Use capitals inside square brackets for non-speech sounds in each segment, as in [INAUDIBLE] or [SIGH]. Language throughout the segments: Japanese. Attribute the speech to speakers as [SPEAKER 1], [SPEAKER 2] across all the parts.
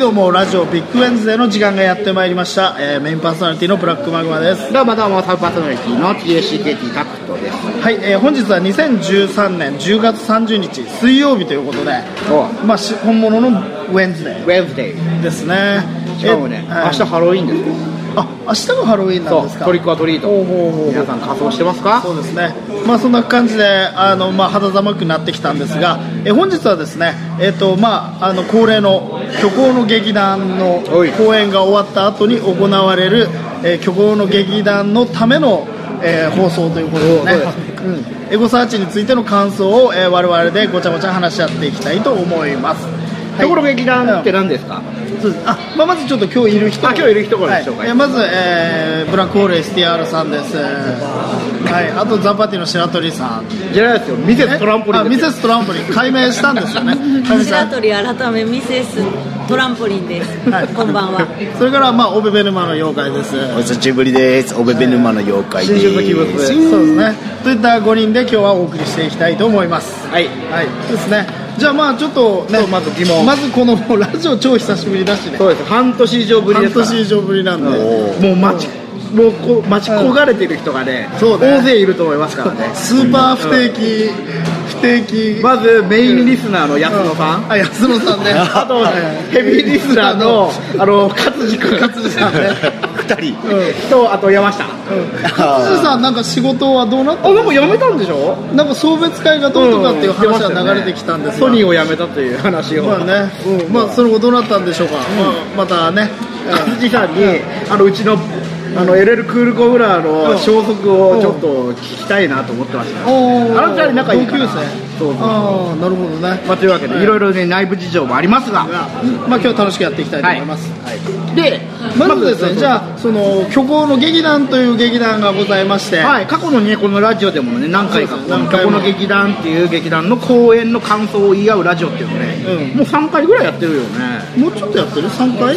[SPEAKER 1] どうもラジオビッグウェンズデーの時間がやってまいりました、えーメインパーソナリティのブラックマグマです
[SPEAKER 2] どうもどうも、サブパーソナリティの TACKT タクトです。
[SPEAKER 1] はい、えー本日は2013年10月30日水曜日ということで、
[SPEAKER 2] お
[SPEAKER 1] まあ、し本物のウェンズデ
[SPEAKER 2] ウェブデイ。
[SPEAKER 1] ーですね
[SPEAKER 2] しかもね、
[SPEAKER 1] え
[SPEAKER 2] 明日
[SPEAKER 1] はい
[SPEAKER 2] ハロウィンですよ。
[SPEAKER 1] あ明日がハロウィーンなん
[SPEAKER 2] そ
[SPEAKER 1] です
[SPEAKER 2] う、
[SPEAKER 1] か
[SPEAKER 2] トリックはトリー
[SPEAKER 1] ほう
[SPEAKER 2] ト。
[SPEAKER 1] ほうほう
[SPEAKER 2] 皆さん仮装してますか
[SPEAKER 1] そうですね、まあ、そんな感じであの、まあ、肌寒くなってきたんですが、え本日はですね、えっとまあ、あの恒例の虚構の劇団の
[SPEAKER 2] はい
[SPEAKER 1] 公演が終わった後に行われる、えー虚構の劇団のための、えー放送ということで,、ね
[SPEAKER 2] そうです
[SPEAKER 1] うんエゴサーチについての感想を、えー我々でごちゃごちゃ話し合っていきたいと思います。
[SPEAKER 2] ところ劇団って何ですか
[SPEAKER 1] そうですあ、まあ、まずちょっと今日いる人
[SPEAKER 2] あ今日いる人から
[SPEAKER 1] は
[SPEAKER 2] でしょうか
[SPEAKER 1] いえまず、えーブラックホール STR さんですはいあとザパティの白鳥さん
[SPEAKER 2] じゃないですよ、ミセストランポリ
[SPEAKER 1] あ
[SPEAKER 2] ンで
[SPEAKER 1] ミ
[SPEAKER 2] すよ。
[SPEAKER 1] セストランポリン解明したんですよ
[SPEAKER 2] [LAUGHS]
[SPEAKER 1] ね解明し
[SPEAKER 3] 白
[SPEAKER 1] た
[SPEAKER 3] 鳥改めミセストランポリンです、
[SPEAKER 1] はい
[SPEAKER 3] こんばんは
[SPEAKER 1] それからまあオベベルマの妖怪です
[SPEAKER 4] お久しぶりです。オベベ沼の妖怪です。
[SPEAKER 2] 新宿の鬼没
[SPEAKER 4] 新
[SPEAKER 1] そうですねといった5人で今日はお送りしていきたいと思います
[SPEAKER 2] はい。
[SPEAKER 1] はいですねじゃあまあちょっとね
[SPEAKER 2] そうまず疑問
[SPEAKER 1] まずこのもうラジオ超久しぶりだしね
[SPEAKER 2] そうです、半年以上ぶりで
[SPEAKER 1] 半
[SPEAKER 2] すから。
[SPEAKER 1] 年以上ぶりなんで
[SPEAKER 4] お
[SPEAKER 2] もう待ち、もうこう待ち焦がれてる人がね、
[SPEAKER 1] そうね
[SPEAKER 2] 大勢いると思いますからね。
[SPEAKER 1] スーパー不定期、不定期、
[SPEAKER 2] まず、メインリスナーの安野さん。
[SPEAKER 1] あ、安野さんね。
[SPEAKER 2] [LAUGHS] あと、ヘビーリスナーの、あの、勝地君。勝地さんね。
[SPEAKER 4] 二人。
[SPEAKER 2] と、あと山下。
[SPEAKER 1] 安野さん、なんか仕事はどうなっ
[SPEAKER 2] あ、なんか辞めたんでしょ
[SPEAKER 1] たなんか送別会がどうとかっていう話は流れてきたんですが
[SPEAKER 2] ソニーを辞めたという話を、
[SPEAKER 1] まあね、うんまあその後どうなったんでしょうか。まあまたね。
[SPEAKER 2] 勝地さんに、あのうちのあの LL クールコブラー
[SPEAKER 1] うん
[SPEAKER 2] の消息をちょっと聞きたいなと思ってました、
[SPEAKER 1] お
[SPEAKER 2] あの二人仲いいか
[SPEAKER 1] 同級
[SPEAKER 2] ら
[SPEAKER 1] 生
[SPEAKER 2] そうそう
[SPEAKER 1] ああ、なるほどね。
[SPEAKER 2] まあ、というわけで、
[SPEAKER 1] はい
[SPEAKER 2] いろいろね内部事情もありますが、
[SPEAKER 1] まあ今日は楽しくやっていきたいと思います。
[SPEAKER 2] で
[SPEAKER 1] まずですね、じ
[SPEAKER 2] あ
[SPEAKER 1] ゃあその虚構の劇団という劇団がございまして、
[SPEAKER 2] はい、過去のねこのラジオでもね何回か
[SPEAKER 1] そう
[SPEAKER 2] こ
[SPEAKER 1] そう
[SPEAKER 2] の
[SPEAKER 1] 何回
[SPEAKER 2] こ
[SPEAKER 1] も
[SPEAKER 2] の劇団っていう劇団の公演の感想を言い合うラジオっていうのね、
[SPEAKER 1] うん
[SPEAKER 2] もう3回ぐらいやってるよね
[SPEAKER 1] もうちょっとやってる？三回？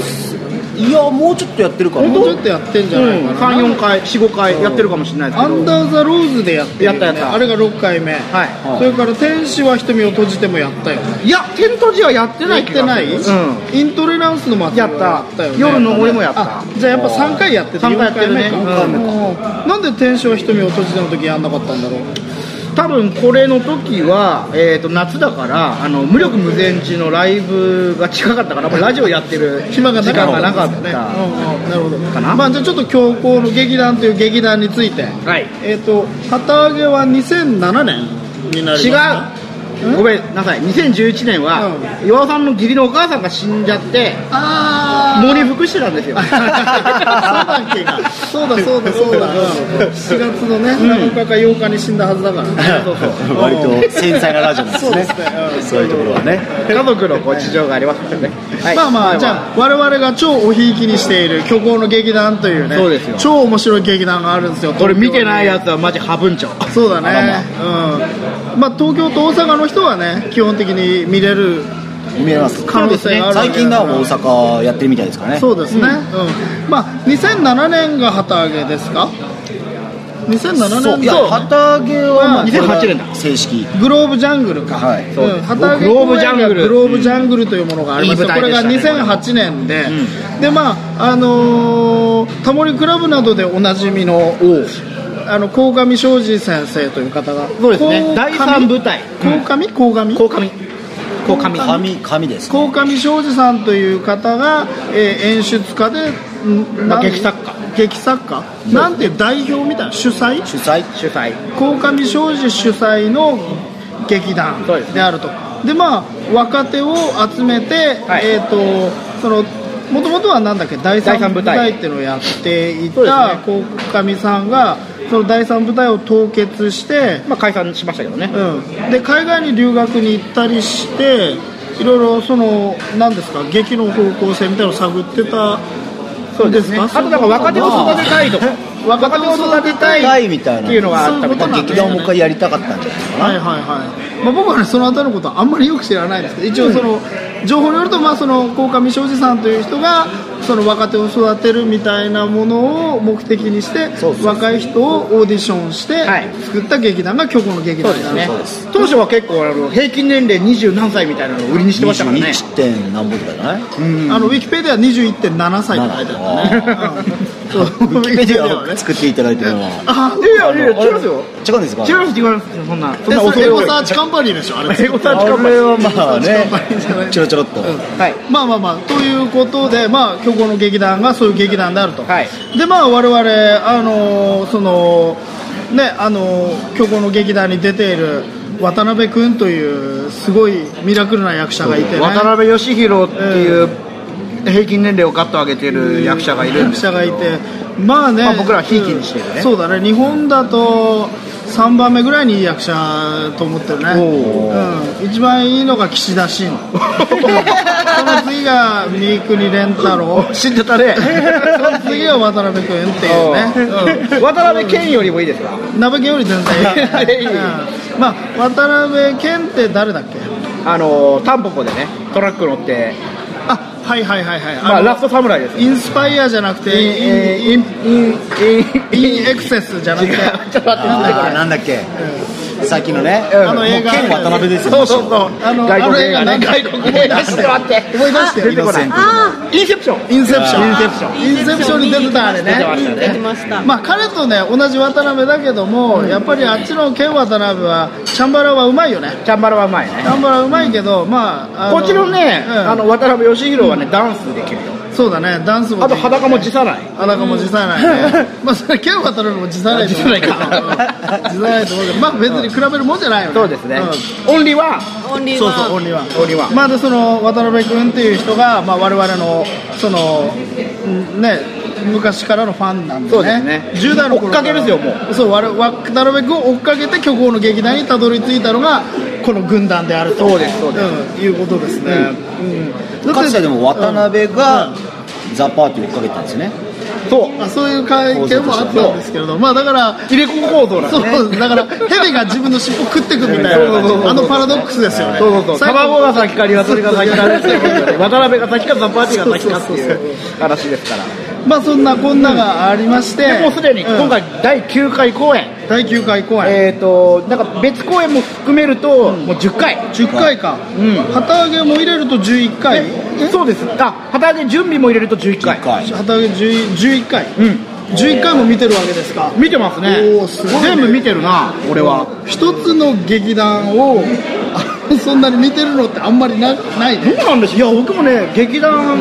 [SPEAKER 4] いや、もうちょっとやってるかな。
[SPEAKER 1] もうちょっとやってんじゃないかな。
[SPEAKER 2] うん、34回45回やってるかもしれないです
[SPEAKER 1] ア
[SPEAKER 2] けど
[SPEAKER 1] ンダー・ザ・ローズでやってるよね
[SPEAKER 2] やったやった
[SPEAKER 1] あれが6回目、
[SPEAKER 2] はい
[SPEAKER 1] それから「天使は瞳を閉じて」もやったよね
[SPEAKER 2] いやテントジはやって
[SPEAKER 1] や
[SPEAKER 2] ない
[SPEAKER 1] っ
[SPEAKER 2] 気が
[SPEAKER 1] てない、
[SPEAKER 2] するうん
[SPEAKER 1] イントレランスの祭りは
[SPEAKER 2] やった
[SPEAKER 1] よね
[SPEAKER 2] 夜の森もやった
[SPEAKER 1] あじゃあやっぱ3回やってて
[SPEAKER 2] 三回やってるね
[SPEAKER 1] 四
[SPEAKER 2] うん
[SPEAKER 1] 目かなんで「天使は瞳を閉じて」の時やんなかったんだろう
[SPEAKER 2] 多分これの時は、えー、と夏だからあの無力無前地のライブが近かったからもうラジオやってる
[SPEAKER 1] 暇がな
[SPEAKER 2] 時
[SPEAKER 1] か
[SPEAKER 2] 間
[SPEAKER 1] った
[SPEAKER 2] がなかっ
[SPEAKER 1] んですよ
[SPEAKER 2] た、
[SPEAKER 1] ねうんうんなるほど
[SPEAKER 2] かな
[SPEAKER 1] まあ、じゃあちょっと強行の劇団という劇団について
[SPEAKER 2] はい
[SPEAKER 1] えっ、と旗揚げは2007年になります
[SPEAKER 2] 違
[SPEAKER 1] か
[SPEAKER 2] うごめんなさい2011年は、岩尾さんの義理のお母さんが死んじゃって
[SPEAKER 1] ああ
[SPEAKER 2] 喪に服してた
[SPEAKER 1] [LAUGHS]
[SPEAKER 2] んですよ
[SPEAKER 1] そうだっけかそうだそうだそうだ7月のね7日か8日に死んだはずだからね
[SPEAKER 2] そうそう
[SPEAKER 4] 割と繊細なラジオなんです
[SPEAKER 1] そうで
[SPEAKER 4] ね
[SPEAKER 1] す。ねうん
[SPEAKER 4] そういうところはね。
[SPEAKER 2] 家族のこう事情がありますからね、はい
[SPEAKER 1] まあまあじゃあ我々が超おひいきにしている虚構の劇団というね
[SPEAKER 2] そうですよ
[SPEAKER 1] 超面白い劇団があるんですよ
[SPEAKER 2] これ見てないやつはマジハブンチョ
[SPEAKER 1] そうだねうんまあ東京と大阪の人はね基本的に見れる
[SPEAKER 4] 見えます。
[SPEAKER 1] 可能性がある
[SPEAKER 4] 最近が大阪やってるみたいですからね。
[SPEAKER 1] そうですねうんまあ2007年が旗揚げですか2007
[SPEAKER 4] そうい
[SPEAKER 1] 年
[SPEAKER 4] や、
[SPEAKER 1] と
[SPEAKER 4] 旗揚げは
[SPEAKER 2] うん2008年だ
[SPEAKER 4] 正式。
[SPEAKER 1] グローブジャングルか、
[SPEAKER 4] はい
[SPEAKER 2] そうです
[SPEAKER 1] 旗揚げ
[SPEAKER 2] グローブジャングル
[SPEAKER 1] 公園がグローブジャングルというものがありまして、
[SPEAKER 2] いい
[SPEAKER 1] こ
[SPEAKER 2] 舞
[SPEAKER 1] れが
[SPEAKER 2] 台でしたね
[SPEAKER 1] 2008年で、でまああのータモリクラブなどでおなじみのあの鴻上庄司先生という方が
[SPEAKER 2] そうですね
[SPEAKER 1] 鴻上
[SPEAKER 2] 第三舞台
[SPEAKER 1] 鴻上鴻上
[SPEAKER 2] こうかみこうかみ
[SPEAKER 4] 紙、紙です。
[SPEAKER 1] 鴻上庄司さんという方が、えー演出家で、んな
[SPEAKER 2] まあ
[SPEAKER 1] ん
[SPEAKER 2] 劇作家
[SPEAKER 1] 劇作家なんて代表みたいな主催
[SPEAKER 4] 主催。
[SPEAKER 2] 主催
[SPEAKER 1] 鴻上庄司主催の劇団
[SPEAKER 2] そうですね
[SPEAKER 1] であるとでまあ若手を集めて、
[SPEAKER 2] はい
[SPEAKER 1] えっ、とそのもともとはなんだっけ第三
[SPEAKER 2] 第三
[SPEAKER 1] 舞
[SPEAKER 2] 舞
[SPEAKER 1] 台
[SPEAKER 2] 台
[SPEAKER 1] っていうのをやってい
[SPEAKER 2] そうです
[SPEAKER 1] た鴻上さんがその第三舞台を凍結して、
[SPEAKER 2] まあ解散しましたけどね
[SPEAKER 1] うん、で海外に留学に行ったりしていろいろその何ですか劇の方向性みたいなのを探ってた
[SPEAKER 2] そうですね
[SPEAKER 1] で
[SPEAKER 2] あ
[SPEAKER 1] すか
[SPEAKER 2] となんか若手を育てたいとか
[SPEAKER 1] [LAUGHS] 若手
[SPEAKER 2] 若手を育てた
[SPEAKER 4] た
[SPEAKER 2] い
[SPEAKER 4] いみたいな
[SPEAKER 2] っていうのがあったみた
[SPEAKER 1] そういうこと
[SPEAKER 2] い
[SPEAKER 1] なん
[SPEAKER 4] 劇団をもう一回やりたかったんじゃないか
[SPEAKER 1] はいはいはい、まあ、僕はねそのあたりのことはあんまりよく知らないんですけど一応その情報によるとまあその鴻上庄司さんという人がその若手を育てるみたいなものを目的にして
[SPEAKER 4] そうそう
[SPEAKER 1] 若い人をオーディションして
[SPEAKER 2] はい
[SPEAKER 1] 作った劇団が虚構の劇
[SPEAKER 2] そう
[SPEAKER 1] 団
[SPEAKER 2] で
[SPEAKER 1] な
[SPEAKER 2] す
[SPEAKER 1] ん
[SPEAKER 2] ね
[SPEAKER 4] そうです
[SPEAKER 2] 当初は結構あの平均年齢二十何歳みたいなのを売りにしてましたからね
[SPEAKER 4] 21. 点何本とかじゃない
[SPEAKER 1] あのウィキペディア21.7歳って書いてあったねそうウ
[SPEAKER 4] ウィキペディアを作っていただいてるのは
[SPEAKER 1] あ
[SPEAKER 2] いやいやいや違いますよ
[SPEAKER 4] 違うんですか
[SPEAKER 2] 違います違いますそんなそん
[SPEAKER 1] で
[SPEAKER 2] な
[SPEAKER 1] そ
[SPEAKER 2] 恐
[SPEAKER 1] れ
[SPEAKER 2] れ
[SPEAKER 1] エゴ
[SPEAKER 2] 多い
[SPEAKER 1] サーチカンパニーでしょあれ
[SPEAKER 2] エゴサーチ
[SPEAKER 4] あれはまあ
[SPEAKER 1] ちょっと
[SPEAKER 4] ねちょろちょろっと
[SPEAKER 2] はい
[SPEAKER 1] まあまあまあということでまあ虚構の劇団がそういう劇団であると、
[SPEAKER 2] はい
[SPEAKER 1] でまあ我々あのーそのねあのー虚構の劇団に出ている渡辺君というすごいミラクルな役者がいてね
[SPEAKER 2] 渡辺義弘っていう平均年齢をガッと上げてる役者がいるんですけど
[SPEAKER 1] 役者がいてまあね、
[SPEAKER 2] まあ僕らはひいきにしてるね
[SPEAKER 1] そうだね日本だと3番目ぐらいにいい役者と思ってるね、
[SPEAKER 2] お
[SPEAKER 1] うん、一番いいのが岸田
[SPEAKER 2] [LAUGHS]
[SPEAKER 1] 新その次が三國連太
[SPEAKER 2] [LAUGHS]
[SPEAKER 1] 郎
[SPEAKER 2] 死んでたね
[SPEAKER 1] その次が渡辺君っていうね、うん
[SPEAKER 2] 渡辺謙よりもいいですか
[SPEAKER 1] 鍋系より全然いい、
[SPEAKER 2] いい
[SPEAKER 1] うんまあ渡辺謙って誰だっけ
[SPEAKER 2] あのタンポポでねトラック乗って
[SPEAKER 1] あはいはいはいはい、
[SPEAKER 2] ま
[SPEAKER 1] あ
[SPEAKER 2] あ
[SPEAKER 1] の
[SPEAKER 2] ラスト侍です
[SPEAKER 1] インスパイアじゃなくてインイン
[SPEAKER 2] イン
[SPEAKER 1] インエクセスじゃなくて
[SPEAKER 2] 違うちょっと待って
[SPEAKER 4] あーなんだっけさっきのね
[SPEAKER 2] うん
[SPEAKER 1] あの映画
[SPEAKER 4] もう剣渡辺ですよ
[SPEAKER 2] そうそうそう
[SPEAKER 1] あの
[SPEAKER 2] 外国映画
[SPEAKER 1] あの映
[SPEAKER 2] ね
[SPEAKER 1] 画ね
[SPEAKER 2] 外国映画ちょっと待って
[SPEAKER 1] 思い出してよ
[SPEAKER 2] 出てこない
[SPEAKER 4] イノセント
[SPEAKER 3] あ
[SPEAKER 2] インセプション
[SPEAKER 1] インセプション
[SPEAKER 4] イン
[SPEAKER 2] セプショ
[SPEAKER 3] あ
[SPEAKER 1] インセプションに出てたあれね
[SPEAKER 2] 出てましたね
[SPEAKER 3] 出てました
[SPEAKER 1] まあ彼とね同じ渡辺だけども、やっぱりあっちの剣渡辺はチャンバラはうまいよね
[SPEAKER 2] チャンバラはうまいね
[SPEAKER 1] チャンバラうまいけどまああ
[SPEAKER 2] こっちのね、
[SPEAKER 1] うん
[SPEAKER 2] あの渡辺義弘はね、ダンスできるよ
[SPEAKER 1] そうだねダンスも
[SPEAKER 2] あと裸も辞さない
[SPEAKER 1] 裸も辞さない
[SPEAKER 2] [LAUGHS]
[SPEAKER 1] ね、まあそれ剣渡辺も辞さないと思うけど
[SPEAKER 2] 辞さない
[SPEAKER 1] うん辞さないと思うけどまあ別に比べるもんじゃないよね
[SPEAKER 2] そうですね
[SPEAKER 1] ん、
[SPEAKER 2] オンリーは
[SPEAKER 3] オンリー
[SPEAKER 1] そうそうオ
[SPEAKER 3] ワ
[SPEAKER 1] ン
[SPEAKER 3] ン
[SPEAKER 1] リーワン
[SPEAKER 2] オンリーワン
[SPEAKER 1] まあでその渡辺君っていう人が、まあ、我々のそのんね昔からのファンなんでね
[SPEAKER 2] そうですね
[SPEAKER 1] 10代の頃から
[SPEAKER 2] 追っかけですよも
[SPEAKER 1] うそうわ渡辺君を追っかけて虚構の劇団にたどり着いたのがこの軍団であると
[SPEAKER 2] そうですそうです
[SPEAKER 1] んいうことですね、うんだって
[SPEAKER 4] かつてでも渡辺
[SPEAKER 1] うん
[SPEAKER 4] がザ・パーティーを追っかけたんですね
[SPEAKER 2] そう
[SPEAKER 1] まあ、そういう会見もあったんですけれどまあだから
[SPEAKER 2] 入れ子構造なんで
[SPEAKER 1] そ
[SPEAKER 2] すね
[SPEAKER 1] うだから蛇が自分の尻尾食ってくみたいな
[SPEAKER 2] そうそうそうそう
[SPEAKER 1] あのパラドックスですよね
[SPEAKER 2] そうそうそう
[SPEAKER 1] 最後
[SPEAKER 2] 卵が先か鶏が先かですよ渡辺が先かザ・パーティーが先かっていう話ですから
[SPEAKER 1] まあそんなこんながありまして、
[SPEAKER 2] でもうすでに
[SPEAKER 1] うん
[SPEAKER 2] 今回第9回公演、
[SPEAKER 1] 第9回公演、
[SPEAKER 2] えっ、となんか別公演も含めると、もう10回
[SPEAKER 1] 10回か、
[SPEAKER 2] うん
[SPEAKER 1] 旗揚げも入れると11回
[SPEAKER 2] えそうですあ旗揚げ準備も入れると11回
[SPEAKER 4] 一回
[SPEAKER 1] 旗揚げ10 11回、
[SPEAKER 2] うん
[SPEAKER 1] 11回も見てるわけですか
[SPEAKER 2] 見てますね
[SPEAKER 1] おーすごいね
[SPEAKER 2] 全部見てるな俺は
[SPEAKER 1] 一つの劇団を [LAUGHS] あそんなに見てるのってあんまりなない
[SPEAKER 2] そう
[SPEAKER 1] ね
[SPEAKER 2] なんですいや僕もね劇団、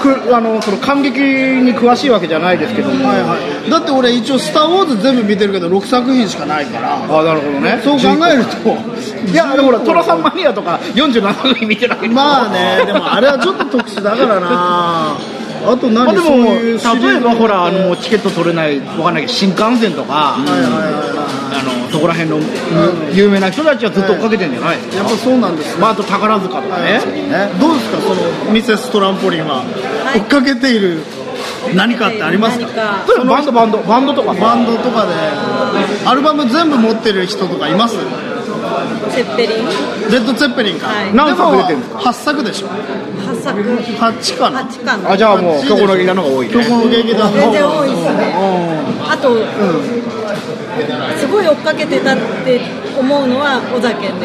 [SPEAKER 2] くあのその感激に詳しいわけじゃないですけども、
[SPEAKER 1] はいはいだって俺一応「スター・ウォーズ」全部見てるけど6作品しかないから
[SPEAKER 2] ああなるほどね
[SPEAKER 1] そう考える
[SPEAKER 2] といやでもほら寅さんマニアとか47組見てない
[SPEAKER 1] まあねでもあれはちょっと特殊だからなあと何
[SPEAKER 2] まあで
[SPEAKER 1] そう
[SPEAKER 2] も
[SPEAKER 1] いうシリーズ
[SPEAKER 2] 例えばほらあのもうチケット取れないわかんないけど新幹線とか、
[SPEAKER 1] はいはいはいはい
[SPEAKER 2] あのそこら辺の、有名な人たちはずっと追っかけてんじゃないですか、
[SPEAKER 1] やっぱそうなんですね
[SPEAKER 2] まあ、あと宝塚とかね、
[SPEAKER 1] はいどうですかそのミセストランポリンは
[SPEAKER 3] はい
[SPEAKER 1] 追っかけている何かってあります
[SPEAKER 3] 何か
[SPEAKER 1] か
[SPEAKER 2] 例えばバンドバンドバンドとか
[SPEAKER 1] バンドとかでアルバム全部持ってる人とかいます
[SPEAKER 3] セッペリン
[SPEAKER 1] レッド・ツェッペリンか
[SPEAKER 3] はい
[SPEAKER 2] 何作出てるんです
[SPEAKER 1] か8作でしょ
[SPEAKER 3] 八作
[SPEAKER 1] 8かな
[SPEAKER 3] 八かな
[SPEAKER 2] あじゃあもう虚構の劇団の方が多いね
[SPEAKER 1] 曲の劇団の
[SPEAKER 3] 全
[SPEAKER 1] 方
[SPEAKER 3] 然
[SPEAKER 1] が
[SPEAKER 3] 多いですねあと、すごい追っかけてたって思うのは小酒です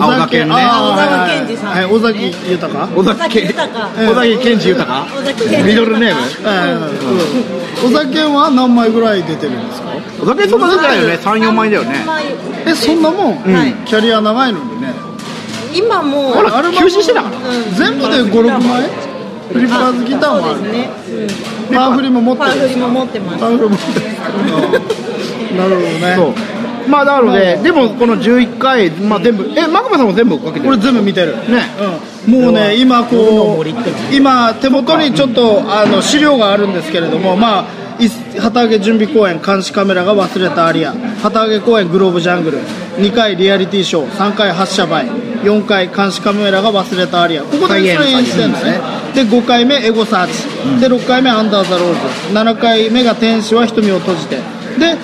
[SPEAKER 2] 青学園ね
[SPEAKER 1] あー
[SPEAKER 3] 青学園児さん
[SPEAKER 1] はいはいはい尾崎豊
[SPEAKER 2] 小
[SPEAKER 3] 小
[SPEAKER 2] 崎健
[SPEAKER 3] 崎豊
[SPEAKER 2] 小崎健二豊
[SPEAKER 3] 小崎健二
[SPEAKER 2] ミドルネー
[SPEAKER 1] う
[SPEAKER 2] ム
[SPEAKER 1] ん尾崎園は何枚ぐらい出てるんですか
[SPEAKER 2] 小崎そば出てないよね34枚だよね
[SPEAKER 3] 三枚
[SPEAKER 1] えそんなもん
[SPEAKER 3] はい
[SPEAKER 1] キャリア長いのにね
[SPEAKER 3] 今もう
[SPEAKER 2] ほら
[SPEAKER 1] アルバム
[SPEAKER 2] 休止してたから
[SPEAKER 3] うん
[SPEAKER 1] 全部で56枚フリッパーズギターもあ
[SPEAKER 3] そう
[SPEAKER 1] る
[SPEAKER 3] ですね、
[SPEAKER 1] パワフリも持
[SPEAKER 3] うん、
[SPEAKER 1] って
[SPEAKER 3] パーフ
[SPEAKER 1] る
[SPEAKER 3] リも持ってます
[SPEAKER 1] パワフリも持ってるなるほど
[SPEAKER 2] そう
[SPEAKER 1] ね
[SPEAKER 2] まあなのででもこの11回、まあ、全部えマグマさんも全部追っかけて
[SPEAKER 1] こ
[SPEAKER 2] る
[SPEAKER 1] れ全部見てる
[SPEAKER 2] ね
[SPEAKER 1] うんもうね今こう今手元にちょっとあの資料があるんですけれどもまあい旗揚げ準備公演監視カメラが忘れたアリア旗揚げ公演グローブジャングル2回リアリティショー3回発射倍4回監視カメラが忘れたアリアここで出演してるんですねで5回目エゴサーチで6回目アンダーザローズ7回目が天使は瞳を閉じてで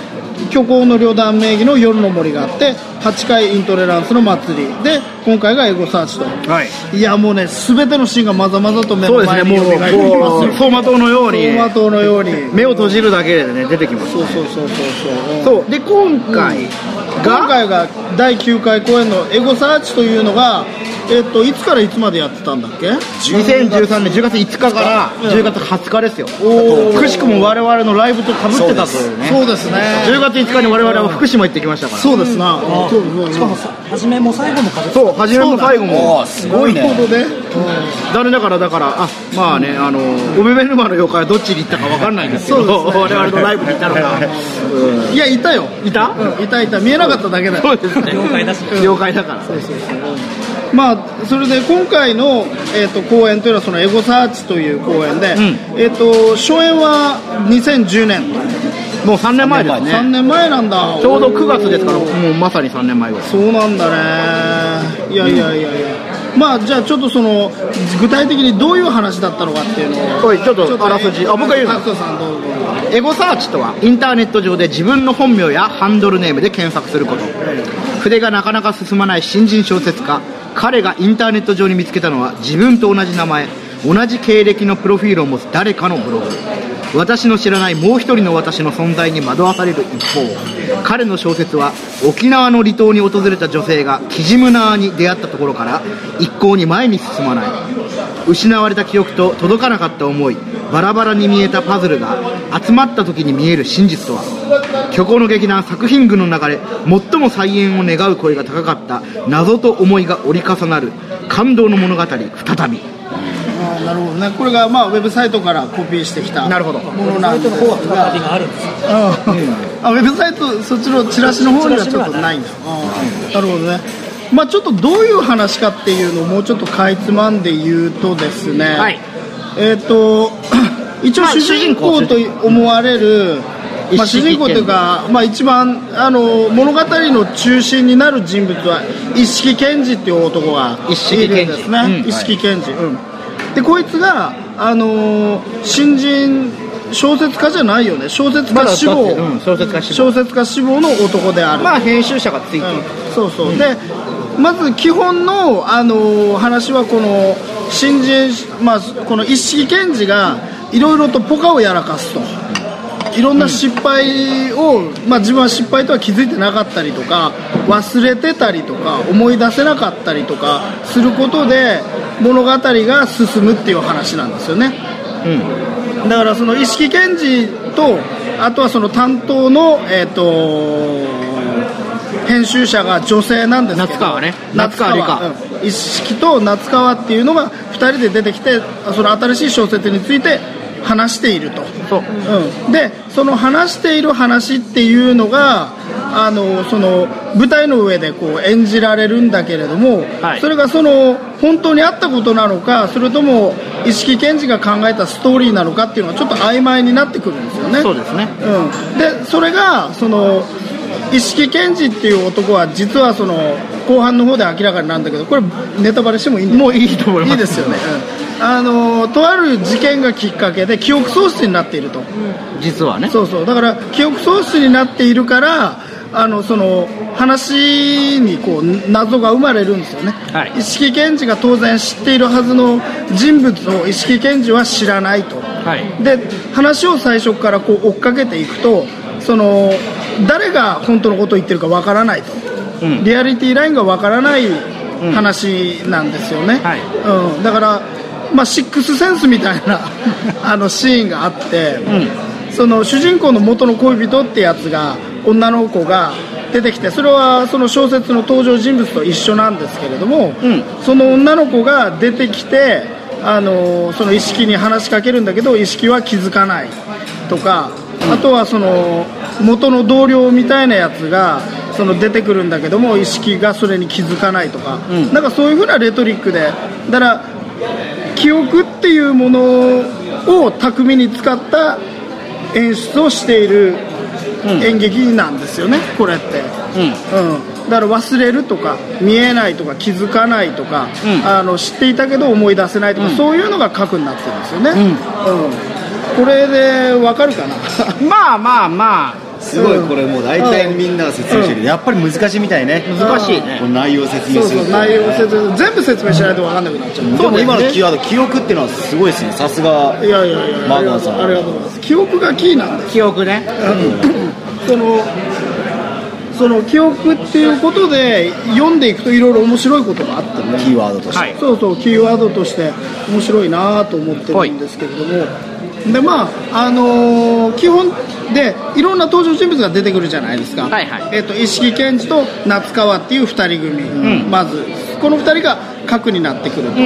[SPEAKER 1] 虚構の旅団名義の夜の森があって8回イントレランスの祭りで今回がエゴサーチと
[SPEAKER 2] はい
[SPEAKER 1] いやもうね全てのシーンがまざまざと目
[SPEAKER 2] そ
[SPEAKER 1] の
[SPEAKER 2] うですね
[SPEAKER 1] 前に
[SPEAKER 2] も
[SPEAKER 1] よみ
[SPEAKER 2] う
[SPEAKER 1] がえってきます
[SPEAKER 2] こう
[SPEAKER 1] よ
[SPEAKER 2] 走馬灯のように
[SPEAKER 1] 走馬灯のように
[SPEAKER 2] 目を閉じるだけでね出てきます
[SPEAKER 1] そうそうそうそうそう
[SPEAKER 2] そうで今回
[SPEAKER 1] 今
[SPEAKER 2] が、
[SPEAKER 1] 回が第9回公演のエゴサーチというのが、えっと、いつからいつまでやってたんだっけ
[SPEAKER 2] 2013年10月5日から10月20日ですよ、くしくも我々のライブとかぶってたというね
[SPEAKER 1] そうですね
[SPEAKER 2] 10月5日に我々は福島行ってきましたから
[SPEAKER 1] そうですなそうそうそう
[SPEAKER 5] しかもさ初めも最後も風
[SPEAKER 2] そう初めも最後も
[SPEAKER 4] おーすごい
[SPEAKER 1] なるほど
[SPEAKER 4] ね
[SPEAKER 1] ね
[SPEAKER 2] 誰だからだからあまあねあのオベベルマの妖怪はどっちに行ったか分かんないんですけど我々のライブに行ったのか
[SPEAKER 1] いやいたよ
[SPEAKER 2] いた
[SPEAKER 1] うんいたいた見えなかっただけだよ
[SPEAKER 2] そうですね
[SPEAKER 5] 妖怪だし
[SPEAKER 2] 妖怪だから
[SPEAKER 1] まあ、それで今回の、えー、と公演というのはそのエゴサーチという公演で、えー、と初演は2010年、
[SPEAKER 2] もう3年前です
[SPEAKER 1] 3
[SPEAKER 2] ね
[SPEAKER 1] 年前なんだ
[SPEAKER 2] ちょうど9月ですからもうまさに3年前ぐらい
[SPEAKER 1] そうなんだねいやいやいやいや、まあじゃあちょっとその具体的にどういう話だったのかっていうのを
[SPEAKER 2] はいちょっとあらすじあ僕が言うの
[SPEAKER 1] タクトさんどうぞ
[SPEAKER 2] エゴサーチとはインターネット上で自分の本名やハンドルネームで検索すること筆がなかなか進まない新人小説家彼がインターネット上に見つけたのは自分と同じ名前同じ経歴のプロフィールを持つ誰かのブログ私の知らないもう一人の私の存在に惑わされる一方彼の小説は沖縄の離島に訪れた女性がキジムナーに出会ったところから一向に前に進まない失われた記憶と届かなかった思いバラバラに見えたパズルが集まった時に見える真実とは虚構の劇団作品群の中で最も再演を願う声が高かった謎と思いが折り重なる感動の物語再び
[SPEAKER 1] あーなるほどねこれがまあウェブサイトからコピーしてきた
[SPEAKER 2] なるほど
[SPEAKER 1] ものなんですが
[SPEAKER 5] 旅があるんですよ
[SPEAKER 1] うんあウェブサイトそっちのチラシの方にはちょっとないんだあーなるほどねまあちょっとどういう話かっていうのをもうちょっとかいつまんで言うとですね、
[SPEAKER 2] はい
[SPEAKER 1] えっ、と一応
[SPEAKER 2] まあ
[SPEAKER 1] 主人公
[SPEAKER 2] 主人公
[SPEAKER 1] と思われる、まあ、
[SPEAKER 2] 一色
[SPEAKER 1] 主人公というか、まあ、一番あの物語の中心になる人物は一色賢治っていう男が
[SPEAKER 2] 一色
[SPEAKER 1] い
[SPEAKER 2] 賢治
[SPEAKER 1] るんですね、
[SPEAKER 2] うん
[SPEAKER 1] 一色賢治、うんでこいつが、あのー新人小説家じゃないよね小説家志望、
[SPEAKER 2] うん小説家志望
[SPEAKER 1] 小説家志望の男である、
[SPEAKER 2] まあ編集者がついている
[SPEAKER 1] うんそうそう、でまず基本の、あのー話はこの新人、まあ、この一色賢治がいろいろとポカをやらかすといろんな失敗を、まあ、自分は失敗とは気づいてなかったりとか忘れてたりとか思い出せなかったりとかすることで物語が進むっていう話なんですよねだからその意識検事とあとはその担当のえっ、と編集者が女性なんですけど
[SPEAKER 2] 夏川ね
[SPEAKER 1] 夏川
[SPEAKER 2] 夏川理
[SPEAKER 1] うん一色と夏川っていうのが2人で出てきてその新しい小説について話していると
[SPEAKER 2] そう
[SPEAKER 1] うん、でその話している話っていうのがあのその舞台の上でこう演じられるんだけれども、
[SPEAKER 2] はい
[SPEAKER 1] それがその本当にあったことなのかそれとも意識検事が考えたストーリーなのかっていうのはちょっと曖昧になってくるんですよね。
[SPEAKER 2] そうですね
[SPEAKER 1] うん、でそれがその一色賢治っていう男は実はその後半の方で明らかになるんだけどこれネタバレしてもいいんです
[SPEAKER 2] もういいと思います
[SPEAKER 1] いいですよね、うんあのとある事件がきっかけで記憶喪失になっていると、
[SPEAKER 2] 実はね
[SPEAKER 1] そうそうだから記憶喪失になっているからあのその話にこう謎が生まれるんですよね、
[SPEAKER 2] はい
[SPEAKER 1] 意識検事が当然知っているはずの人物を意識検事は知らないと、
[SPEAKER 2] はい
[SPEAKER 1] で話を最初からこう追っかけていくとその誰が本当のことを言ってるかわからないと、
[SPEAKER 2] うん
[SPEAKER 1] リアリティラインがわからない話なんですよね、
[SPEAKER 2] はい
[SPEAKER 1] うん、だから、まあ、シックスセンスみたい
[SPEAKER 2] [LAUGHS]
[SPEAKER 1] なあのシーンがあって、その主人公の元の恋人ってやつが女の子が出てきてそれはその小説の登場人物と一緒なんですけれども、
[SPEAKER 2] ん
[SPEAKER 1] その女の子が出てきてあのその意識に話しかけるんだけど意識は気づかないとか、あとはその元の同僚みたいなやつがその出てくるんだけども意識がそれに気づかないとか、なんかそういうふうなレトリックでだから記憶っていうものを巧みに使った演出をしている演劇なんですよね、これって、うんだから忘れるとか見えないとか気づかないとか、あの知っていたけど思い出せないとか、そういうのが核になってるんですよね、うんこれでわかるかな
[SPEAKER 2] まあまあまあ
[SPEAKER 4] すごいこれもう大体みんなが説明してるやっぱり難しいみたいね
[SPEAKER 2] 難しいね
[SPEAKER 4] この内容を説
[SPEAKER 1] そ
[SPEAKER 4] 明
[SPEAKER 1] う
[SPEAKER 4] す
[SPEAKER 1] そ
[SPEAKER 4] るっ
[SPEAKER 1] う
[SPEAKER 4] ていのはね
[SPEAKER 1] 内容を説明全部説明しないと分かんなくなっちゃう
[SPEAKER 4] でも今のキーワード記憶っていうのはすごいですねさすが
[SPEAKER 1] いやいやいや
[SPEAKER 4] マーガンさ
[SPEAKER 1] ありが
[SPEAKER 4] ん
[SPEAKER 1] とうございます記憶がキーなんだよ
[SPEAKER 2] 記憶ね
[SPEAKER 1] そのその記憶っていうことで読んでいくといろいろ面白いことがあってね
[SPEAKER 4] キーワードとして、
[SPEAKER 2] はい
[SPEAKER 1] そうそうキーワードとして面白いなと思ってるんですけれども、でまああのー基本でいろんな登場人物が出てくるじゃないですか、
[SPEAKER 2] はいはい
[SPEAKER 1] えっと意識検事と夏川っていう2人組、
[SPEAKER 2] ん
[SPEAKER 1] まずこの2人が核になってくると、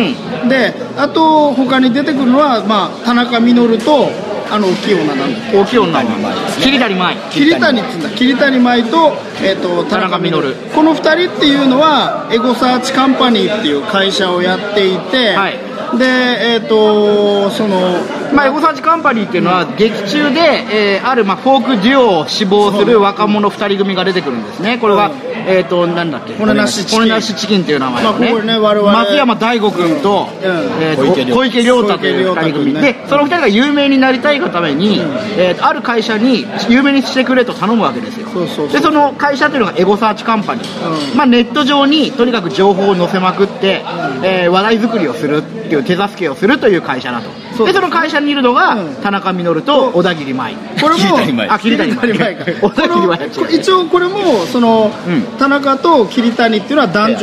[SPEAKER 2] う
[SPEAKER 1] であと他に出てくるのは、まあ、田中稔とあの大きい女なんだっけ
[SPEAKER 2] 大きい女は桐谷舞
[SPEAKER 1] 桐谷っつうんだ桐谷舞と,、えっと田中
[SPEAKER 2] 田中
[SPEAKER 1] 稔
[SPEAKER 2] 稔
[SPEAKER 1] この2人っていうのはエゴサーチカンパニーっていう会社をやっていて、
[SPEAKER 2] はい
[SPEAKER 1] でえっ、とその
[SPEAKER 2] まあ、エゴサーチカンパニーっていうのは劇中で、えーあるまあフォークデュオを志望する若者2人組が出てくるんですねこれは、えっ、となんだっけ
[SPEAKER 1] 骨なしチキン
[SPEAKER 2] 骨なしチキンっていう名前の
[SPEAKER 1] まあここね我々
[SPEAKER 2] 松山大悟君と,、えーと
[SPEAKER 4] 小池亮
[SPEAKER 2] 小池亮太と
[SPEAKER 1] 小池
[SPEAKER 2] いう2人組、
[SPEAKER 1] 亮太君ね
[SPEAKER 2] でその2人が有名になりたいがために、えーとある会社に有名にしてくれと頼むわけですよ
[SPEAKER 1] そうそうそう
[SPEAKER 2] でその会社というのがエゴサーチカンパニー、
[SPEAKER 1] うん
[SPEAKER 2] まあ、ネット上にとにかく情報を載せまくって、えー話題作りをするっていう手助けをするという会社だと
[SPEAKER 1] そう
[SPEAKER 2] でその会社にいるのが、
[SPEAKER 1] うん
[SPEAKER 2] 田中稔と小田切舞
[SPEAKER 1] これも
[SPEAKER 4] 桐谷舞
[SPEAKER 2] あ桐谷舞
[SPEAKER 1] 桐谷
[SPEAKER 2] 小田切
[SPEAKER 1] 舞
[SPEAKER 2] 舞
[SPEAKER 1] この一応これもその、
[SPEAKER 2] うん
[SPEAKER 1] 田中と桐谷っていうのは男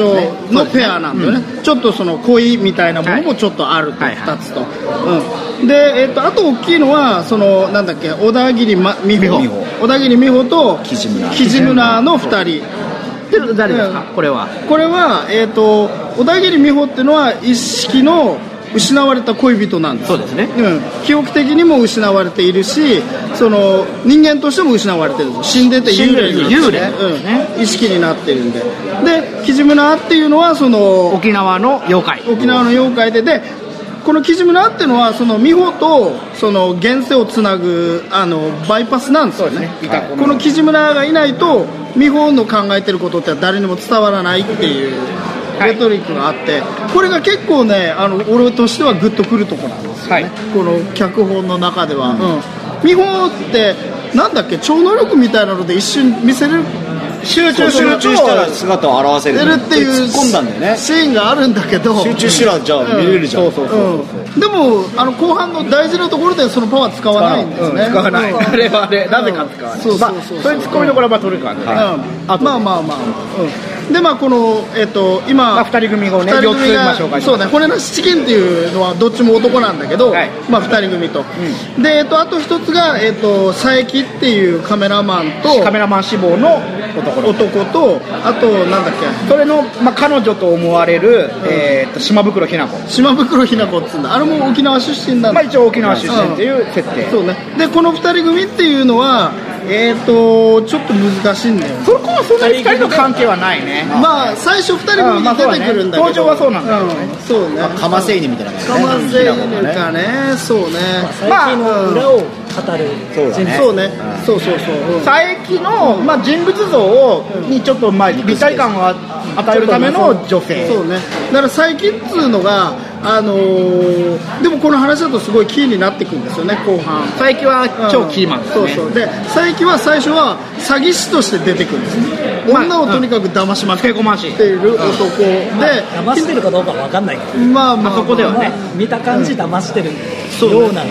[SPEAKER 1] 女のペアなんだよねちょっとその恋みたいなものもちょっとあると、
[SPEAKER 2] はいはい
[SPEAKER 1] 2つと、うん、で、えっとあと大きいのはそのなんだっけ小田切ま美
[SPEAKER 4] 美
[SPEAKER 1] 穂
[SPEAKER 4] 穂
[SPEAKER 1] 小田切美穂と
[SPEAKER 4] キジムナー
[SPEAKER 1] キジムナーの2人
[SPEAKER 2] で誰ですか、
[SPEAKER 1] う
[SPEAKER 2] これは
[SPEAKER 1] これは、えー、と小田切美穂っていうのは一色の失われた恋人なんです
[SPEAKER 2] そうですね
[SPEAKER 1] うん、記憶的にも失われているしその人間としても失われてるんです死んでて幽霊になってる
[SPEAKER 2] 幽霊
[SPEAKER 1] うん、意識になってるんででキジムナーっていうのはその
[SPEAKER 2] 沖縄の妖怪
[SPEAKER 1] 沖縄の妖怪ででこのキジムナーっていうのはその美穂とその現世をつなぐあのバイパスなんですよね
[SPEAKER 4] はい
[SPEAKER 1] このキジムナーがいないと美穂の考えてることって誰にも伝わらないっていう
[SPEAKER 2] はい
[SPEAKER 1] レトリックがあってこれが結構ねあの俺としてはグッとくるとこなんですよ
[SPEAKER 2] はい
[SPEAKER 1] この脚本の中では、うん美穂ってなんだっけ超能力みたいなので一瞬見せる集
[SPEAKER 4] 集中したら姿を現せ
[SPEAKER 1] 出
[SPEAKER 4] る
[SPEAKER 1] るっていう
[SPEAKER 4] 突っ込んだんだよね
[SPEAKER 1] シーンがあるんだけど
[SPEAKER 4] 集中したらじゃあ見れるじゃ
[SPEAKER 1] う
[SPEAKER 4] ん、
[SPEAKER 1] うんでもあの後半の大事なところでそのパワー使わないんですね
[SPEAKER 2] 使わない、
[SPEAKER 1] うん
[SPEAKER 2] あれはあれなぜか使わない、
[SPEAKER 1] そうそう
[SPEAKER 2] まあ
[SPEAKER 1] そう
[SPEAKER 2] そういうツッコミどころはまあ取るからね、
[SPEAKER 1] うんまあまあまあまあ、うん、でまあこのえっ、と今、
[SPEAKER 2] まあ、2人組をね
[SPEAKER 1] 二
[SPEAKER 2] 4
[SPEAKER 1] 人
[SPEAKER 2] つ
[SPEAKER 1] 組が
[SPEAKER 2] 今紹介し
[SPEAKER 1] そうね
[SPEAKER 2] ます
[SPEAKER 1] 骨なしチキンっていうのはどっちも男なんだけど、
[SPEAKER 2] はい
[SPEAKER 1] まあ2人組と、で、えっとあと1つが、えっと佐伯っていうカメラマンと
[SPEAKER 2] カメラマン志望の男の子
[SPEAKER 1] 男とあとなんだっけ
[SPEAKER 2] それの、まあ、彼女と思われる、えーっと島袋ひな子
[SPEAKER 1] 島袋ひな子っつうんだあれも沖縄出身なん
[SPEAKER 2] ま
[SPEAKER 1] だ、
[SPEAKER 2] あ、一応沖縄出身っていう設定、
[SPEAKER 1] そうねでこの2人組っていうのはえっ、とちょっと難しいんだよ
[SPEAKER 2] そこはそんなに2人の関係はないね
[SPEAKER 1] まあ最初2人組に出てくるんだけど、
[SPEAKER 2] あまあそうだね登場はそうなんだよ
[SPEAKER 1] う
[SPEAKER 2] ね
[SPEAKER 1] んそうね、
[SPEAKER 4] カマセイニみたいな感じ
[SPEAKER 1] かませるかね、そうね、
[SPEAKER 5] 最近の裏を語る
[SPEAKER 4] そうだね
[SPEAKER 1] そうね、そうそうそう、うん
[SPEAKER 2] 佐伯の、まあ、人物像をにちょっと、まあ、立体感を与えるための女性
[SPEAKER 1] そうね、だから最近っつうのが、あのーでもこの話だとすごいキーになってくるんですよね、後半。
[SPEAKER 2] 佐伯は超キーマンですね、
[SPEAKER 1] そうそうで佐伯は最初は詐欺師として出てくるんですね、
[SPEAKER 2] まあ
[SPEAKER 1] 女をとにかく騙しまく
[SPEAKER 2] つけ込まし
[SPEAKER 1] っている男で、
[SPEAKER 5] 騙してるかどうかわかんないけど
[SPEAKER 1] まあまあ、
[SPEAKER 2] あそこではね
[SPEAKER 5] まあ見た感じ騙してる
[SPEAKER 1] そうね
[SPEAKER 5] ような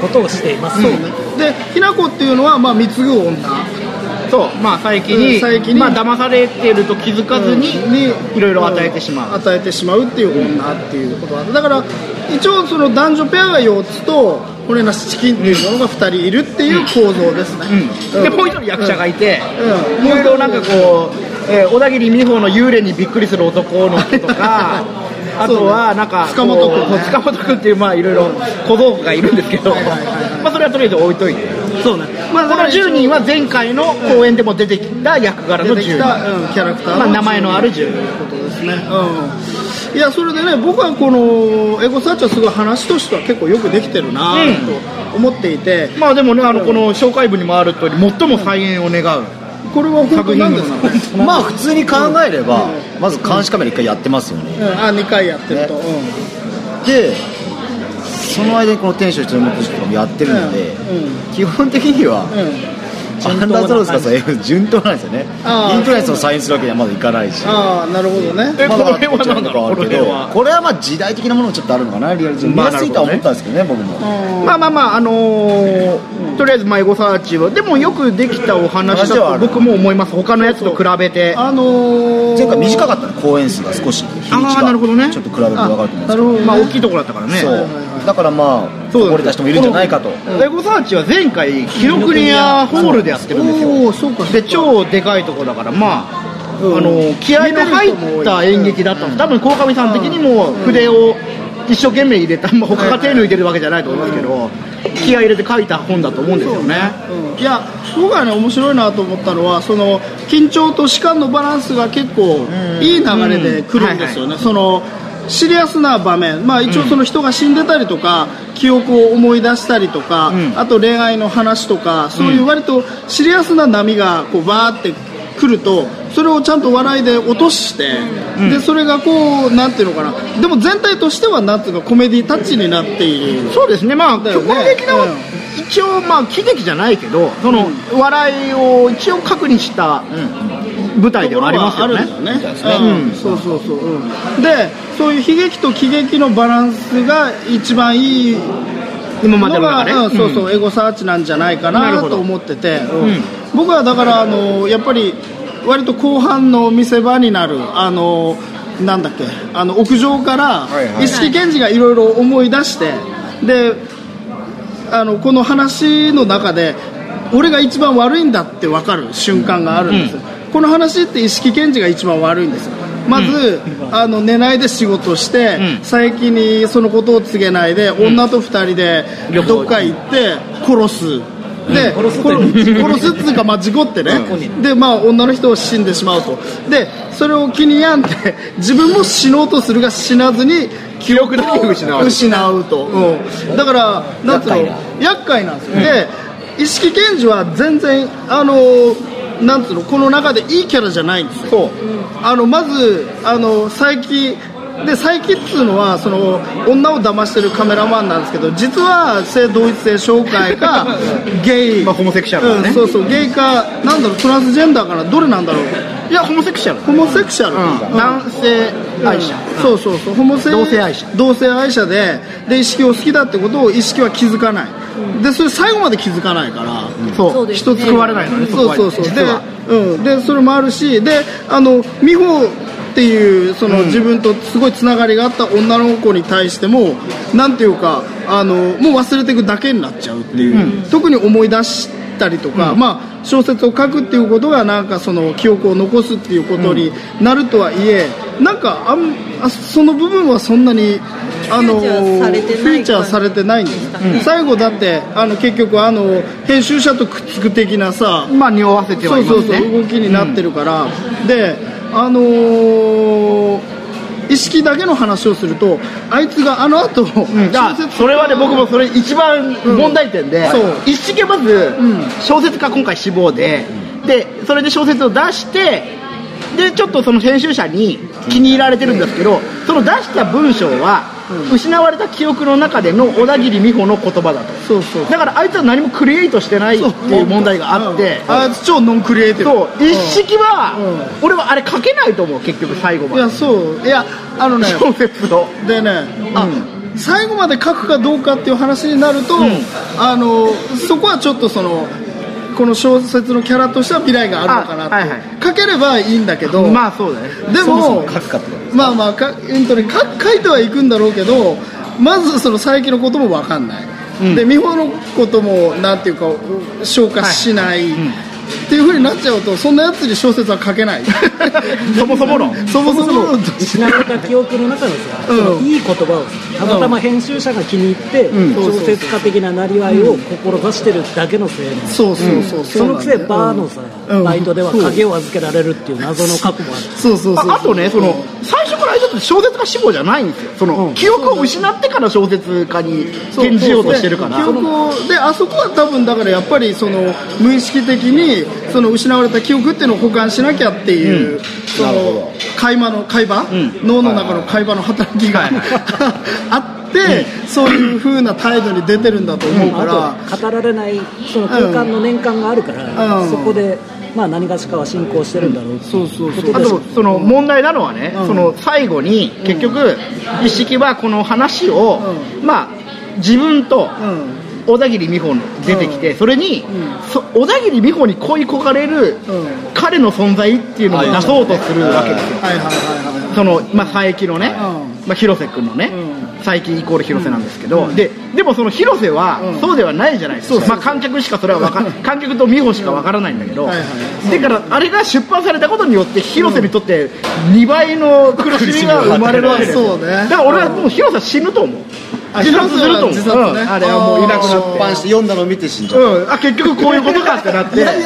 [SPEAKER 5] ことをしています
[SPEAKER 1] そうねでひな子っていうのはまあ貢ぐ女
[SPEAKER 2] そうまあ佐伯に,、
[SPEAKER 1] うん佐伯に
[SPEAKER 2] まあ騙されてると気づかずに、いろいろ与えてしまう、
[SPEAKER 1] 与えてしまうっていう女っていうことなんだだから一応その男女ペアが4つと骨なしチキンっていうものが2人いるっていう構造ですね、
[SPEAKER 2] でもう一人役者がいて、
[SPEAKER 1] うん
[SPEAKER 2] いろいろなんかこう、えー小田切美穂の幽霊にびっくりする男の子と [LAUGHS] かあとはなんか
[SPEAKER 1] 塚本君ね
[SPEAKER 2] こう塚本君っていうまあいろいろ小道具がいるんですけど、まあそれはとりあえず置いといてそうねまあその10人は前回の公演でも出てきた役柄の
[SPEAKER 1] 出てき
[SPEAKER 2] 10
[SPEAKER 1] た
[SPEAKER 2] 人、
[SPEAKER 1] うんキャラクター
[SPEAKER 2] まあ、名前のある10人
[SPEAKER 1] ことですね、うん、いやそれでね僕はこのエゴサーチはすごい話としては結構よくできてるなと思っていて、
[SPEAKER 2] まあでもねあのこの紹介文にもある通り最も再演を願う、
[SPEAKER 1] これは本当なんですかね、
[SPEAKER 4] まあ普通に考えればまず監視カメラ1回やってますよね
[SPEAKER 1] うん、あ2回やってると、
[SPEAKER 4] ね
[SPEAKER 1] うん
[SPEAKER 4] でその間にこの天使を一人持ってる人とかもやってるので
[SPEAKER 1] う
[SPEAKER 4] 基本的に
[SPEAKER 1] ん
[SPEAKER 4] は
[SPEAKER 1] うん
[SPEAKER 4] アンダースローですかそれ順当なんですよね
[SPEAKER 1] あー
[SPEAKER 4] インフルエンスをサインするわけにはまだいかないし
[SPEAKER 1] ああなるほどね
[SPEAKER 6] え
[SPEAKER 4] ま
[SPEAKER 6] こ
[SPEAKER 4] あ
[SPEAKER 6] れは
[SPEAKER 4] だからこっち
[SPEAKER 6] 何
[SPEAKER 4] の
[SPEAKER 6] だ
[SPEAKER 4] とこ
[SPEAKER 6] ろう
[SPEAKER 4] あ
[SPEAKER 6] こ
[SPEAKER 4] る
[SPEAKER 6] れ
[SPEAKER 4] けど
[SPEAKER 6] は
[SPEAKER 4] これはまあ時代的なものもちょっとあるのかなリアルズ見
[SPEAKER 6] まあ
[SPEAKER 4] やすいとは思ったんですけどね僕も
[SPEAKER 2] まあまあまああのーとりあえず迷子サーチはでもよくできたお話
[SPEAKER 4] 話はあ
[SPEAKER 2] だと
[SPEAKER 4] る
[SPEAKER 2] 僕も思います他のやつと比べて
[SPEAKER 1] あのー、
[SPEAKER 4] 前回短かったの公演数が少し日にち
[SPEAKER 2] あー
[SPEAKER 4] が
[SPEAKER 2] なるほどね
[SPEAKER 4] ちょっと比べると分かると思うんです
[SPEAKER 1] な
[SPEAKER 4] けど
[SPEAKER 1] るほど、
[SPEAKER 2] まあ大きいところだったからね
[SPEAKER 4] そうだからまあ
[SPEAKER 2] そう
[SPEAKER 4] 溺れた人もいるんじゃないかと
[SPEAKER 2] レゴサーチは前回紀ノ国屋ホールでやってるんですよで超でかいとこだからまあ、あの気合いの入った演劇だったんです多分鴻上さん的にも筆を一生懸命入れた、まあ、他が手抜いてるわけじゃないと思うんですけど気合い入れて書いた本だと思うんですよね
[SPEAKER 1] うんいや僕はね面白いなと思ったのはその緊張と主観のバランスが結構いい流れで来るんですよね、そのシリアスな場面、まあ、一応その人が死んでたりとか、記憶を思い出したりとか、
[SPEAKER 2] ん
[SPEAKER 1] あと恋愛の話とかそういう割とシリアスな波がこうバーって来るとそれをちゃんと笑いで落として、でそれがこうなんていうのかなでも全体としてはなんていうかコメディタッチになっている
[SPEAKER 2] そうですねまあ
[SPEAKER 1] だよね
[SPEAKER 2] 基本的な、
[SPEAKER 1] うん
[SPEAKER 2] 一応まあ喜劇じゃないけどその、笑いを一応核にした舞台ではありますよね、
[SPEAKER 1] ところはあるんだよねうんそうそうそう、うん、でそういう悲劇と喜劇のバランスが一番いい
[SPEAKER 2] 今まで
[SPEAKER 1] の
[SPEAKER 2] の中
[SPEAKER 1] が、
[SPEAKER 2] で、
[SPEAKER 1] うんそうそう、エゴサーチなんじゃないか
[SPEAKER 2] なる
[SPEAKER 1] な
[SPEAKER 2] ほど
[SPEAKER 1] と思ってて、
[SPEAKER 2] う
[SPEAKER 1] うんん僕はだからあのやっぱり割と後半の見せ場になるあのなんだっけあの屋上から
[SPEAKER 4] はいはい
[SPEAKER 1] 一色賢治がいろいろ思い出してであのこの話の中で俺が一番悪いんだって分かる瞬間があるんですよ、この話って意識検事が一番悪いんですよまず、あの寝ないで仕事して、
[SPEAKER 2] うん
[SPEAKER 1] 佐伯にそのことを告げないで、女と二人で
[SPEAKER 2] 旅行
[SPEAKER 1] どっか行って殺すで、
[SPEAKER 5] 殺すって
[SPEAKER 1] 殺すっていうか、まあ、事故ってね、でまあ、女の人を死んでしまうとでそれを気に病んで自分も死のうとするが死なずに記憶だけ失う失うと、うん、だからなんつうの厄介なんですよ、で意識検事は全然あのーなんつうのこの中でいいキャラじゃないんですよあのまずあの佐伯で佐伯っつうのはその女を騙してるカメラマンなんですけど実は性同一性障害 [LAUGHS] かゲイ、
[SPEAKER 2] まあホモセクシャルだね
[SPEAKER 1] うんそうそうゲイかなんだろうトランスジェンダーかなどれなんだろう
[SPEAKER 2] いやホモセクシャル
[SPEAKER 1] ホモセクシャル、
[SPEAKER 2] うん男性愛者
[SPEAKER 1] そうそうそうホモ性
[SPEAKER 2] 同性愛者
[SPEAKER 1] 同性愛者でで意識を好きだってことを意識は気づかない、でそれ最後まで気づかないから、
[SPEAKER 3] そ
[SPEAKER 2] そうう
[SPEAKER 3] ですね
[SPEAKER 2] 一つ食われないのねこ
[SPEAKER 1] そう
[SPEAKER 2] は
[SPEAKER 1] そうそう
[SPEAKER 2] 実
[SPEAKER 1] で
[SPEAKER 2] は,、
[SPEAKER 1] うん、でそれもあるしであの美穂っていうその、自分とすごいつながりがあった女の子に対してもなんていうかあのもう忘れていくだけになっちゃうっていう、特に思い出したりとか、まあ、小説を書くっていうことがなんかその記憶を残すっていうことになるとはいえ、なんかあんあその部分はそんなにあの
[SPEAKER 3] フィーチャ
[SPEAKER 1] フィーチャー
[SPEAKER 3] ーされてない
[SPEAKER 1] されてないんです、
[SPEAKER 3] 感じですかね
[SPEAKER 1] 最後だってあの結局あの編集者とくっつく的なさ、
[SPEAKER 2] まあ匂わせてはいます
[SPEAKER 1] そ
[SPEAKER 2] ね
[SPEAKER 1] うそうそう動きになってるから、であのー意識だけの話をするとあいつがあの後、
[SPEAKER 2] うんだからそれはね僕もそれ一番問題点で、
[SPEAKER 1] うんそう
[SPEAKER 2] 一式まず小説家今回志望で、でそれで小説を出してでちょっとその編集者に気に入られてるんですけどその出した文章は失われた記憶の中での小田切美穂の言葉だと
[SPEAKER 1] そうそう
[SPEAKER 2] だからあいつは何もクリエイトしてないっていう問題があって、
[SPEAKER 1] あいつ超ノンクリエイティブ
[SPEAKER 2] そう一式は、
[SPEAKER 1] う
[SPEAKER 2] 俺はあれ書けないと思う結局最後ま
[SPEAKER 1] いや
[SPEAKER 2] で
[SPEAKER 1] そういやあのね
[SPEAKER 2] 小説を
[SPEAKER 1] でね、あ最後まで書くかどうかっていう話になると、あのそこはちょっとそのこの小説のキャラとしては未来があるのかなって、
[SPEAKER 2] あはいはい
[SPEAKER 1] 書ければいいんだけど、
[SPEAKER 2] まあそうだね
[SPEAKER 1] でも
[SPEAKER 4] 書くかってこと
[SPEAKER 1] まあまあか、うんとね、か書いてはいくんだろうけどまずその佐伯のことも分かんない、で美穂のこともなんていうかう消化しない、っていうふうになっちゃうとそんなやつに小説は書けない
[SPEAKER 2] そもそも論
[SPEAKER 1] そもそも論として
[SPEAKER 5] 失われた記憶の中ですが、そのいい言葉をたまたま編集者が気に入って、小説家的ななりわいを志してるだけのせいで、
[SPEAKER 1] そうそうそう
[SPEAKER 5] そのく
[SPEAKER 1] な
[SPEAKER 5] せ
[SPEAKER 1] んだよ
[SPEAKER 5] バーのさ、
[SPEAKER 1] うん
[SPEAKER 5] バイトでは鍵を預けられるっていう謎の過去もある
[SPEAKER 1] そうそうそう
[SPEAKER 2] ああとねその最初からあいつって小説家志望じゃないんですよその、記憶を失ってから小説家に
[SPEAKER 1] そう
[SPEAKER 2] 転じようとしてるから
[SPEAKER 1] 記憶をであそこは多分だからやっぱりその無意識的にその失われた記憶っていうのを保管しなきゃっていう、その
[SPEAKER 4] なるほど
[SPEAKER 1] [LAUGHS] 海馬の海馬、脳の中の海馬の働きが、あって、そういう風な態度に出てるんだと思うから、
[SPEAKER 5] あと語られないその空間の年間があるから、
[SPEAKER 1] うん
[SPEAKER 5] そこで、まあ、何がしかは進行してるんだろうっていうことで
[SPEAKER 2] あとその問題なのはね、
[SPEAKER 1] うん
[SPEAKER 2] その最後に結局、一式はこの話を、まあ自分と
[SPEAKER 1] うん
[SPEAKER 2] 小田切美穂の出てきて、それに、そ小田切美穂に恋焦がれる、
[SPEAKER 1] うん
[SPEAKER 2] 彼の存在っていうのを出そうとするわけですよ、
[SPEAKER 1] はいはいはいはい
[SPEAKER 2] その、まあ、佐伯のね、まあ、広瀬君のね、
[SPEAKER 1] う
[SPEAKER 2] 佐伯イコール広瀬なんですけど、ででもその広瀬は、
[SPEAKER 1] うん
[SPEAKER 2] そうではないじゃないですか、まあ、観客しかそれはわか観客と美穂しかわからないんだけど、
[SPEAKER 1] はいは
[SPEAKER 2] だからあれが出版されたことによって広瀬にとって2倍の苦しみが生まれるわけですよ
[SPEAKER 1] 苦しみが
[SPEAKER 2] だから俺はもう広瀬は死ぬと思う
[SPEAKER 1] あ
[SPEAKER 2] 自殺すると思う、
[SPEAKER 1] 広瀬は自殺ね
[SPEAKER 2] うんあれはもういなくな
[SPEAKER 4] 出版
[SPEAKER 2] っ
[SPEAKER 4] して読んだのを見て死んじ
[SPEAKER 2] て
[SPEAKER 4] ゃう
[SPEAKER 2] うん、あ結局こういうことかってなって
[SPEAKER 3] いや
[SPEAKER 1] い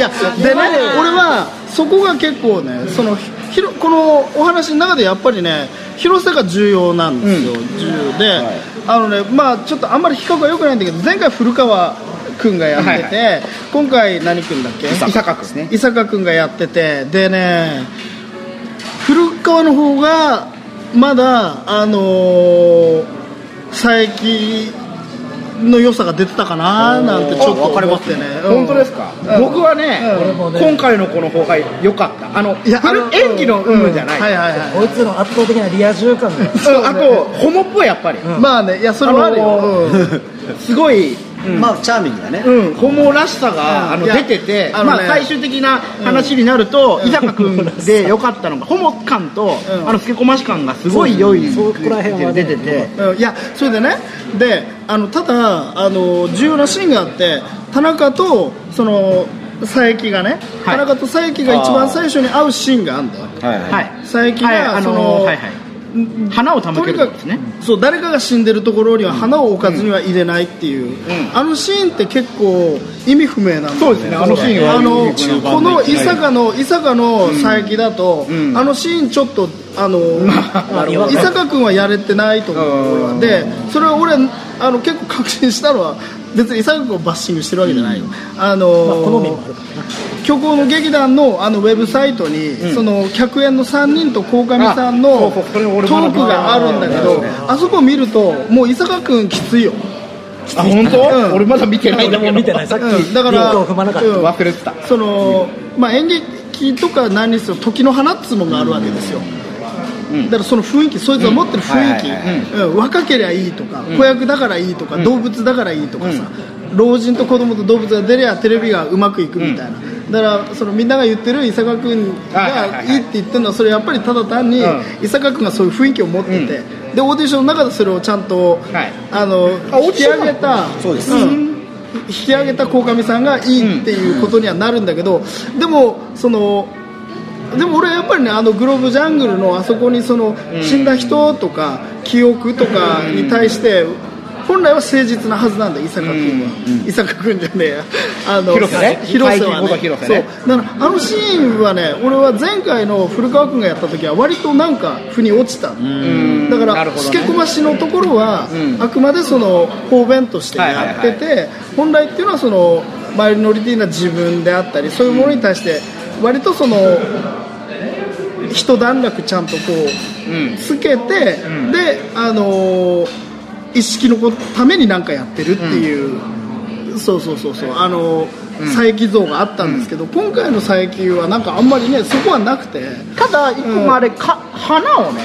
[SPEAKER 1] やでね俺はそこが結構ねそのひひろこのお話の中でやっぱりね広さが重要なんですよ、重要で、あのねまあちょっとあんまり比較が良くないんだけど前回古川君がやってて、今回何君だっけ
[SPEAKER 2] 伊坂君ですね
[SPEAKER 1] 伊坂君がやっててでね古川の方がまだあのー佐伯の良さが出てたかななんてちょっと思ってね、うん
[SPEAKER 2] 本当ですか、
[SPEAKER 1] うん
[SPEAKER 2] 僕はね,、
[SPEAKER 1] うん
[SPEAKER 2] 今回のこの方が良かったあの
[SPEAKER 1] いや
[SPEAKER 2] フル
[SPEAKER 1] あ
[SPEAKER 2] 演技の有無じゃない、
[SPEAKER 1] うんはいはいはい
[SPEAKER 5] こいつの圧倒的なリア充感が
[SPEAKER 2] うんあとホモっぽいやっぱり、
[SPEAKER 1] まあねいやそれはあるよ、
[SPEAKER 2] あのー [LAUGHS] すごい、
[SPEAKER 4] まあチャーミングだね
[SPEAKER 2] うん、ホモらしさが、
[SPEAKER 1] うん
[SPEAKER 2] あの
[SPEAKER 1] いや
[SPEAKER 2] 出てて
[SPEAKER 1] あのね
[SPEAKER 2] まあ、最終的な話になると、伊坂君で良かったのがホモ感と、
[SPEAKER 1] うん
[SPEAKER 2] あの透け込まし感がすごい良い
[SPEAKER 5] そうそこら辺はね
[SPEAKER 2] 出てて、
[SPEAKER 1] うんいやそれでねであのただあの重要なシーンがあって田中とその佐伯がね、
[SPEAKER 2] は
[SPEAKER 1] 田
[SPEAKER 2] い
[SPEAKER 1] 中と佐伯が一番最初に会うシーンがあるんだよ
[SPEAKER 4] はい
[SPEAKER 2] はいい
[SPEAKER 1] 佐伯
[SPEAKER 2] はい
[SPEAKER 1] が
[SPEAKER 2] あ
[SPEAKER 1] そ
[SPEAKER 2] の
[SPEAKER 1] の、
[SPEAKER 2] ーはいはい花を手向
[SPEAKER 1] とに
[SPEAKER 2] ける
[SPEAKER 1] か
[SPEAKER 2] とこです
[SPEAKER 1] く、
[SPEAKER 2] ね
[SPEAKER 1] そう誰かが死んでるところには花を置かずには入れないっていう、
[SPEAKER 2] ん
[SPEAKER 1] あのシーンって結構意味不明なんだよね
[SPEAKER 2] そうですねあのシーンは
[SPEAKER 1] あの
[SPEAKER 2] 意味不明
[SPEAKER 1] この伊坂の伊坂の佐伯だと、
[SPEAKER 2] ん
[SPEAKER 1] あのシーンちょっとあの、
[SPEAKER 2] まあ
[SPEAKER 1] 伊坂君はやれてないと思う俺はでそれは俺あの結構確信したのは別に伊坂君をバッシングしてるわけじゃないよ、あの
[SPEAKER 5] まあ好みもあるか
[SPEAKER 1] 虚構の劇団のあのウェブサイトに、その客演の3人と鴻上さんの
[SPEAKER 2] あ
[SPEAKER 1] ト
[SPEAKER 2] そうそうそれ俺も
[SPEAKER 1] ークがあるんだけどあそこ見るともう伊坂君きついよ、
[SPEAKER 2] あ本
[SPEAKER 1] うん
[SPEAKER 2] 当俺まだ見てないんだ
[SPEAKER 5] 俺
[SPEAKER 2] けど
[SPEAKER 5] も見てないさっき
[SPEAKER 1] うん、だから
[SPEAKER 5] リンクを踏まなかった
[SPEAKER 1] うん
[SPEAKER 2] 忘れてた
[SPEAKER 1] その、まあ、演劇とか何にせよ時の花っつうのがあるわけですよ、だからその雰囲気そいつが持ってる雰囲気、
[SPEAKER 4] うんはい
[SPEAKER 1] うん若けりゃいいとか、子役だからいいとか、動物だからいいとかさ、老人と子供と動物が出りゃテレビがうまくいくみたいな、だからそのみんなが言ってる伊坂君
[SPEAKER 2] はいはい
[SPEAKER 1] が
[SPEAKER 2] はい
[SPEAKER 1] いいって言ってるのはそれやっぱりただ単に
[SPEAKER 2] うん
[SPEAKER 1] 伊坂君がそういう雰囲気を持ってて、でオーディションの中でそれをちゃんと、
[SPEAKER 2] はい
[SPEAKER 1] あの
[SPEAKER 2] あオー
[SPEAKER 1] 引
[SPEAKER 2] ディ
[SPEAKER 1] き
[SPEAKER 2] ション
[SPEAKER 1] 上
[SPEAKER 2] なの
[SPEAKER 1] げた
[SPEAKER 4] そうです
[SPEAKER 1] ん引き上げた鴻上さんがいいっていうことにはなるんだけど、でもそのでも俺やっぱりねあのグローブジャングルのあそこにその死んだ人とか記憶とかに対して本来は誠実なはずなんだ伊坂君は、伊坂君じゃねえやあの
[SPEAKER 2] 広瀬ね
[SPEAKER 1] 広瀬は
[SPEAKER 2] 最近こと広瀬ね
[SPEAKER 1] そうだからあのシーンはね俺は前回の古川君がやった時は割となんか腑に落ちただか
[SPEAKER 2] な
[SPEAKER 1] ら
[SPEAKER 2] るほど
[SPEAKER 1] 透
[SPEAKER 2] ね
[SPEAKER 1] け込ましのところはあくまでその方便として
[SPEAKER 2] はいはいはい
[SPEAKER 1] やっててで本来っていうのはそのマイノリティな自分であったりそういうものに対して割とその一段落ちゃんとこうつけて、であのー意識のこために何かやってるっていう、そうそうそうそうあのー佐伯像があったんですけど、今回の佐伯はなんかあんまりねそこはなくて、うん、
[SPEAKER 2] ただ一個もあれ、か花をね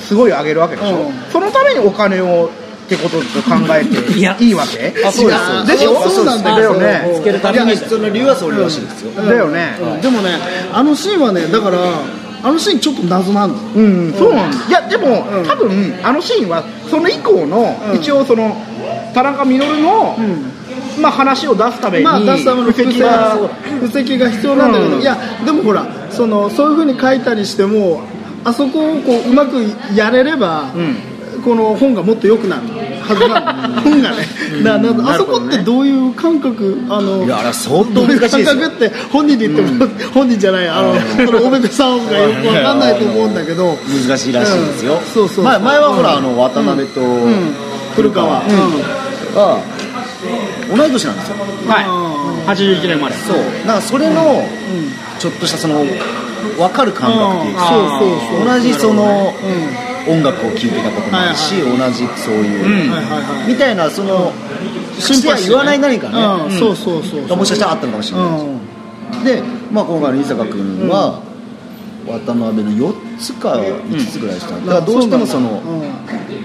[SPEAKER 2] すごい上げるわけでしょ、
[SPEAKER 1] うん
[SPEAKER 2] そのためにお金をってことと考えてい
[SPEAKER 5] や
[SPEAKER 2] いいわけ
[SPEAKER 4] あそうです
[SPEAKER 1] 違
[SPEAKER 4] そううで
[SPEAKER 2] し
[SPEAKER 4] す
[SPEAKER 2] ょ
[SPEAKER 1] そうそうなんだ
[SPEAKER 2] だ
[SPEAKER 1] け
[SPEAKER 2] よ
[SPEAKER 1] ど
[SPEAKER 2] ね
[SPEAKER 5] つけるた
[SPEAKER 4] い
[SPEAKER 5] めに
[SPEAKER 4] やその理由はそうらしいですよ
[SPEAKER 2] だよね、
[SPEAKER 1] でもねあのシーンはねだからあのシーンちょっと謎なの
[SPEAKER 2] うんそうなんだいやでも、
[SPEAKER 1] うん
[SPEAKER 2] 多分あのシーンはその以降の、
[SPEAKER 1] うん
[SPEAKER 2] 一応その田中稔の、まあ、話を出すために、
[SPEAKER 1] まあ、出すための布石が
[SPEAKER 2] 布石
[SPEAKER 1] 布石が必要なんだけど、
[SPEAKER 2] うん
[SPEAKER 1] いやでもほらそのそういうふうに書いたりしてもあそこをこううまくやれれば、この本がもっと良くなるはずなんだ [LAUGHS] 本がね、だからなあそこってどういう感覚あの
[SPEAKER 4] いやあれ相当
[SPEAKER 1] どういう
[SPEAKER 4] 難しい
[SPEAKER 1] 感
[SPEAKER 4] ですよ
[SPEAKER 1] 覚って本人に言っても、本人じゃないあのそのおめでさんがよくわかんないと思うんだけど
[SPEAKER 4] 難しいらしいですよ、
[SPEAKER 1] うんそうそう
[SPEAKER 4] 前前はほら、あの渡辺と
[SPEAKER 1] 古川、うん
[SPEAKER 4] が同い年なんですよ
[SPEAKER 2] はい81年生まれ
[SPEAKER 4] そうなんかそれの、ちょっとしたその分かる感覚っていうか、
[SPEAKER 1] そうそうそう
[SPEAKER 4] 同じその、音楽を聴いてたこともあるし、同じくそういう、
[SPEAKER 1] はいはいはい
[SPEAKER 4] みたいなその口では言わない何かね、
[SPEAKER 1] うん、そうそうそうそう
[SPEAKER 4] もしかしたらあったのかもしれ
[SPEAKER 1] う
[SPEAKER 4] ない、
[SPEAKER 1] ん
[SPEAKER 4] で、まあ、今回の伊坂君は、渡辺の4つか5つぐらいした、だからどうしてもその
[SPEAKER 1] うん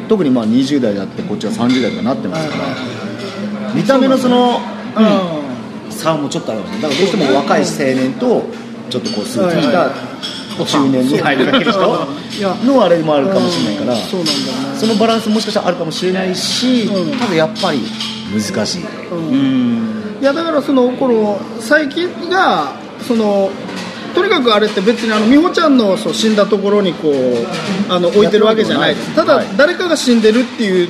[SPEAKER 4] 特にまあ20代だってこっちは30代とかなってますから、見た目のその差もちょっとあるわけだからどうしても若い青年とちょっとこうスーツ着た中年に入るだけの人
[SPEAKER 1] いや
[SPEAKER 4] のあれもあるかもしれないから、
[SPEAKER 1] そうなんだよね
[SPEAKER 4] そのバランスもしかしたらあるかもしれないし、
[SPEAKER 1] うん
[SPEAKER 4] ただやっぱり難しい、
[SPEAKER 1] いやだからそのこの最近がそのとにかくあれって別にあの美穂ちゃんのそう死んだところにこうあの置いてるわけじゃないですただ
[SPEAKER 4] はい
[SPEAKER 1] 誰かが死んでるっていう、っ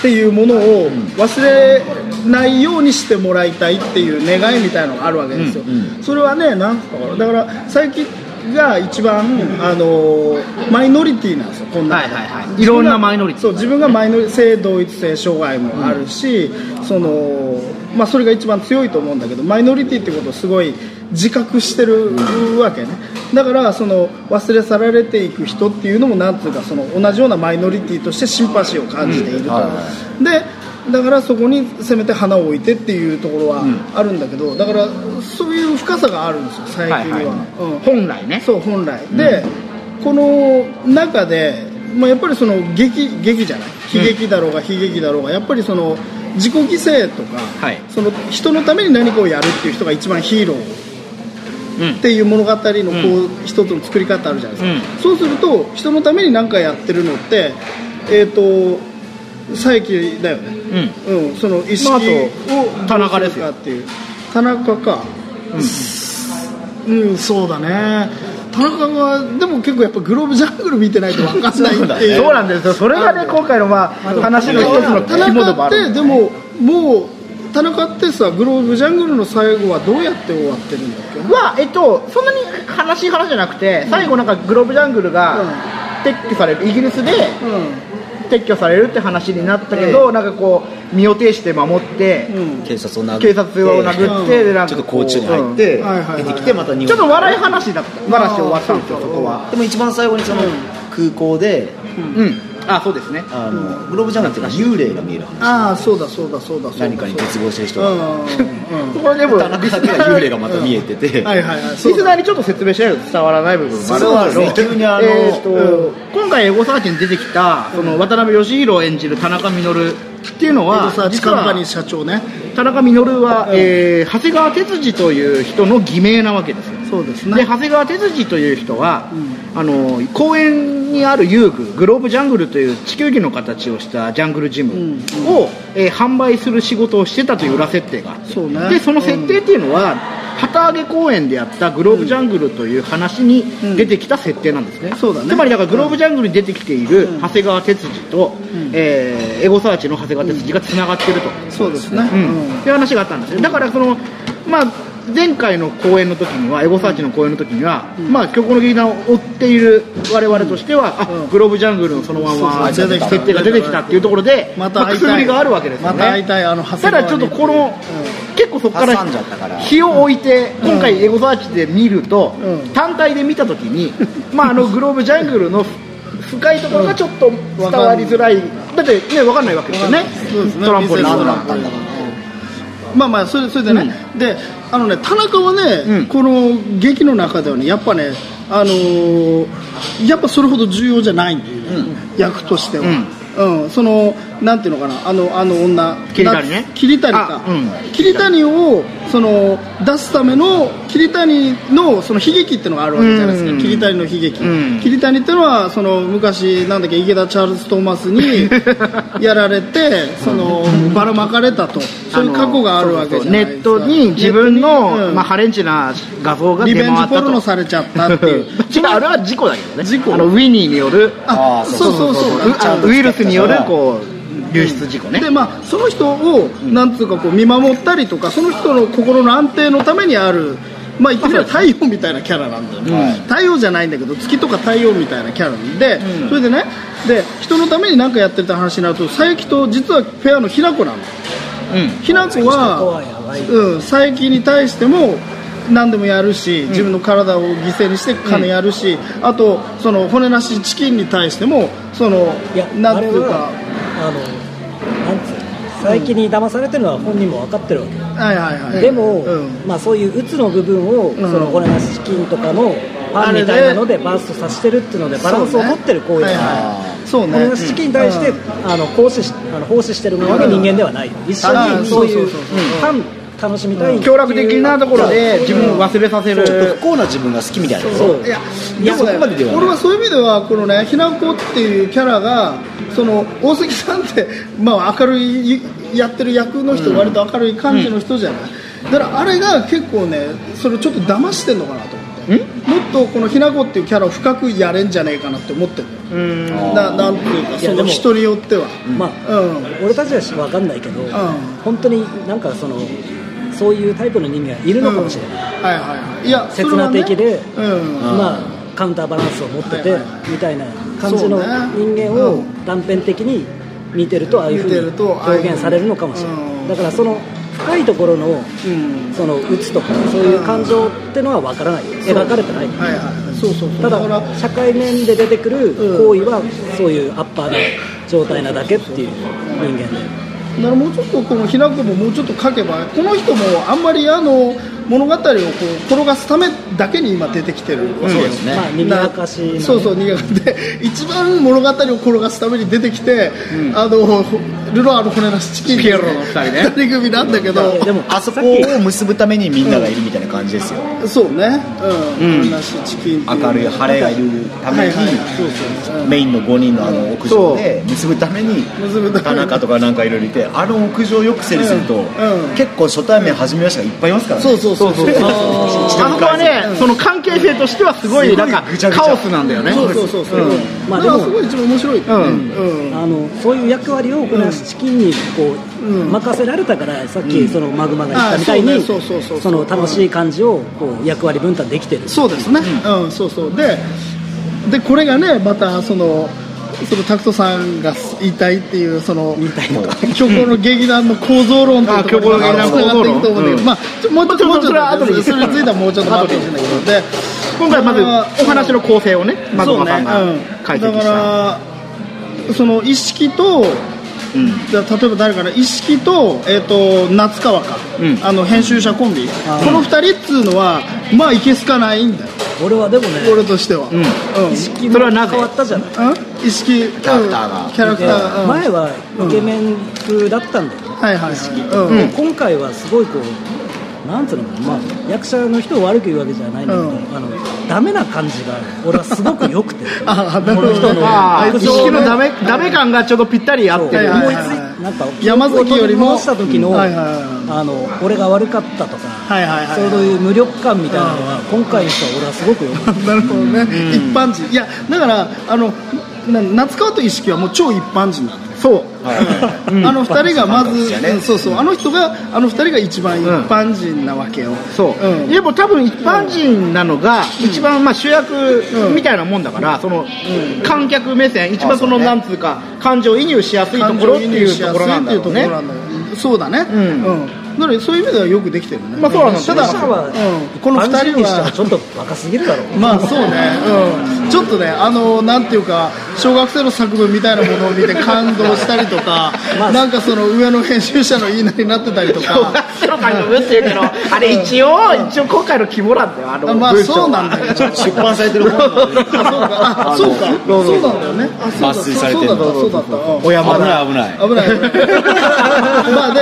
[SPEAKER 1] ていうものを忘れないようにしてもらいたいっていう願いみたいなのがあるわけですよ、それはねなんかだから最近が一番あのマイノリティなんですよこんなの
[SPEAKER 2] はいはいはいいろんなマイノリティ
[SPEAKER 1] そう自分がマイノリ性同一性障害もあるし、そのまあ、それが一番強いと思うんだけどマイノリティってことをすごい自覚してるわけねだからその忘れ去られていく人っていうのもなんつうかその同じようなマイノリティとしてシンパシーを感じていると、
[SPEAKER 4] うんはいは
[SPEAKER 1] でだからそこにせめて花を置いてっていうところはあるんだけど、だからそういう深さがあるんですよ最近には。
[SPEAKER 2] はい
[SPEAKER 1] うん
[SPEAKER 2] 本来ね
[SPEAKER 1] そう本来で、この中で、まあ、やっぱりその劇劇じゃない悲劇だろうが悲劇だろうがやっぱりその自己犠牲とか、
[SPEAKER 2] はい
[SPEAKER 1] その人のために何かをやるっていう人が一番ヒーロー
[SPEAKER 2] う
[SPEAKER 1] っ
[SPEAKER 2] ん
[SPEAKER 1] ていう物語のこう一つの作り方あるじゃないですか、そうすると人のために何かやってるのってえっ、と佐伯だよね
[SPEAKER 2] うん
[SPEAKER 1] うん、その意識
[SPEAKER 2] まあ
[SPEAKER 1] を
[SPEAKER 2] あと田中ですよ
[SPEAKER 1] どうるかっていう田中かうん、うんそうだね田中はでも結構やっぱグローブジャングル見てないと分かんないっていう
[SPEAKER 2] そうなんですよそれがね今回のまあ話の一つの
[SPEAKER 1] 田
[SPEAKER 2] 肝でも
[SPEAKER 1] 中
[SPEAKER 2] あ
[SPEAKER 1] っ
[SPEAKER 2] る
[SPEAKER 1] てでももう田中ってさグローブジャングルの最後はどうやって終わってるんだっけ
[SPEAKER 2] はえっとそんなに悲しい話じゃなくて最後なんかグローブジャングルが
[SPEAKER 1] うん
[SPEAKER 2] 撤去されるイギリスで
[SPEAKER 1] う
[SPEAKER 2] 撤去されるって話になったけど、なんかこう身を挺して守って、
[SPEAKER 1] んうん
[SPEAKER 4] 警察を殴って
[SPEAKER 2] 警察を殴って、
[SPEAKER 1] うん
[SPEAKER 2] でなん
[SPEAKER 4] ち
[SPEAKER 2] か
[SPEAKER 4] ょっと
[SPEAKER 2] こう
[SPEAKER 4] 交中に入って、
[SPEAKER 1] うんはいはいはい
[SPEAKER 4] 出てきてまた日
[SPEAKER 2] う
[SPEAKER 4] 本
[SPEAKER 2] んちょっと笑い話だった話終わったんですよ
[SPEAKER 1] あー
[SPEAKER 2] そこは
[SPEAKER 4] でも一番最後にその空港で、
[SPEAKER 2] うんあそうですね
[SPEAKER 4] あのグローブジャンガーっていうか幽霊が見える話
[SPEAKER 1] ああそうだそうだそうだそうだ
[SPEAKER 4] 何かに絶望してる人
[SPEAKER 1] う
[SPEAKER 4] が、
[SPEAKER 1] んうん
[SPEAKER 2] そこはでも
[SPEAKER 4] 田中だけが幽霊がまた見えてて、
[SPEAKER 1] はいはいはい
[SPEAKER 2] リスナーにちょっと説明しないと伝わらない部分もある
[SPEAKER 4] そうなんですね急にあの
[SPEAKER 2] えーと今回エゴサーチに出てきたその渡辺義弘演じる田中稔っていうのは
[SPEAKER 1] サーチ
[SPEAKER 2] 実
[SPEAKER 1] カンパ
[SPEAKER 2] は
[SPEAKER 1] ニー社長ね
[SPEAKER 2] 田中稔は、えー長谷川哲司という人の偽名なわけですよ
[SPEAKER 1] そうです
[SPEAKER 2] で
[SPEAKER 1] ね
[SPEAKER 2] 長谷川哲司という人は、あの公園にある遊具グローブジャングルという地球儀の形をしたジャングルジムを、えー販売する仕事をしてたという裏設定があって
[SPEAKER 1] そうね
[SPEAKER 2] でその設定っていうのは、旗揚げ公園でやったグローブジャングルという話に出てきた設定なんですね,、
[SPEAKER 1] んそうだね
[SPEAKER 2] つまりだからグローブジャングルに出てきている長谷川哲司と、えーエゴサーチの長谷川哲司がつながってると、
[SPEAKER 1] そうですね、うん
[SPEAKER 2] っていう話があったんですよだからその、まあ、前回の公演の時にはエゴサーチの公演の時には、まあ、曲の劇団を追っている我々としては、あグローブジャングルのそのまま
[SPEAKER 1] そうそう出てきた
[SPEAKER 2] 設定が出てきたっていうところで
[SPEAKER 1] また会い
[SPEAKER 2] くす
[SPEAKER 1] たい
[SPEAKER 2] ぐりがあるわけですよね
[SPEAKER 1] また会いたいあの長谷
[SPEAKER 2] た
[SPEAKER 1] 川
[SPEAKER 2] だ
[SPEAKER 1] に
[SPEAKER 2] ちょっとこの、結構そこから
[SPEAKER 4] 挟んじゃったから
[SPEAKER 2] 日を置いて、今回エゴサーチで見ると、
[SPEAKER 1] うん
[SPEAKER 2] 単体で見た時
[SPEAKER 1] [LAUGHS]
[SPEAKER 2] に、まあ、あのグローブジャングルの深いところがちょっと伝わりづらい、だってね分かんないわけですよね
[SPEAKER 1] そうですね
[SPEAKER 2] トランポリン
[SPEAKER 1] ビジネス
[SPEAKER 2] の
[SPEAKER 1] マンなんだまあまあそれそれでね、であのね田中はね、
[SPEAKER 2] うん
[SPEAKER 1] この劇の中ではねやっぱねあのーやっぱそれほど重要じゃないんだよね、役としては、うんそのなんていうのかなあのあの女
[SPEAKER 2] 桐谷ね
[SPEAKER 1] な桐谷か
[SPEAKER 2] あ、うん
[SPEAKER 1] 桐谷をその出すための桐谷のその悲劇ってのがあるわけじゃないですか、
[SPEAKER 2] うん
[SPEAKER 1] 桐谷の悲劇、
[SPEAKER 2] うん
[SPEAKER 1] 桐谷ってのはその昔なんだっけ池田チャールズ・トーマス
[SPEAKER 2] [LAUGHS]
[SPEAKER 1] にやられてそのばらまかれたとそういう過去があるわけじゃないですか
[SPEAKER 2] ネットに自分
[SPEAKER 1] ネット
[SPEAKER 2] の、
[SPEAKER 1] にうん
[SPEAKER 2] まあ、ハレンチな画像が
[SPEAKER 1] リ
[SPEAKER 2] 出
[SPEAKER 1] ベ
[SPEAKER 2] 回
[SPEAKER 1] ンジ
[SPEAKER 2] ったと
[SPEAKER 1] ポルノされちゃったって
[SPEAKER 2] [LAUGHS]
[SPEAKER 1] いう
[SPEAKER 2] 違うあれは事故だけどね
[SPEAKER 1] 事故
[SPEAKER 2] あのウィニーによる
[SPEAKER 1] あ
[SPEAKER 4] あー
[SPEAKER 1] そうそうそう
[SPEAKER 2] うあウイルスによるこう流出事故ね
[SPEAKER 1] でまあその人をなんつうかこう見守ったりとかその人の心の安定のためにあるまあ言ってみれば太陽みたいなキャラなんだよね、太陽じゃないんだけど月とか太陽みたいなキャラで、それでねで人のために何かやってるって話になると佐伯と実はフェアの平子なんだよ、ひなこ
[SPEAKER 5] 人とは
[SPEAKER 1] は
[SPEAKER 5] やばい
[SPEAKER 1] うん、佐伯に対しても何でもやるし、自分の体を犠牲にして金やるし、あとその骨なしチキンに対してもその
[SPEAKER 5] いや
[SPEAKER 1] なん
[SPEAKER 5] あ
[SPEAKER 1] て
[SPEAKER 5] れ
[SPEAKER 1] いう
[SPEAKER 5] は
[SPEAKER 1] か
[SPEAKER 5] あのなんつうの最近に騙されてるのは本人も分かってるわけ
[SPEAKER 1] はいはいはい
[SPEAKER 5] でも、
[SPEAKER 1] うん
[SPEAKER 5] まあ、そういう鬱の部分を、
[SPEAKER 1] ん
[SPEAKER 5] そのこれなしチキンとかのパンみたいなのでバーストさせてるっていうのでバランスを取ってる行為
[SPEAKER 1] はい
[SPEAKER 5] だから。
[SPEAKER 1] はいそう
[SPEAKER 5] こ
[SPEAKER 1] ね
[SPEAKER 5] の資金に対して、あの行使しあの奉仕してる側が人間ではない、一緒
[SPEAKER 1] あー
[SPEAKER 5] にそうい
[SPEAKER 1] そううそうそ
[SPEAKER 5] パン楽しみたい、
[SPEAKER 2] 協力的なところで自分を忘れさせる
[SPEAKER 4] ちょっと不幸な自分が好きみたいな
[SPEAKER 5] そう
[SPEAKER 1] いや
[SPEAKER 4] いやそこまでではない
[SPEAKER 1] 俺はそういう意味ではこのねひなこっていうキャラがその大関さんって、 [LAUGHS] まあ、明るいやってる役の人、割と明るい感じの人じゃない、だからあれが結構ねそれちょっと騙してんのかなと思ってもっとこのひなこっていうキャラを深くやれんじゃねえかなって思ってるななんていうか
[SPEAKER 5] いや
[SPEAKER 1] そ
[SPEAKER 5] で
[SPEAKER 1] の
[SPEAKER 5] も
[SPEAKER 1] 人によっては
[SPEAKER 5] まあ、
[SPEAKER 1] うん
[SPEAKER 5] 俺たちは分かんないけど、本当になんかそのそういうタイプの人間がいるのかもしれない、
[SPEAKER 1] はいはいはいいや
[SPEAKER 5] 刹那的で
[SPEAKER 1] それはねうん
[SPEAKER 5] まあ、カウンターバランスを持ってて、
[SPEAKER 1] はいは
[SPEAKER 5] みたいな感じの
[SPEAKER 1] そうね
[SPEAKER 5] 人間を
[SPEAKER 1] うん
[SPEAKER 5] 断片的に見てるとああい
[SPEAKER 1] 見
[SPEAKER 5] う
[SPEAKER 1] て
[SPEAKER 5] ふう
[SPEAKER 1] る
[SPEAKER 5] に
[SPEAKER 1] とああいう
[SPEAKER 5] 表現されるのかもしれない、
[SPEAKER 1] うん
[SPEAKER 5] だからその深いところの、
[SPEAKER 1] ん
[SPEAKER 5] その鬱とかそういう感情ってのは分からない描かれてない
[SPEAKER 1] はいはいそうそうそう
[SPEAKER 5] た
[SPEAKER 1] だから
[SPEAKER 5] だ社会面で出てくる行為はそういうアッパーな状態なだけっていう人間で
[SPEAKER 1] だからもうちょっとこのひなこももうちょっと書けばこの人もあんまりあの物語をこう転がすためだけに今出てきてる、
[SPEAKER 4] そうですね
[SPEAKER 5] まあ賑やかしなね
[SPEAKER 1] そうそう賑やかで一番物語を転がすために出てきて、あのルロアの骨なしチキンピエロの2人
[SPEAKER 2] ね
[SPEAKER 1] 組なんだけど、
[SPEAKER 5] い [LAUGHS] やでも
[SPEAKER 4] あそこ
[SPEAKER 5] さっき
[SPEAKER 4] を結ぶためにみんながいるみたいな感じですよ
[SPEAKER 1] そうねうん、
[SPEAKER 2] うん
[SPEAKER 1] 骨なしチキンってう
[SPEAKER 4] 明るい晴れがいるた
[SPEAKER 1] は
[SPEAKER 4] めに
[SPEAKER 1] いはいはいそうそうそう
[SPEAKER 4] メインの5人のあの屋上で結ぶために
[SPEAKER 1] 結ぶために
[SPEAKER 4] 田中とかなんかいろいろいてあの屋上をよく整理すると、
[SPEAKER 1] うんうん
[SPEAKER 4] 結構初対面初めましてがいっぱいいますからね、
[SPEAKER 1] そうそうそうそう
[SPEAKER 2] あの子はね、その関係性としてはすごいなんか
[SPEAKER 4] すごいぐちゃぐちゃ
[SPEAKER 2] カオスなんだよね
[SPEAKER 1] そうそうそうそう、
[SPEAKER 2] うん
[SPEAKER 5] まあ
[SPEAKER 1] だから
[SPEAKER 5] でも
[SPEAKER 1] すごい一番面白い、
[SPEAKER 2] ん
[SPEAKER 1] うん
[SPEAKER 5] あのそういう役割をこのチキンにこう、
[SPEAKER 1] うん
[SPEAKER 5] 任せられたからさっきそのマグマが言ったみたい
[SPEAKER 1] あ
[SPEAKER 5] に
[SPEAKER 1] そうねそうそうそうそう
[SPEAKER 5] その楽しい感じをこう役割分担できてる
[SPEAKER 1] そうですね、うんそうそうででこれがねまたそのそのタクトさんが言いたいっていうその
[SPEAKER 5] 言いたいのが
[SPEAKER 1] 虚構の劇団の構造論というところに
[SPEAKER 2] あ虚構の劇
[SPEAKER 1] つながっていく
[SPEAKER 2] 団の構造論
[SPEAKER 1] と思うんだけど、
[SPEAKER 2] うん
[SPEAKER 1] まあちょもうちょっともうちょっ
[SPEAKER 2] それは
[SPEAKER 1] と
[SPEAKER 2] 後でいい
[SPEAKER 1] それについてはもうちょっと待ってほしいんだけどで
[SPEAKER 2] 今回まずお話の構成をねマグ
[SPEAKER 1] そう
[SPEAKER 2] マさんが解
[SPEAKER 1] だ
[SPEAKER 2] 析
[SPEAKER 1] か
[SPEAKER 2] した
[SPEAKER 1] らその意識と
[SPEAKER 4] うん
[SPEAKER 1] だ例えば誰かな意識と,、えー、と夏川か、
[SPEAKER 2] うん
[SPEAKER 1] あの編集者コンビ
[SPEAKER 5] あー
[SPEAKER 1] この二人っつうのはまあいけすかないんだよ
[SPEAKER 5] 俺はでもね
[SPEAKER 1] 俺としては、
[SPEAKER 2] ん
[SPEAKER 1] うん
[SPEAKER 5] 意識
[SPEAKER 2] そ
[SPEAKER 5] も
[SPEAKER 2] れは
[SPEAKER 5] 変
[SPEAKER 2] なぜ
[SPEAKER 5] わったじゃない
[SPEAKER 1] うん意識うん
[SPEAKER 4] キャラクターが
[SPEAKER 1] キャラクターが、うん
[SPEAKER 5] 前はイケメン風だったんだよね、
[SPEAKER 1] はいはいはい
[SPEAKER 5] 意識
[SPEAKER 1] うん
[SPEAKER 5] で今回はすごいこうなんつうのかな、まあ、役者の人を悪く言うわけじゃないんだけど、
[SPEAKER 1] うん
[SPEAKER 5] あのダメな感じが俺はすごく
[SPEAKER 1] [LAUGHS]
[SPEAKER 5] 良くて
[SPEAKER 1] あなるほどね
[SPEAKER 5] この人の
[SPEAKER 2] あ
[SPEAKER 1] あ
[SPEAKER 2] あ
[SPEAKER 1] い
[SPEAKER 2] 意
[SPEAKER 1] つ
[SPEAKER 2] 識のダメダメ感がちょっとぴったり合
[SPEAKER 5] 思
[SPEAKER 2] っ
[SPEAKER 5] いつ
[SPEAKER 1] は
[SPEAKER 2] て
[SPEAKER 1] い
[SPEAKER 2] る
[SPEAKER 1] はい
[SPEAKER 5] いなんか
[SPEAKER 1] 山崎よりも
[SPEAKER 5] 戻した時の,、
[SPEAKER 1] うんはいはいはい
[SPEAKER 5] あの俺が悪かったとか、
[SPEAKER 1] はいはいはい
[SPEAKER 5] そういう無力感みたいなのは今回の人は俺はすごく良くて
[SPEAKER 1] なるほどね、一般人いやだからあのな夏川と意識はもう超一般人なんだよ
[SPEAKER 2] そう
[SPEAKER 1] あの二人がまず、うんそうそうあの人があの二人が一番一般人なわけよ、
[SPEAKER 2] そう、
[SPEAKER 1] うん
[SPEAKER 2] でも多分一般人なのが一番まあ主役みたいなもんだから、その観客目線一番その
[SPEAKER 4] あそうね
[SPEAKER 2] なんつうか感情移入しやすいところっていうところなんだろうね
[SPEAKER 1] そうだねうんん、だからそういう意味ではよくできてるね、
[SPEAKER 2] まあそうなんですよ
[SPEAKER 1] た
[SPEAKER 5] 記
[SPEAKER 1] だ、
[SPEAKER 5] 者は
[SPEAKER 1] うん、この二
[SPEAKER 5] 一般人
[SPEAKER 1] 人
[SPEAKER 5] にして
[SPEAKER 1] は
[SPEAKER 5] はちょっとバカすぎるだろう
[SPEAKER 1] まあそうね、うん、ちょっとね、あのなんていうか、小学生の作文みたいなものを見て感動したりとか、
[SPEAKER 5] まあ
[SPEAKER 1] なんかその上の編集者の言いなりになってたりと
[SPEAKER 2] 小
[SPEAKER 1] か、
[SPEAKER 2] 学生の感じの文っていうけどあれ一応一応今回の肝なんだよあの
[SPEAKER 1] まあ
[SPEAKER 2] 文章は
[SPEAKER 1] そうなんだけど、
[SPEAKER 4] 出版されてる
[SPEAKER 2] [LAUGHS]
[SPEAKER 4] 本なんで
[SPEAKER 1] あそうか、あそうか、そうなんだよね、あそうだ、
[SPEAKER 4] 抜粋されてる
[SPEAKER 1] そうだった、そうだった、うん
[SPEAKER 2] 親
[SPEAKER 4] 危
[SPEAKER 2] 離れ
[SPEAKER 4] ない危ない
[SPEAKER 1] 危ない危ないまあで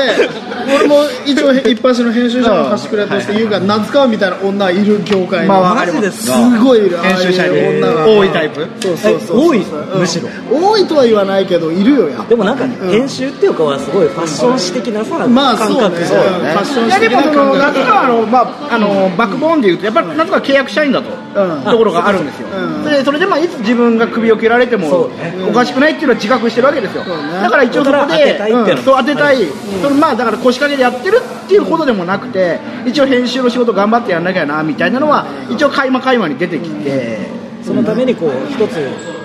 [SPEAKER 1] 俺も一応一般紙の編集者の端くれとして言うが夏川みたいな女いる業界に、
[SPEAKER 2] まあ
[SPEAKER 5] マジです
[SPEAKER 1] すごいいる
[SPEAKER 2] 編集者に
[SPEAKER 1] ああいう女が
[SPEAKER 2] 多いタイプ
[SPEAKER 1] そうそうそう
[SPEAKER 5] え多いむしろ
[SPEAKER 1] 多いとは言わないけどいるよやっぱ
[SPEAKER 5] でもなんか編集っていうかはすごいファッション誌的なさ、
[SPEAKER 1] まあ
[SPEAKER 5] 感
[SPEAKER 1] そう
[SPEAKER 5] 覚
[SPEAKER 1] ね
[SPEAKER 5] で
[SPEAKER 1] そうだねファッション
[SPEAKER 2] い
[SPEAKER 1] 誌
[SPEAKER 2] やで
[SPEAKER 1] 的
[SPEAKER 2] も
[SPEAKER 1] な
[SPEAKER 2] そ
[SPEAKER 1] 感
[SPEAKER 2] の
[SPEAKER 1] 覚
[SPEAKER 2] 夏川の,、まあ、あのバックボーンでいうとやっぱり夏川契約社員だと、
[SPEAKER 1] ん
[SPEAKER 2] ところがあるんですよ、
[SPEAKER 1] うん
[SPEAKER 2] でそれでまあいつ自分が首を切られて
[SPEAKER 5] そ
[SPEAKER 2] も
[SPEAKER 5] うね
[SPEAKER 2] おかしくないっていうのは自覚してるわけですよ、
[SPEAKER 1] そうね
[SPEAKER 2] だから一応そこで
[SPEAKER 5] だから当てたいっていうの
[SPEAKER 2] うんそう当てたい、そのまあだから腰掛けでやってるっていうほどでもなくて一応編集の仕事頑張ってやんなきゃなみたいなのは一応垣間垣間に出てきて、
[SPEAKER 5] そのためにこう一つ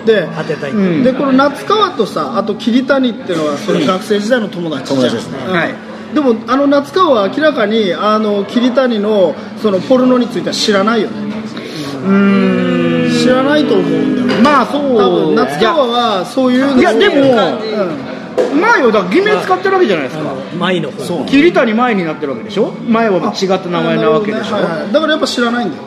[SPEAKER 1] で
[SPEAKER 5] 当てたい、
[SPEAKER 2] うん
[SPEAKER 1] でこの夏川とさあと桐谷っていうのはその学生時代の友達じゃん
[SPEAKER 4] 友達ですね
[SPEAKER 1] うん
[SPEAKER 2] はい
[SPEAKER 1] でもあの夏川は明らかにあの桐谷のそのポルノについては知らないよねうん知らないと思うんだよね
[SPEAKER 2] まあそ
[SPEAKER 1] 多分
[SPEAKER 2] う
[SPEAKER 1] 夏川はそういうのを
[SPEAKER 2] いやで
[SPEAKER 1] うん
[SPEAKER 2] も前をだから偽名使ってるわけじゃないですか
[SPEAKER 5] 前の方
[SPEAKER 4] そう
[SPEAKER 2] 桐谷前になってるわけでしょ前は違った名前なわけでし
[SPEAKER 1] はいは
[SPEAKER 2] ょ
[SPEAKER 1] いだからやっぱ知らないんだよ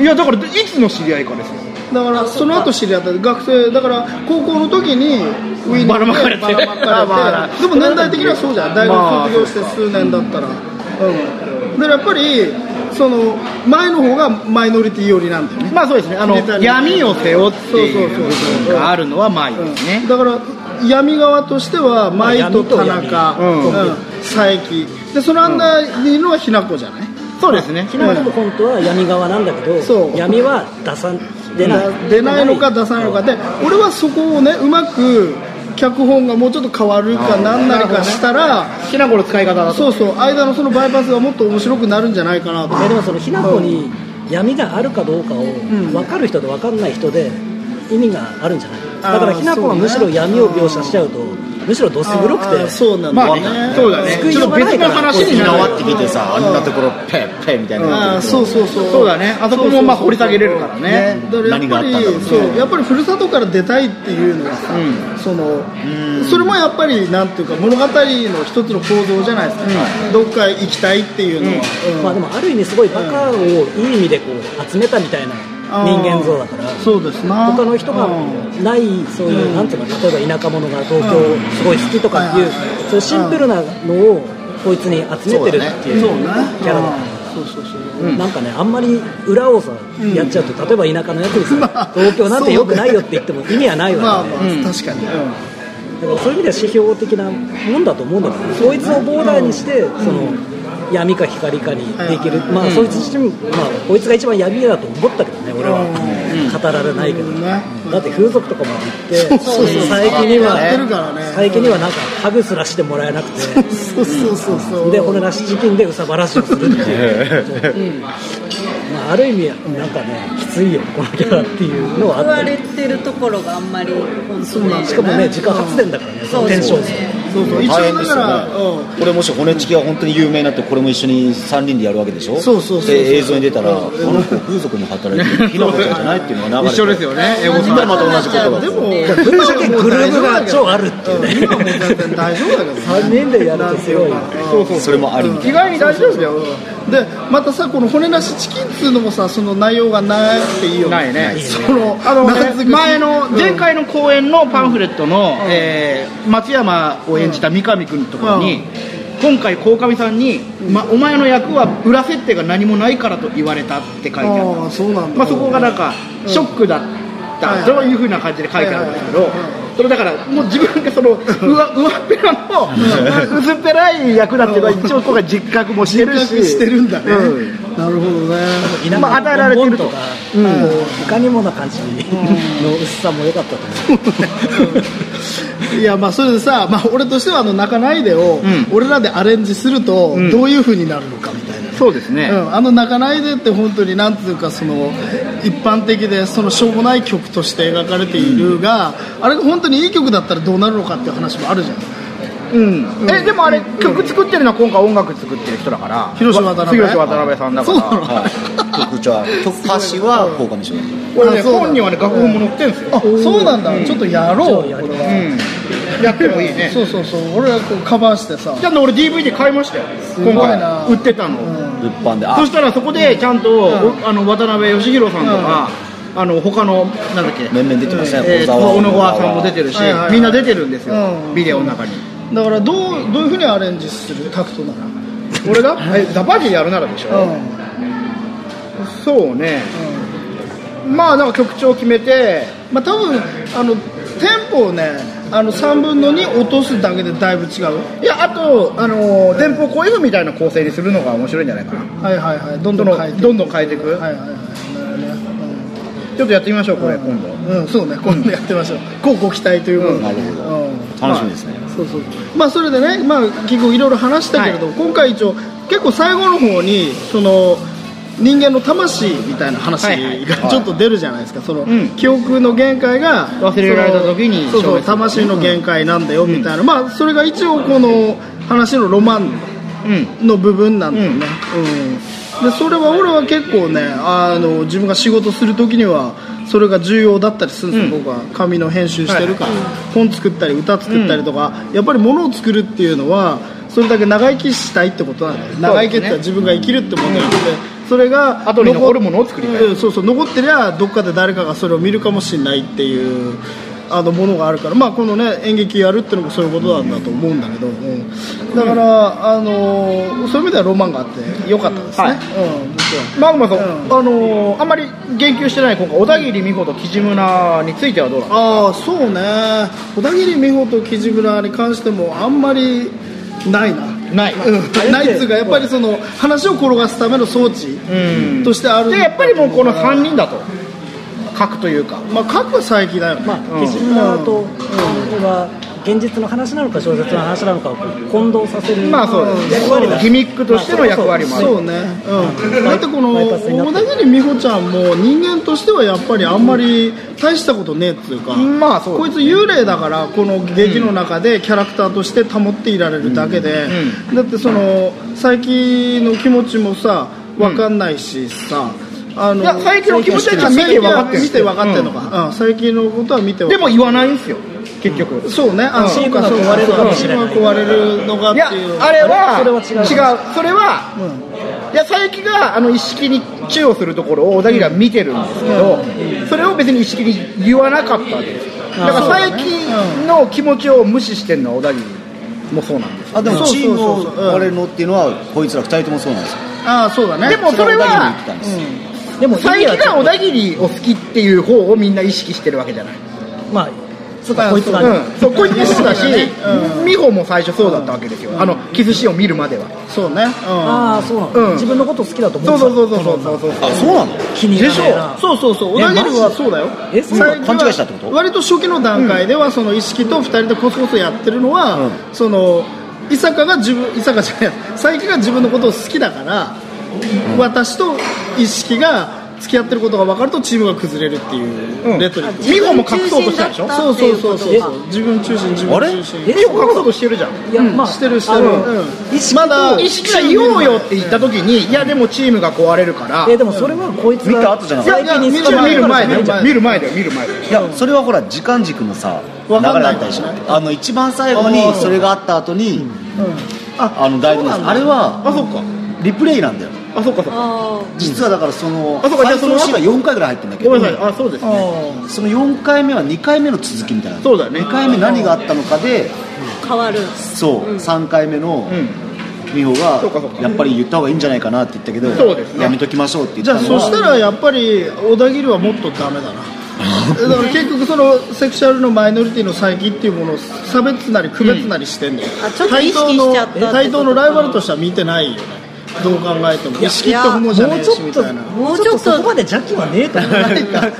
[SPEAKER 2] いやだからいつの知り合いかですよ
[SPEAKER 1] だからその後知り合った学生だから高校の時にウィン
[SPEAKER 2] ばらまかれて
[SPEAKER 1] ばらま
[SPEAKER 2] あまあま
[SPEAKER 1] かれ
[SPEAKER 2] あ
[SPEAKER 1] てでも年代的にはそうじゃん大
[SPEAKER 2] まあ
[SPEAKER 1] 学卒業して数年だったらうんだからやっぱりその前の方がマイノリティ寄りなんだよね
[SPEAKER 2] まあそうですねあの
[SPEAKER 1] 桐谷
[SPEAKER 2] 闇を背負っている
[SPEAKER 1] そうそうそうそう
[SPEAKER 2] 部分があるのは前ですね
[SPEAKER 1] だから闇側としては舞と田
[SPEAKER 5] ま
[SPEAKER 1] 中、
[SPEAKER 2] あ闇と闇
[SPEAKER 1] うん佐伯でそのあんなにいるのはひな子じゃない、
[SPEAKER 2] そうですね
[SPEAKER 5] ひなこも本当は闇側なんだけど
[SPEAKER 1] そう
[SPEAKER 5] 闇は出さ出な
[SPEAKER 1] だ
[SPEAKER 5] い
[SPEAKER 1] 出ないのか出さないのかで俺はそこをねうまく脚本がもうちょっと変わるかなんなりかしたら、
[SPEAKER 2] きなこの使い方だと
[SPEAKER 1] そうそう間のそのバイパスがもっと面白くなるんじゃないかなと
[SPEAKER 5] いやでもそのひなこに闇があるかどうかを分かる人と分かんない人で意味があるんじゃないだからひなこはむしろ闇を描写しちゃうとむしろどす黒く
[SPEAKER 1] あ
[SPEAKER 5] て
[SPEAKER 1] ーそうなんだ
[SPEAKER 2] ま
[SPEAKER 1] よ
[SPEAKER 2] あね
[SPEAKER 1] ね、
[SPEAKER 2] そうだね
[SPEAKER 5] 救い
[SPEAKER 2] ちょ
[SPEAKER 5] よ
[SPEAKER 2] っ
[SPEAKER 5] う
[SPEAKER 2] と
[SPEAKER 5] がな
[SPEAKER 2] 別
[SPEAKER 5] いか
[SPEAKER 2] の
[SPEAKER 5] ら
[SPEAKER 2] 話に
[SPEAKER 4] 沖
[SPEAKER 2] な
[SPEAKER 4] 縄
[SPEAKER 2] る
[SPEAKER 4] ってきてさあんなところペッペッみたい
[SPEAKER 1] あ
[SPEAKER 4] な
[SPEAKER 1] ーそうそうそう
[SPEAKER 2] そうだねあそこもまあ掘り下げれるからね
[SPEAKER 1] だからやっぱり
[SPEAKER 4] 何があったんだろうね
[SPEAKER 1] そうやっぱりふるさとから出たいっていうのがさ、そのそれもやっぱりなんていうか物語の一つの構造じゃないですか、どっか行きたいっていうのは、うん
[SPEAKER 5] まあでもある意味すごいバカをいい意味でこう集めたみたいな人間像だから
[SPEAKER 1] そうですな
[SPEAKER 5] 他の人が
[SPEAKER 1] うん
[SPEAKER 5] ないそういうなんていうか例えば田舎者が東京すごい好きとかってい
[SPEAKER 1] う
[SPEAKER 5] う
[SPEAKER 1] ん
[SPEAKER 5] そういうシンプルなのをこいつに集めてるっていう
[SPEAKER 1] そうね
[SPEAKER 5] キャラだから。
[SPEAKER 1] そうそうそう
[SPEAKER 5] なんかねあんまり裏をさやっちゃうと、例えば田舎のやつにさ、東京なんてよくないよって言っても意味はない
[SPEAKER 1] ま
[SPEAKER 5] わ
[SPEAKER 1] あ
[SPEAKER 5] け
[SPEAKER 1] ま
[SPEAKER 5] で、
[SPEAKER 1] あ、確かに、
[SPEAKER 5] だからそういう意味では指標的なもんだと思うんだけど、そいつをボーダーにして、その闇か光かにできる、まあそいつ自身、まあ、こいつが一番闇だと思ったけどね俺は、語られないけど、
[SPEAKER 1] ね
[SPEAKER 5] だって風俗とかまで行って
[SPEAKER 1] そうそう
[SPEAKER 5] 最近には
[SPEAKER 1] やってるからね
[SPEAKER 5] 最近にはなんかハグすらしてもらえなくて。
[SPEAKER 1] そうそうそうそう
[SPEAKER 5] で骨なし事件でうさばらしをするっていう、まあ、ある意味なんかねきついよこのキャラっていうのはあ
[SPEAKER 3] 言
[SPEAKER 5] っ
[SPEAKER 3] わ
[SPEAKER 5] たり
[SPEAKER 3] れてるところがあんまり本当ね
[SPEAKER 5] しかもね自家発電だからねそのテンショ
[SPEAKER 3] そう
[SPEAKER 5] ン
[SPEAKER 3] ですね
[SPEAKER 1] そうそう一
[SPEAKER 4] 大
[SPEAKER 1] 応
[SPEAKER 4] 変で
[SPEAKER 1] だ
[SPEAKER 4] す
[SPEAKER 1] か
[SPEAKER 4] よ
[SPEAKER 1] ら、うん
[SPEAKER 4] ねこれもし骨付きが本当に有名になってこれも一緒に3人でやるわけでしょ
[SPEAKER 1] そうそうそう
[SPEAKER 4] で映像に出たらこの子風俗も働いてるひなこちゃんじゃないっていうのが流れて
[SPEAKER 2] 一緒ですよねエゴ
[SPEAKER 4] 今また同じことが
[SPEAKER 1] でも
[SPEAKER 5] ぶっちゃけグルーブが超あるっていうね
[SPEAKER 1] 今もう全然大丈夫だけど
[SPEAKER 5] 3人でやるとすごい
[SPEAKER 2] そうそう
[SPEAKER 4] それもありみたい
[SPEAKER 2] 意外に大丈夫だよ
[SPEAKER 1] でまたさこの骨なしチキンっていうのもさその内容がなくていいよね
[SPEAKER 2] ないね
[SPEAKER 1] その
[SPEAKER 2] あのね
[SPEAKER 1] 長すぎる
[SPEAKER 2] 前の
[SPEAKER 1] うん
[SPEAKER 2] 前回の公演のパンフレットの、えー松山を演じた三上君のところに、今回、鴻上さんに、ま「お前の役は裏設定が何もないからと言われた」って書いてあった
[SPEAKER 1] ああそうなんだ
[SPEAKER 2] まあ、そこがなんかショックだった、
[SPEAKER 1] はい
[SPEAKER 2] そういうふうな感じで書いてあるんですけど、
[SPEAKER 1] はいはい
[SPEAKER 2] それだからもう自分がそのうわ上っぺらの薄っぺらい役だっていうのは一応今回実覚もしてる
[SPEAKER 1] 自
[SPEAKER 2] し
[SPEAKER 1] 覚してるんだね
[SPEAKER 2] うん
[SPEAKER 1] なるほどね
[SPEAKER 5] 田舎
[SPEAKER 2] まあ与えら
[SPEAKER 5] の
[SPEAKER 2] れて
[SPEAKER 5] ボ
[SPEAKER 2] る
[SPEAKER 5] ン
[SPEAKER 2] と
[SPEAKER 5] とか、こういかにもな感じの薄さも良かったと思
[SPEAKER 1] いやまあそれでさまあ俺としてはあの泣かないでを
[SPEAKER 2] ん
[SPEAKER 1] 俺らでアレンジすると
[SPEAKER 2] ん
[SPEAKER 1] どういう風になるのかみたいな
[SPEAKER 2] そうですね、
[SPEAKER 1] うん、あの「泣かないで」って本当になんつうかその一般的でそのしょうもない曲として描かれているが、あれが本当にいい曲だったらどうなるのかっていう話もあるじゃん
[SPEAKER 2] うん、えでもあれ、曲作ってるのは今回音楽作ってる人だから
[SPEAKER 1] 広島渡辺
[SPEAKER 2] 広島渡辺さんだか
[SPEAKER 1] そうなの
[SPEAKER 2] ら
[SPEAKER 4] はい曲調は曲歌詞は鴻上翔
[SPEAKER 2] 俺ね
[SPEAKER 1] あそうだ
[SPEAKER 2] 本人はね楽譜も載ってるんですよ、
[SPEAKER 1] あそうなんだ、ちょっとやろう
[SPEAKER 5] じゃあやり
[SPEAKER 1] こ
[SPEAKER 5] ま
[SPEAKER 1] れ
[SPEAKER 5] す
[SPEAKER 1] は、
[SPEAKER 2] うん、やってもいいね
[SPEAKER 1] そうそうそう俺らこうカバーしてさ
[SPEAKER 2] ちゃんと俺 DVD 買いましたよ
[SPEAKER 1] ごい
[SPEAKER 2] 今回
[SPEAKER 1] な
[SPEAKER 2] 売ってたの、
[SPEAKER 4] 物販であ
[SPEAKER 2] そしたらそこでちゃんと、おあの渡辺義弘さんとか、あの他のなんだっけ
[SPEAKER 4] 面々出てましたね
[SPEAKER 2] えー、
[SPEAKER 4] 小
[SPEAKER 2] と
[SPEAKER 4] 沢
[SPEAKER 2] 小野川さんも出てるし、
[SPEAKER 1] はいはいはい
[SPEAKER 2] みんな出てるんですよ、
[SPEAKER 1] うん
[SPEAKER 2] ビデオの中に、
[SPEAKER 1] だからどうどういうふうにアレンジするタクトならう
[SPEAKER 2] 俺がえザバジやるならでしょ、
[SPEAKER 1] ん、
[SPEAKER 2] そうね、まあなんか曲調決めて
[SPEAKER 1] まあ、多分あのテンポをねあの3分の2落とすだけでだいぶ違う
[SPEAKER 2] いやあと、あのー、前方後円みたいな構成にするのが面白いんじゃないかな
[SPEAKER 1] はいはいはいどん
[SPEAKER 2] ど
[SPEAKER 1] どん
[SPEAKER 2] の
[SPEAKER 1] 変えて
[SPEAKER 2] どんどん変えていく、
[SPEAKER 1] はいはいはいなるほどねうん
[SPEAKER 2] ちょっとやってみましょうこれ、今度
[SPEAKER 1] うん、そうね、今度やってましょう。こうご期待ということで。
[SPEAKER 4] なるほど
[SPEAKER 1] うん
[SPEAKER 4] 楽しみですね
[SPEAKER 1] そうそう。まあ、それでね、まあ、結構いろいろ話したけれど、今回一応、結構最後の方に、その。人間の魂みたいな話
[SPEAKER 2] はいはい
[SPEAKER 1] が [LAUGHS] ちょっと出るじゃないですか、その、
[SPEAKER 2] ん
[SPEAKER 1] 記憶の限界が
[SPEAKER 2] 忘れられた時に
[SPEAKER 1] そのそうそう
[SPEAKER 2] 消滅
[SPEAKER 1] 魂の限界なんだよみたいな、まあそれが一応この話のロマン
[SPEAKER 2] うん
[SPEAKER 1] の部分なんだよね、うんでそれは俺は結構ねあの自分が仕事する時にはそれが重要だったりするんですよ、
[SPEAKER 2] うん
[SPEAKER 1] 僕は紙の編集してるから、本作ったり歌作ったりとか、やっぱり物を作るっていうのはそれだけ長生きしたいってことなんだよ、長生きって自分が生きるってことなので、それが
[SPEAKER 2] 後に残るものを作りたい
[SPEAKER 1] うんそうそう残ってりゃどっかで誰かがそれを見るかもしれないっていうあのものがあるから、まあ、この、ね、演劇やるってのもそういうことなんだと思うんだけど、うんだから、あのーそういう意味ではロマンがあってよかったですね、
[SPEAKER 2] はい
[SPEAKER 1] うん僕は
[SPEAKER 2] マグマさん、
[SPEAKER 1] うん
[SPEAKER 2] あのーあんまり言及してない今回小田切美穂と木地村についてはどうなの
[SPEAKER 1] ああそうね小田切美穂と木地村に関してもあんまりないな。
[SPEAKER 2] ない、
[SPEAKER 1] うん、ないっつうかやっぱりその話を転がすための装置
[SPEAKER 2] うん
[SPEAKER 1] としてある
[SPEAKER 2] でやっぱりもうこの3人だと核というか
[SPEAKER 1] まあ書くは最近だよね、
[SPEAKER 5] まあ、岸村と、は現実の話なのか小説の話なのかをこう混同させる
[SPEAKER 2] まあそうです
[SPEAKER 5] 役割だ
[SPEAKER 2] ギミックとしての役割もある
[SPEAKER 1] そうね、うん、だってこの
[SPEAKER 5] バイパスになって
[SPEAKER 1] 小田切美穂ちゃんも人間としてはやっぱりあんまり大したことねえっていうか、
[SPEAKER 2] まあそう
[SPEAKER 1] こいつ幽霊だからこの劇の中でキャラクターとして保っていられるだけで、だってその最近の気持ちもさ分かんないしさ、あの
[SPEAKER 2] いや最近の気持ちは見て分かってる
[SPEAKER 1] 見て分かってるのか、うん最近のことは見て分かって
[SPEAKER 2] で
[SPEAKER 1] る
[SPEAKER 2] も言わないんですよ結局、
[SPEAKER 1] そうね、あ、そうか、そうか、
[SPEAKER 5] チームが壊れるかもしれない
[SPEAKER 1] チームが壊れるのがっ
[SPEAKER 2] い
[SPEAKER 1] て
[SPEAKER 2] や
[SPEAKER 1] いう。
[SPEAKER 2] あれは
[SPEAKER 5] あれそ
[SPEAKER 2] 違
[SPEAKER 5] れは違う
[SPEAKER 2] うそれは、いや佐伯があの一式にチューをするところを小田切は見てるんですけど、それを別に一式に言わなかったわけですよだから佐伯の気持ちを無視してるのは小田切もそうなんですよ
[SPEAKER 4] あでも
[SPEAKER 1] そうそう
[SPEAKER 4] チ
[SPEAKER 1] そう
[SPEAKER 4] ーム
[SPEAKER 1] そう
[SPEAKER 4] を割れるのっていうのはこいつら二人ともそうなんですよ
[SPEAKER 1] ああ、そうだね。
[SPEAKER 2] でもそれは
[SPEAKER 4] 小田切に言ってたんです
[SPEAKER 5] でも意
[SPEAKER 2] 佐
[SPEAKER 5] 味
[SPEAKER 2] 伯
[SPEAKER 5] はち
[SPEAKER 2] が
[SPEAKER 5] ょ
[SPEAKER 2] 小
[SPEAKER 5] っと
[SPEAKER 2] 田切を好きっていう方をみんな意識してるわけじゃない
[SPEAKER 5] まあそうかこいつが、
[SPEAKER 2] うん、そうこいつもそうだし
[SPEAKER 1] う
[SPEAKER 2] 美穂も最初そうだったわけですよあのキスシーンを見るまでは
[SPEAKER 1] そうね。うん。
[SPEAKER 5] ああそうなの、
[SPEAKER 2] うん
[SPEAKER 5] 自分のこと好きだと思
[SPEAKER 2] そううそうそうそうそうそう
[SPEAKER 4] あそうなの
[SPEAKER 5] 気に入らねえな
[SPEAKER 1] そうそうそう、小田切はそうだよ。
[SPEAKER 5] えそうなの
[SPEAKER 1] 最近は
[SPEAKER 4] 勘違いしたってこと
[SPEAKER 1] 割と初期の段階では、その意識と二人でコソコソやってるのは、
[SPEAKER 4] うん
[SPEAKER 1] その。伊坂が自分、伊坂じゃない、佐伯が自分のことを好きだから。私と意識が付き合ってることが分かると、チームが崩れるっていう。
[SPEAKER 2] うん
[SPEAKER 1] レトリック。
[SPEAKER 2] 美穂も隠そうとしたでしょ
[SPEAKER 1] そうそうそうそうそう、自分中心、自分中心。
[SPEAKER 5] え
[SPEAKER 2] 美穂隠そうとしてるじゃん
[SPEAKER 5] いや、まあ
[SPEAKER 1] してるしてる
[SPEAKER 5] あの
[SPEAKER 1] うん
[SPEAKER 5] 意識と
[SPEAKER 1] まだ
[SPEAKER 2] 意識が言おうよって言った時にいやでもチームが壊れるから
[SPEAKER 5] えでもそれはこいつが
[SPEAKER 4] 見た後じゃなかった
[SPEAKER 5] 最近
[SPEAKER 1] い
[SPEAKER 5] に
[SPEAKER 1] や
[SPEAKER 5] 好
[SPEAKER 1] いや
[SPEAKER 5] き
[SPEAKER 2] 見る
[SPEAKER 5] だ
[SPEAKER 2] 前
[SPEAKER 5] から
[SPEAKER 2] だ
[SPEAKER 1] 見る前
[SPEAKER 2] よ見る前だよ見る前だよ
[SPEAKER 4] いやそれはほら時間軸のさ流
[SPEAKER 1] わ
[SPEAKER 4] れ
[SPEAKER 1] かんな
[SPEAKER 4] だ
[SPEAKER 1] い
[SPEAKER 4] ったでしょあの一番最後
[SPEAKER 1] あ
[SPEAKER 4] に
[SPEAKER 1] ー
[SPEAKER 4] それがあった後に、あの大事なんですあれは
[SPEAKER 2] あそっか
[SPEAKER 4] リプレイなんだよ
[SPEAKER 2] あそっかそっか
[SPEAKER 3] あ
[SPEAKER 4] 実はだからその
[SPEAKER 2] あそうかじゃあ
[SPEAKER 4] 回想シーンが4回ぐらい入ってるんだけ
[SPEAKER 2] ご
[SPEAKER 4] ど
[SPEAKER 2] めんなさいあそうですね
[SPEAKER 4] その4回目は2回目の続きみたいな
[SPEAKER 2] そうだね
[SPEAKER 4] 2回目何があったのかで
[SPEAKER 3] あ変わる
[SPEAKER 4] そう、3回目の
[SPEAKER 2] うん
[SPEAKER 4] 美穂
[SPEAKER 2] そうかそう
[SPEAKER 4] が
[SPEAKER 2] か
[SPEAKER 4] やっぱり言った方がいいんじゃないかなって言ったけど
[SPEAKER 2] そうですね
[SPEAKER 4] やめときましょうって言っ
[SPEAKER 1] じ
[SPEAKER 4] た
[SPEAKER 1] ゃあ
[SPEAKER 4] のは
[SPEAKER 1] そしたらやっぱり小田切はもっとダメだなだから結局そのセクシャルのマイノリティの再起っていうものを差別なり区別なりしてんのよ、
[SPEAKER 3] あちょっと意識しちゃったってことか
[SPEAKER 1] 対等のライバルとしては見てないよねどう考えても意識と不毛じゃねえしみたいな
[SPEAKER 5] もうちょっとそこまで邪気はねえと思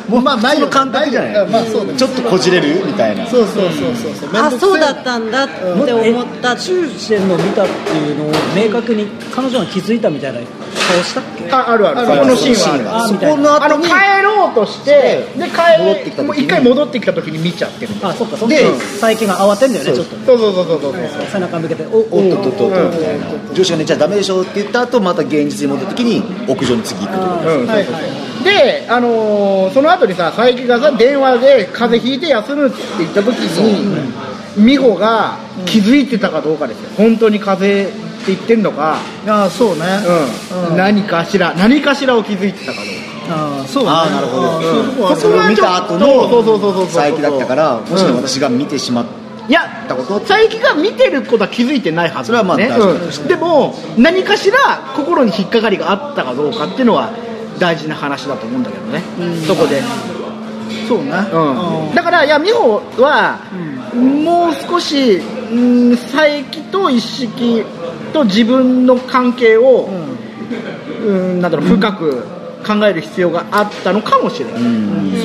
[SPEAKER 5] う
[SPEAKER 1] もうまあないよ
[SPEAKER 4] その感覚じゃない
[SPEAKER 1] まあそうだよ
[SPEAKER 4] ちょっとこじれるみたいな
[SPEAKER 1] そうそうそうそうそう面
[SPEAKER 3] あ
[SPEAKER 1] 倒くせえ
[SPEAKER 3] そうだったんだって思った
[SPEAKER 5] え中してんの見たっていうのを明確に彼女が気づいたみたいな顔したっけ
[SPEAKER 2] ああるある
[SPEAKER 1] ある
[SPEAKER 2] このシーンはある
[SPEAKER 5] あ
[SPEAKER 4] そ
[SPEAKER 5] みたい
[SPEAKER 4] こ
[SPEAKER 5] な
[SPEAKER 4] の
[SPEAKER 2] あ
[SPEAKER 4] 後
[SPEAKER 2] の
[SPEAKER 4] に
[SPEAKER 2] 帰ろうとしてで帰
[SPEAKER 4] 戻ってきた時に
[SPEAKER 2] もう一回戻ってきた時に見ちゃってる
[SPEAKER 5] あそっかそっか
[SPEAKER 2] で
[SPEAKER 5] 最近が慌てんだよねちょっとね
[SPEAKER 2] そうそうそうそうそう
[SPEAKER 5] 背中向けてお
[SPEAKER 4] おっ
[SPEAKER 5] お
[SPEAKER 4] とっとっとっとみたいな上司が寝ちゃダメでしょって言った後また現実に戻った時に屋上に次行くと
[SPEAKER 2] うん
[SPEAKER 1] はいはい
[SPEAKER 2] で、あのーその後にさ佐伯がさ電話で風邪ひいて休むって言った時に、美穂が気づいてたかどうかですよ本当に風邪って言ってんのか、
[SPEAKER 1] ああそうね、
[SPEAKER 2] うん
[SPEAKER 1] うん
[SPEAKER 2] 何かしら何かしらを気づいてたかどう
[SPEAKER 1] ああそうね
[SPEAKER 4] ああなるほど
[SPEAKER 1] ああそういうとこ
[SPEAKER 4] う
[SPEAKER 1] あ
[SPEAKER 4] ん
[SPEAKER 1] る
[SPEAKER 4] それを見た後
[SPEAKER 2] そうそうそうそうそう
[SPEAKER 4] の
[SPEAKER 2] そう
[SPEAKER 4] 佐伯だったからもしも私が見てしまっ
[SPEAKER 2] かいやだから佐伯が見てることは気づいてないはずなんだよ
[SPEAKER 4] それはまあ大
[SPEAKER 2] う
[SPEAKER 4] 事だ
[SPEAKER 2] んでも何かしら心に引っかかりがあったかどうかっていうのは大事な話だと思うんだけどね、そこで
[SPEAKER 1] そうね、
[SPEAKER 2] うんだからいや美穂は、もう少し、うん、佐伯と一色と自分の関係を、うんなんだろう深く考える必要があったのかもしれない、
[SPEAKER 1] そうね、
[SPEAKER 2] う
[SPEAKER 1] う
[SPEAKER 2] ん
[SPEAKER 1] ん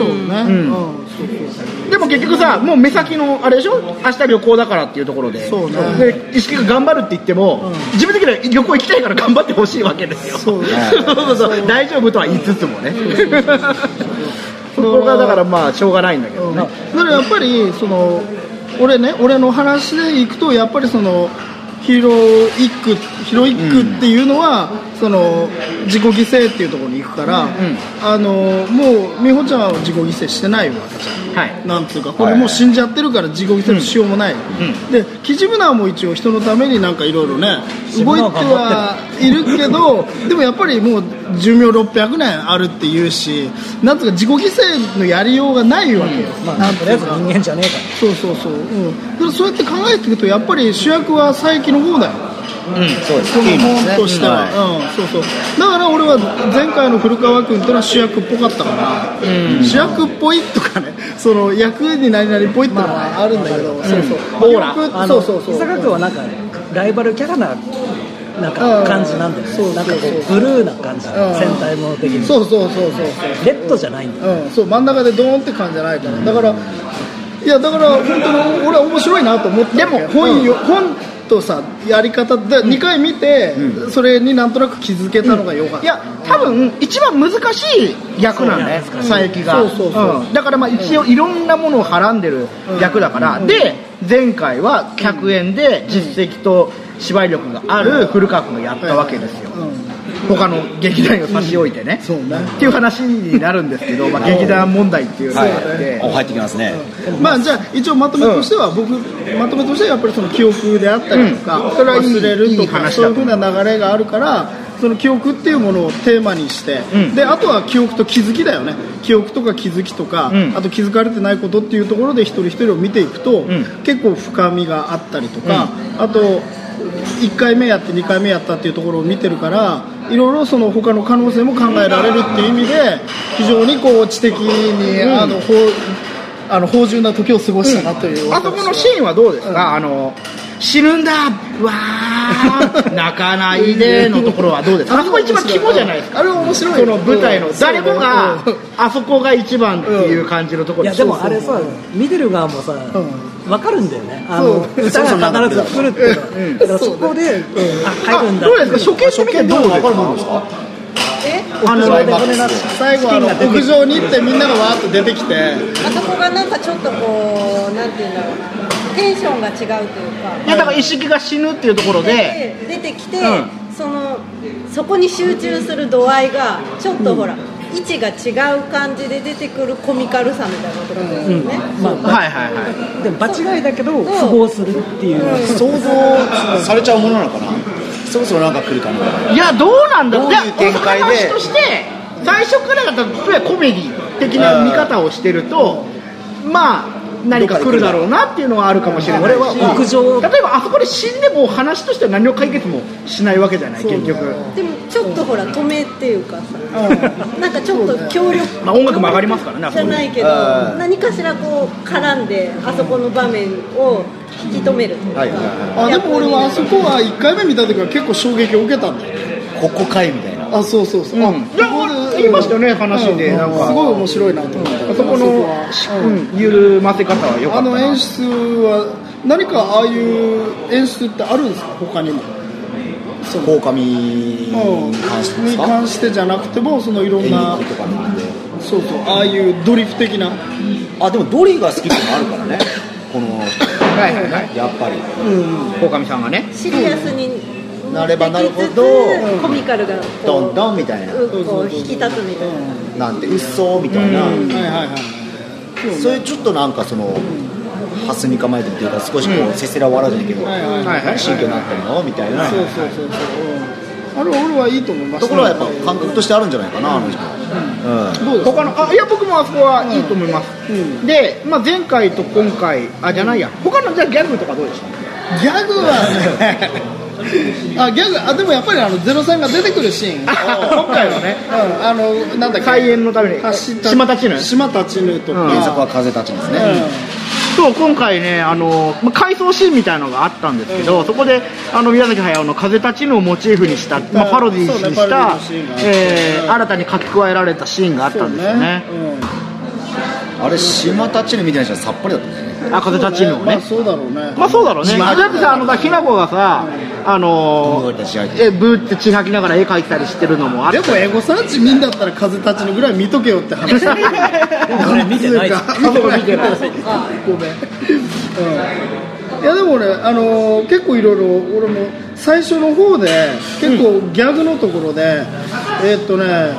[SPEAKER 1] そうそう
[SPEAKER 2] でも結局さもう目先のあれでしょ明日旅行だからっていうところで
[SPEAKER 1] そうね
[SPEAKER 2] で意識が頑張るって言っても、自分的には旅行行きたいから頑張ってほしいわけですよ
[SPEAKER 1] そうね
[SPEAKER 2] [LAUGHS] そうそうそう大丈夫とは言いつつもね [LAUGHS] そこがだからまあしょうがないんだけど
[SPEAKER 1] だからやっぱりその俺ね俺の話でいくとやっぱりそのヒロイックヒロイックっていうのは、その自己犠牲っていうところに行くから、あのもう美穂ちゃんは自己犠牲してないよ私
[SPEAKER 2] はい
[SPEAKER 1] なんつうかこれもう死んじゃってるから自己犠牲のしようもない、でキジブナーも一応人のためになんかいろいろね
[SPEAKER 5] ジブ
[SPEAKER 1] 動い
[SPEAKER 5] ナ
[SPEAKER 1] て
[SPEAKER 5] ー頑張
[SPEAKER 1] はいるけどでもやっぱりもう寿命600年あるっていうしなんつうか自己犠牲のやりようがないわけよ、
[SPEAKER 5] ま
[SPEAKER 1] な
[SPEAKER 5] あ
[SPEAKER 1] ん
[SPEAKER 5] と
[SPEAKER 1] て
[SPEAKER 5] り
[SPEAKER 1] い
[SPEAKER 5] あえ
[SPEAKER 1] う
[SPEAKER 5] ず
[SPEAKER 1] か
[SPEAKER 5] 人間じゃねえか
[SPEAKER 1] そうそうそう、うん、だからそうやって考えていくとやっぱり主役は佐伯の方だよ
[SPEAKER 4] そうです
[SPEAKER 1] この
[SPEAKER 4] いいもん
[SPEAKER 1] 本としては、
[SPEAKER 4] はい
[SPEAKER 1] うんそうそうだから俺は前回の古川君ってのは主役っぽかったから、主役っぽいとかねその役に何々っぽいってのはあるんだけど、そうそう
[SPEAKER 2] オーラ
[SPEAKER 1] 僕
[SPEAKER 5] らあ
[SPEAKER 1] そ
[SPEAKER 5] の
[SPEAKER 1] うそうそう
[SPEAKER 5] 伊坂君はなんかライバルキャラななん
[SPEAKER 1] う
[SPEAKER 5] か
[SPEAKER 1] ん
[SPEAKER 5] 感じなんだよねなんかこうブルーな感じ
[SPEAKER 1] ん
[SPEAKER 5] 戦隊もの的に
[SPEAKER 1] そうそうそうそう
[SPEAKER 5] レッドじゃないんだよ
[SPEAKER 1] うん、そう真ん中でドーンって感じじゃないからだからいやだから本当に俺は面白いなと思ってでも本よ、本とさやり方で2回見て、それになんとなく気づけたのが良かった、
[SPEAKER 2] いや多分一番難しい役なんだよ
[SPEAKER 5] そう
[SPEAKER 2] 佐伯が
[SPEAKER 1] そうそうそうん
[SPEAKER 2] だからまあ一応いろんなものをはらんでる役だから、で前回は100円で実績と芝居力がある古川君がやったわけですよ、他の劇団員を差し置いてね、
[SPEAKER 1] そうね
[SPEAKER 2] っていう話になるんですけ
[SPEAKER 1] [LAUGHS]
[SPEAKER 2] ど、まあ、劇団問題っていうのがあって、
[SPEAKER 4] お入ってきますね
[SPEAKER 1] まあじゃあ一応まとめとしては、僕まとめとしてはやっぱりその記憶であったりとか、
[SPEAKER 2] うんそれはいい
[SPEAKER 1] 忘れる
[SPEAKER 2] いい
[SPEAKER 1] とか
[SPEAKER 2] 話
[SPEAKER 1] そ
[SPEAKER 2] だ
[SPEAKER 1] ういうふうな流れがあるからその記憶っていうものをテーマにして、
[SPEAKER 2] うん
[SPEAKER 1] であとは記憶と気づきだよね記憶とか気づきとか、
[SPEAKER 2] うん
[SPEAKER 1] あと気づかれてないことっていうところで一人一人を見ていくと、
[SPEAKER 2] ん
[SPEAKER 1] 結構深みがあったりとか、あと1回目やって2回目やったっていうところを見てるからいろいろその他の可能性も考えられるっていう意味で非常にこう知的に、あのほうあの芳醇な時を過ごしたなという、
[SPEAKER 2] あそこのシーンはどうですか、あの死ぬんだうわー泣かないでのところはどうですかあそこ一番肝じゃないですか
[SPEAKER 1] あれ面白い
[SPEAKER 2] その舞台の誰もが
[SPEAKER 1] そうね
[SPEAKER 2] あそこが一番っていう感じのとこ
[SPEAKER 5] い
[SPEAKER 2] ろ
[SPEAKER 5] やでもあれさ見てる側もさわかるんだよねあの歌が必ず来るっていうのだからそこであ入るんだ
[SPEAKER 2] どうですか初見的にどうですかあの
[SPEAKER 1] 最後あの屋上に行ってみんながわーっと出てきて
[SPEAKER 3] あそこがなんかちょっとこうなんていうんだろうテンションが違うというか
[SPEAKER 2] いやだから意識が死ぬっていうところで
[SPEAKER 3] で出てきて、
[SPEAKER 2] う
[SPEAKER 3] そのそこに集中する度合いがちょっとほら、位置が違う感じで出てくるコミカルさみたいなところですよね、
[SPEAKER 5] まあ
[SPEAKER 2] はいはいはい
[SPEAKER 5] でも場違いだけど符合するっていう
[SPEAKER 4] 想像されちゃうものなのかなそろそろなんか来るかない
[SPEAKER 2] やどうなんだろう
[SPEAKER 4] どういう展
[SPEAKER 2] い
[SPEAKER 4] 開で
[SPEAKER 2] やお話として最初からだったらコメディ的な見方をしてるとまあ何か来るだろうなっていうのはあるかもしれないし
[SPEAKER 5] 俺は屋上
[SPEAKER 2] 例えばあそこで死んでも話としては何の解決もしないわけじゃない結局
[SPEAKER 3] でもちょっとほら止めっていうかさ、なんかちょっと協力、
[SPEAKER 2] まあ音楽も上がりますからねあそ
[SPEAKER 3] じ
[SPEAKER 2] こで
[SPEAKER 3] ゃないけど
[SPEAKER 4] うん
[SPEAKER 3] 何かしらこう絡んであそこの場面を引き止めるというか、
[SPEAKER 4] はいはいは
[SPEAKER 1] あでも俺はあそこは1回目見た時は結構衝撃を受けたんだよ
[SPEAKER 4] ここかいみたいな
[SPEAKER 1] あそうそうそう、あ
[SPEAKER 2] いや言いましたよね話でなんか
[SPEAKER 1] すごい面白いなと思った
[SPEAKER 2] あそこのしうん緩ませ方は良
[SPEAKER 1] あ
[SPEAKER 2] かった
[SPEAKER 1] の
[SPEAKER 2] な
[SPEAKER 1] 演出は何かああいう演出ってあるんですか他にも
[SPEAKER 4] 放火見に関してです
[SPEAKER 1] に
[SPEAKER 4] か
[SPEAKER 1] 関してじゃなくてもそのいろん
[SPEAKER 4] 演
[SPEAKER 1] な
[SPEAKER 4] 劇とかなんで
[SPEAKER 1] そうそうああいうドリフ的な
[SPEAKER 4] あでもドリーが好きっていうのもあるからねこの
[SPEAKER 2] はいはいはい
[SPEAKER 4] やっぱり
[SPEAKER 2] 鴻上さんがね
[SPEAKER 3] シリアスに
[SPEAKER 4] なればなるほど
[SPEAKER 3] できつつコミカルがこう
[SPEAKER 4] どんどんみたいな
[SPEAKER 3] うんこう引き立つみたいな。
[SPEAKER 4] なんて嘘みたいな、
[SPEAKER 1] はいはいはい
[SPEAKER 4] そういうちょっとなんかそのハスに構えてるっていうか少しこうせせら笑うじゃないけど、
[SPEAKER 1] はいはい
[SPEAKER 2] はいはい
[SPEAKER 4] 何神経になってるのみたいな
[SPEAKER 1] そうそうそうそう、うん、あれ俺はいいと思いました
[SPEAKER 4] ところはやっぱ感覚としてあるんじゃないかな、あの人、うん
[SPEAKER 1] どうですか
[SPEAKER 2] 他のあいや僕もあそこはいいと思います、
[SPEAKER 1] う
[SPEAKER 2] で、まあ、前回と今回あじゃないや他のじゃあギャグとかどうでした
[SPEAKER 1] ギャグはねあギャグあでもやっぱりあのゼロさんが出てくるシーン
[SPEAKER 2] 今回はね
[SPEAKER 1] うんあのなんだっけ
[SPEAKER 2] 開演のために
[SPEAKER 1] あ
[SPEAKER 2] 島立ちぬ
[SPEAKER 1] 島立ちぬとか、
[SPEAKER 2] うん
[SPEAKER 4] 原作は風立ちますね、
[SPEAKER 2] そう今回ねあの、まあ、回想シーンみたいなのがあったんですけど、そこであの宮崎駿の「風立ちぬ」をモチーフにした、まあ、パロディーに
[SPEAKER 1] そうね
[SPEAKER 2] し
[SPEAKER 1] パロディー
[SPEAKER 2] た
[SPEAKER 1] のシーンがあった
[SPEAKER 2] えー新たに書き加えられたシーンがあったんですよね
[SPEAKER 1] そううん
[SPEAKER 4] あれ島立ちぬみたいな人はさっぱりだったんだよね
[SPEAKER 2] あ風立ちぬをね
[SPEAKER 1] まあそうだろうね
[SPEAKER 2] まあそうだろうね
[SPEAKER 4] 血吐いて
[SPEAKER 2] だってさあのさひな子がさあの
[SPEAKER 4] 俺たち相手
[SPEAKER 2] えブーって血吐きながら絵描いてたりしてるのもあっ
[SPEAKER 1] でもエゴサーチ見んだったら風立ちぬぐらい見とけよって話
[SPEAKER 5] [LAUGHS] 俺見てないです
[SPEAKER 1] あごめん
[SPEAKER 2] 見てない
[SPEAKER 1] ごめん、うん、いやでも俺、あのー結構いろいろ俺も最初の方で結構ギャグのところで、えーっとね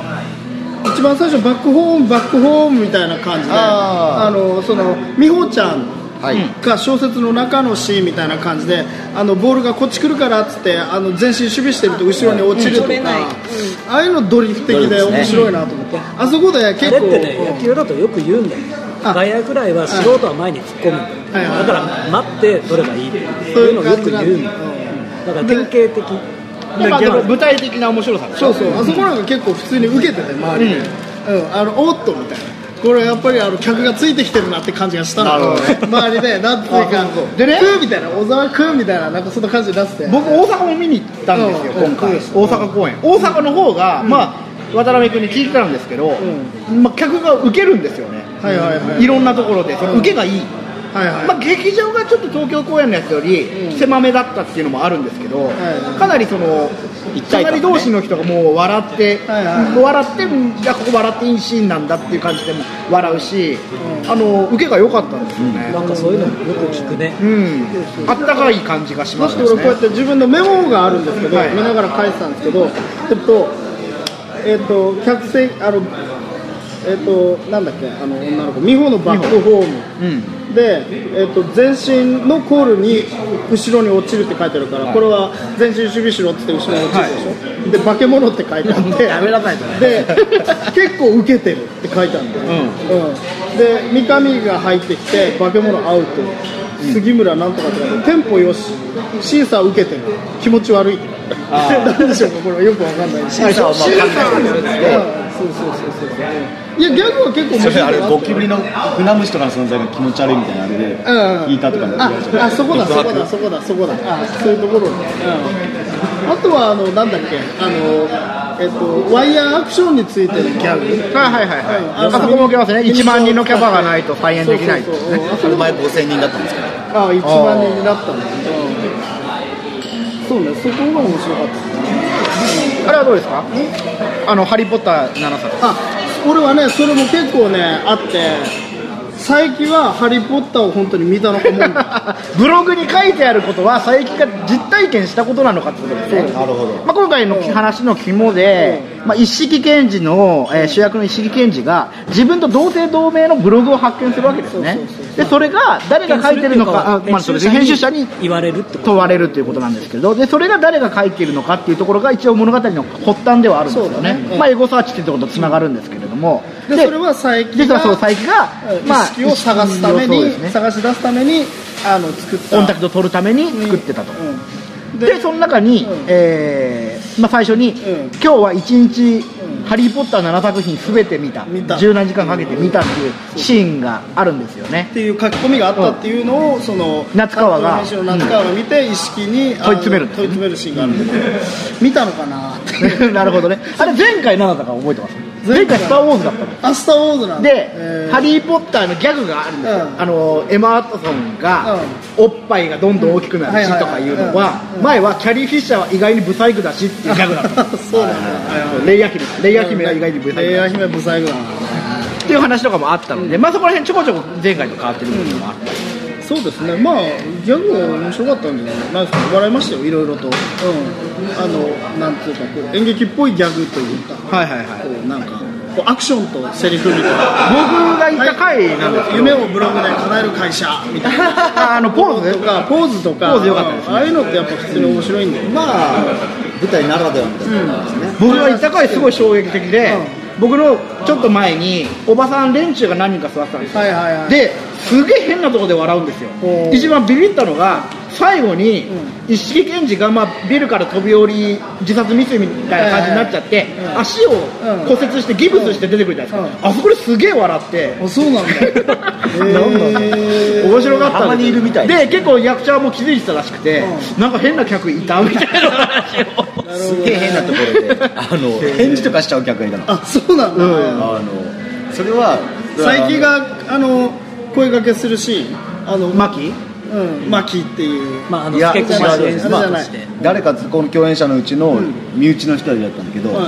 [SPEAKER 1] 一番最初バックホームバックホームみたいな感じで
[SPEAKER 4] あー
[SPEAKER 1] あのその美穂ちゃん
[SPEAKER 4] はい
[SPEAKER 1] が小説の中のシーンみたいな感じであのボールがこっち来るからっつってあの前進守備してると後ろに落ちるとか、
[SPEAKER 3] うん
[SPEAKER 1] ああいうのドリフ的で面白いなと思って、あそこで
[SPEAKER 5] あ
[SPEAKER 1] 結
[SPEAKER 5] れっ
[SPEAKER 1] 構、
[SPEAKER 5] てね野球だとよく言うんだよ
[SPEAKER 1] あ
[SPEAKER 5] 外野くらいは素人は前に突っ込むんだよ
[SPEAKER 1] はい
[SPEAKER 5] だから待って取ればいいっていうのをよく言うんだよだから典型的
[SPEAKER 2] でまあでも具体的な面白さでしょ
[SPEAKER 1] そうそうあそこなんか結構普通に受けてて周りで、うんあのおっとみたいなこれやっぱりあの客がついてきてるなって感じがしたのよ周りでなんていうか「でね」みたいな「小沢君」みたいななんかそんな感じになってて
[SPEAKER 2] 僕大阪も見に行ったんですよ
[SPEAKER 1] うん
[SPEAKER 2] 今回
[SPEAKER 1] うん
[SPEAKER 2] 大阪公演大阪の方がまあ渡辺君に聞いてたんですけどまあ客が受けるんですよね
[SPEAKER 1] はいはいはい
[SPEAKER 2] いろんなところでその受けがいい
[SPEAKER 1] はいはい、
[SPEAKER 2] まあ劇場がちょっと東京公演のやつより狭めだったっていうのもあるんですけど
[SPEAKER 1] はい
[SPEAKER 2] かなりその
[SPEAKER 4] 一体感
[SPEAKER 2] 隣
[SPEAKER 4] ね
[SPEAKER 2] 同士の人がもう笑って
[SPEAKER 1] はいはい
[SPEAKER 2] 笑ってうんいやここ笑っていいシーンなんだっていう感じでも笑うしあの受けが良かったんですよね
[SPEAKER 5] なんかそういうのよく聞くね
[SPEAKER 2] うんあったかい感じがしま
[SPEAKER 1] ま
[SPEAKER 2] し
[SPEAKER 1] したて
[SPEAKER 2] ね
[SPEAKER 1] 俺こうやって自分のメモがあるんですけど、
[SPEAKER 2] はい
[SPEAKER 1] 見ながら書いてたんですけどえっとえっと客席あのえっとなんだっけあの女の子美穂のバックホーム、
[SPEAKER 2] うん
[SPEAKER 1] で、えっと前身のコールに後ろに落ちるって書いてあるから、これは前進守備しろって言って後ろに落ちるでしょ、で化け物って書いてあって [LAUGHS] やめなさいで結構受けてるって書いてあるんだよ、うんで三上が入ってきて化け物アウト、杉村なんとかって書いてあるテンポよし審査受けてる気持ち悪い何でしょうかこれはよくわかんない審
[SPEAKER 4] 査は
[SPEAKER 1] わ
[SPEAKER 4] まあわかんないですけど
[SPEAKER 1] そうそうそうそういやギャグは結構面
[SPEAKER 4] そ
[SPEAKER 1] 白い
[SPEAKER 4] れあれ
[SPEAKER 1] な
[SPEAKER 4] ゴキブリの船虫とかの存在が気持ち悪いみたいなあれで聞いたとか
[SPEAKER 1] ああそこだそこだそこだそこだあそういうところね、あとはあのなんだっけあのえっとワイヤーアクションについてるギャグ
[SPEAKER 2] はいはいはいは
[SPEAKER 1] う
[SPEAKER 2] い、
[SPEAKER 1] ん
[SPEAKER 2] あそこも受けますね1万人のキャパがないと再演できない
[SPEAKER 1] そうそうそううんあそ
[SPEAKER 4] こ
[SPEAKER 1] こ
[SPEAKER 4] の
[SPEAKER 1] も
[SPEAKER 4] 前5000人だったんですけど
[SPEAKER 1] あ一万人になったんだ、うんそうねそこが面白かった
[SPEAKER 2] あれはどうですかあの「ハリー・ポッター7冊」
[SPEAKER 1] あ俺はねそれも結構ねあって最近は「ハリー・ポッター」を本当に見たのかもんだ
[SPEAKER 2] [LAUGHS] ブログに書いてあることは佐伯が実体験したことなのかってことですね
[SPEAKER 4] なるほど
[SPEAKER 2] まあ、今回の話の肝で、まあ、一色賢治の、えー主役の一色賢治が自分と同姓同名のブログを発見するわけですねでそれが誰が書いてるのかあまあそうですね編集者に
[SPEAKER 5] 言われるってこと
[SPEAKER 2] 問われるということなんですけどでそれが誰が書いているのかっていうところが一応物語の発端ではあるんですよ
[SPEAKER 1] そう
[SPEAKER 2] ね
[SPEAKER 1] だねうん
[SPEAKER 2] まあ、エゴサーチっていうところとつながるんですけれども
[SPEAKER 1] でそれは佐伯
[SPEAKER 2] で
[SPEAKER 1] が
[SPEAKER 2] そう佐伯が、
[SPEAKER 1] 意識を探すために、
[SPEAKER 2] 意識をそうですね
[SPEAKER 1] 探し出すためにあの作った
[SPEAKER 2] コンタクトを取るために作ってたと、
[SPEAKER 1] うん
[SPEAKER 2] でその中に、
[SPEAKER 1] うん
[SPEAKER 2] えーまあ、最初
[SPEAKER 1] う
[SPEAKER 2] に、
[SPEAKER 1] ん
[SPEAKER 2] 今日は1日「ハリー・ポッター」7作品全て見た
[SPEAKER 1] 見た
[SPEAKER 2] 十何時間かけて見たっていうシーンがあるんですよね
[SPEAKER 1] っていう書き込みがあったっていうのをその
[SPEAKER 2] 夏川
[SPEAKER 1] 担当の
[SPEAKER 2] が
[SPEAKER 1] 編集の夏川が見て意識にあの
[SPEAKER 2] 問い詰めるんです
[SPEAKER 1] 問い詰めるシーンがあるんで見たのかなって
[SPEAKER 2] [LAUGHS] なるほどねあれ前回何だったか覚えてます前
[SPEAKER 1] 前回
[SPEAKER 2] 回「スター・ウォーズ」だったの
[SPEAKER 1] アスターウォーズなんだ
[SPEAKER 2] で、
[SPEAKER 1] えー
[SPEAKER 2] [LAUGHS] ハリー・ポッター」のギャグがあるんですよ、
[SPEAKER 1] うん
[SPEAKER 2] あのエマ・ワトソンが、おっぱいがどんどん大きくなるし
[SPEAKER 1] うん
[SPEAKER 2] とかいうの
[SPEAKER 1] はいはい
[SPEAKER 2] は
[SPEAKER 1] は、
[SPEAKER 2] 前はキャリー・フィッシャーは意外にブサイクだしっていうギャグだった
[SPEAKER 1] [LAUGHS] そうだね
[SPEAKER 2] レイヤー姫レイヤー姫は意外にブサイク
[SPEAKER 1] レイ
[SPEAKER 2] だ
[SPEAKER 1] ヤ
[SPEAKER 2] し
[SPEAKER 1] ー姫ブサイクだな
[SPEAKER 2] っていう話とかもあったので、まあ、そこら辺ちょこちょこ前回と変わってる部分もあって、
[SPEAKER 1] そうですね、まあ、ギャグは面白かったんじゃないですか、笑いましたよ、いろいろと、うん、あのなんていうかこう、演劇っぽいギャグというか、
[SPEAKER 2] はいはいはい
[SPEAKER 1] こうなんか、こうアクションとセリフみたいな、
[SPEAKER 2] 僕が行った回なんですけど、
[SPEAKER 1] 夢をブログで叶える会社みたいな。
[SPEAKER 2] [LAUGHS] あのポーズ
[SPEAKER 1] とかポーズとか
[SPEAKER 2] ポーズ良かったですね
[SPEAKER 1] ああいうのってやっぱ普通に面白いんだよ、ね
[SPEAKER 4] まあ舞台ならではみたいな感じですね
[SPEAKER 2] 僕が行った回すごい衝撃的で、僕のちょっと前におばさん連中が何人か座ってたんですよ
[SPEAKER 1] はいはいはい
[SPEAKER 2] ですげえ変なとこで笑うんですよ
[SPEAKER 1] ほう
[SPEAKER 2] 一番ビビったのが最後に一色賢治がまあビルから飛び降り自殺未遂みたいな感じになっちゃって
[SPEAKER 1] はいはいうん
[SPEAKER 2] 足を骨折してギブスして出てくるじゃないですかあそこでですげえ笑って
[SPEAKER 1] あそうな
[SPEAKER 2] [LAUGHS]
[SPEAKER 1] んだ
[SPEAKER 2] 面白かったんですよ
[SPEAKER 4] たまにいるみたいです
[SPEAKER 2] で結構役者も気づいてたらしくてなんか変な客いたみたいな話 [LAUGHS] を
[SPEAKER 4] すげえ変なところであの返事とかしちゃう客がいたのあ
[SPEAKER 1] あそうなんだ、
[SPEAKER 4] のそれは
[SPEAKER 1] 佐伯があの声掛けするシーンあの、
[SPEAKER 2] マキ
[SPEAKER 1] うん、マキっていう
[SPEAKER 5] まああの
[SPEAKER 4] いや
[SPEAKER 5] 付け込まし演出
[SPEAKER 1] あれじゃ
[SPEAKER 5] と
[SPEAKER 1] ない
[SPEAKER 5] して
[SPEAKER 4] 誰かこの共演者のうちの身内の一人だったんだけど、
[SPEAKER 1] はい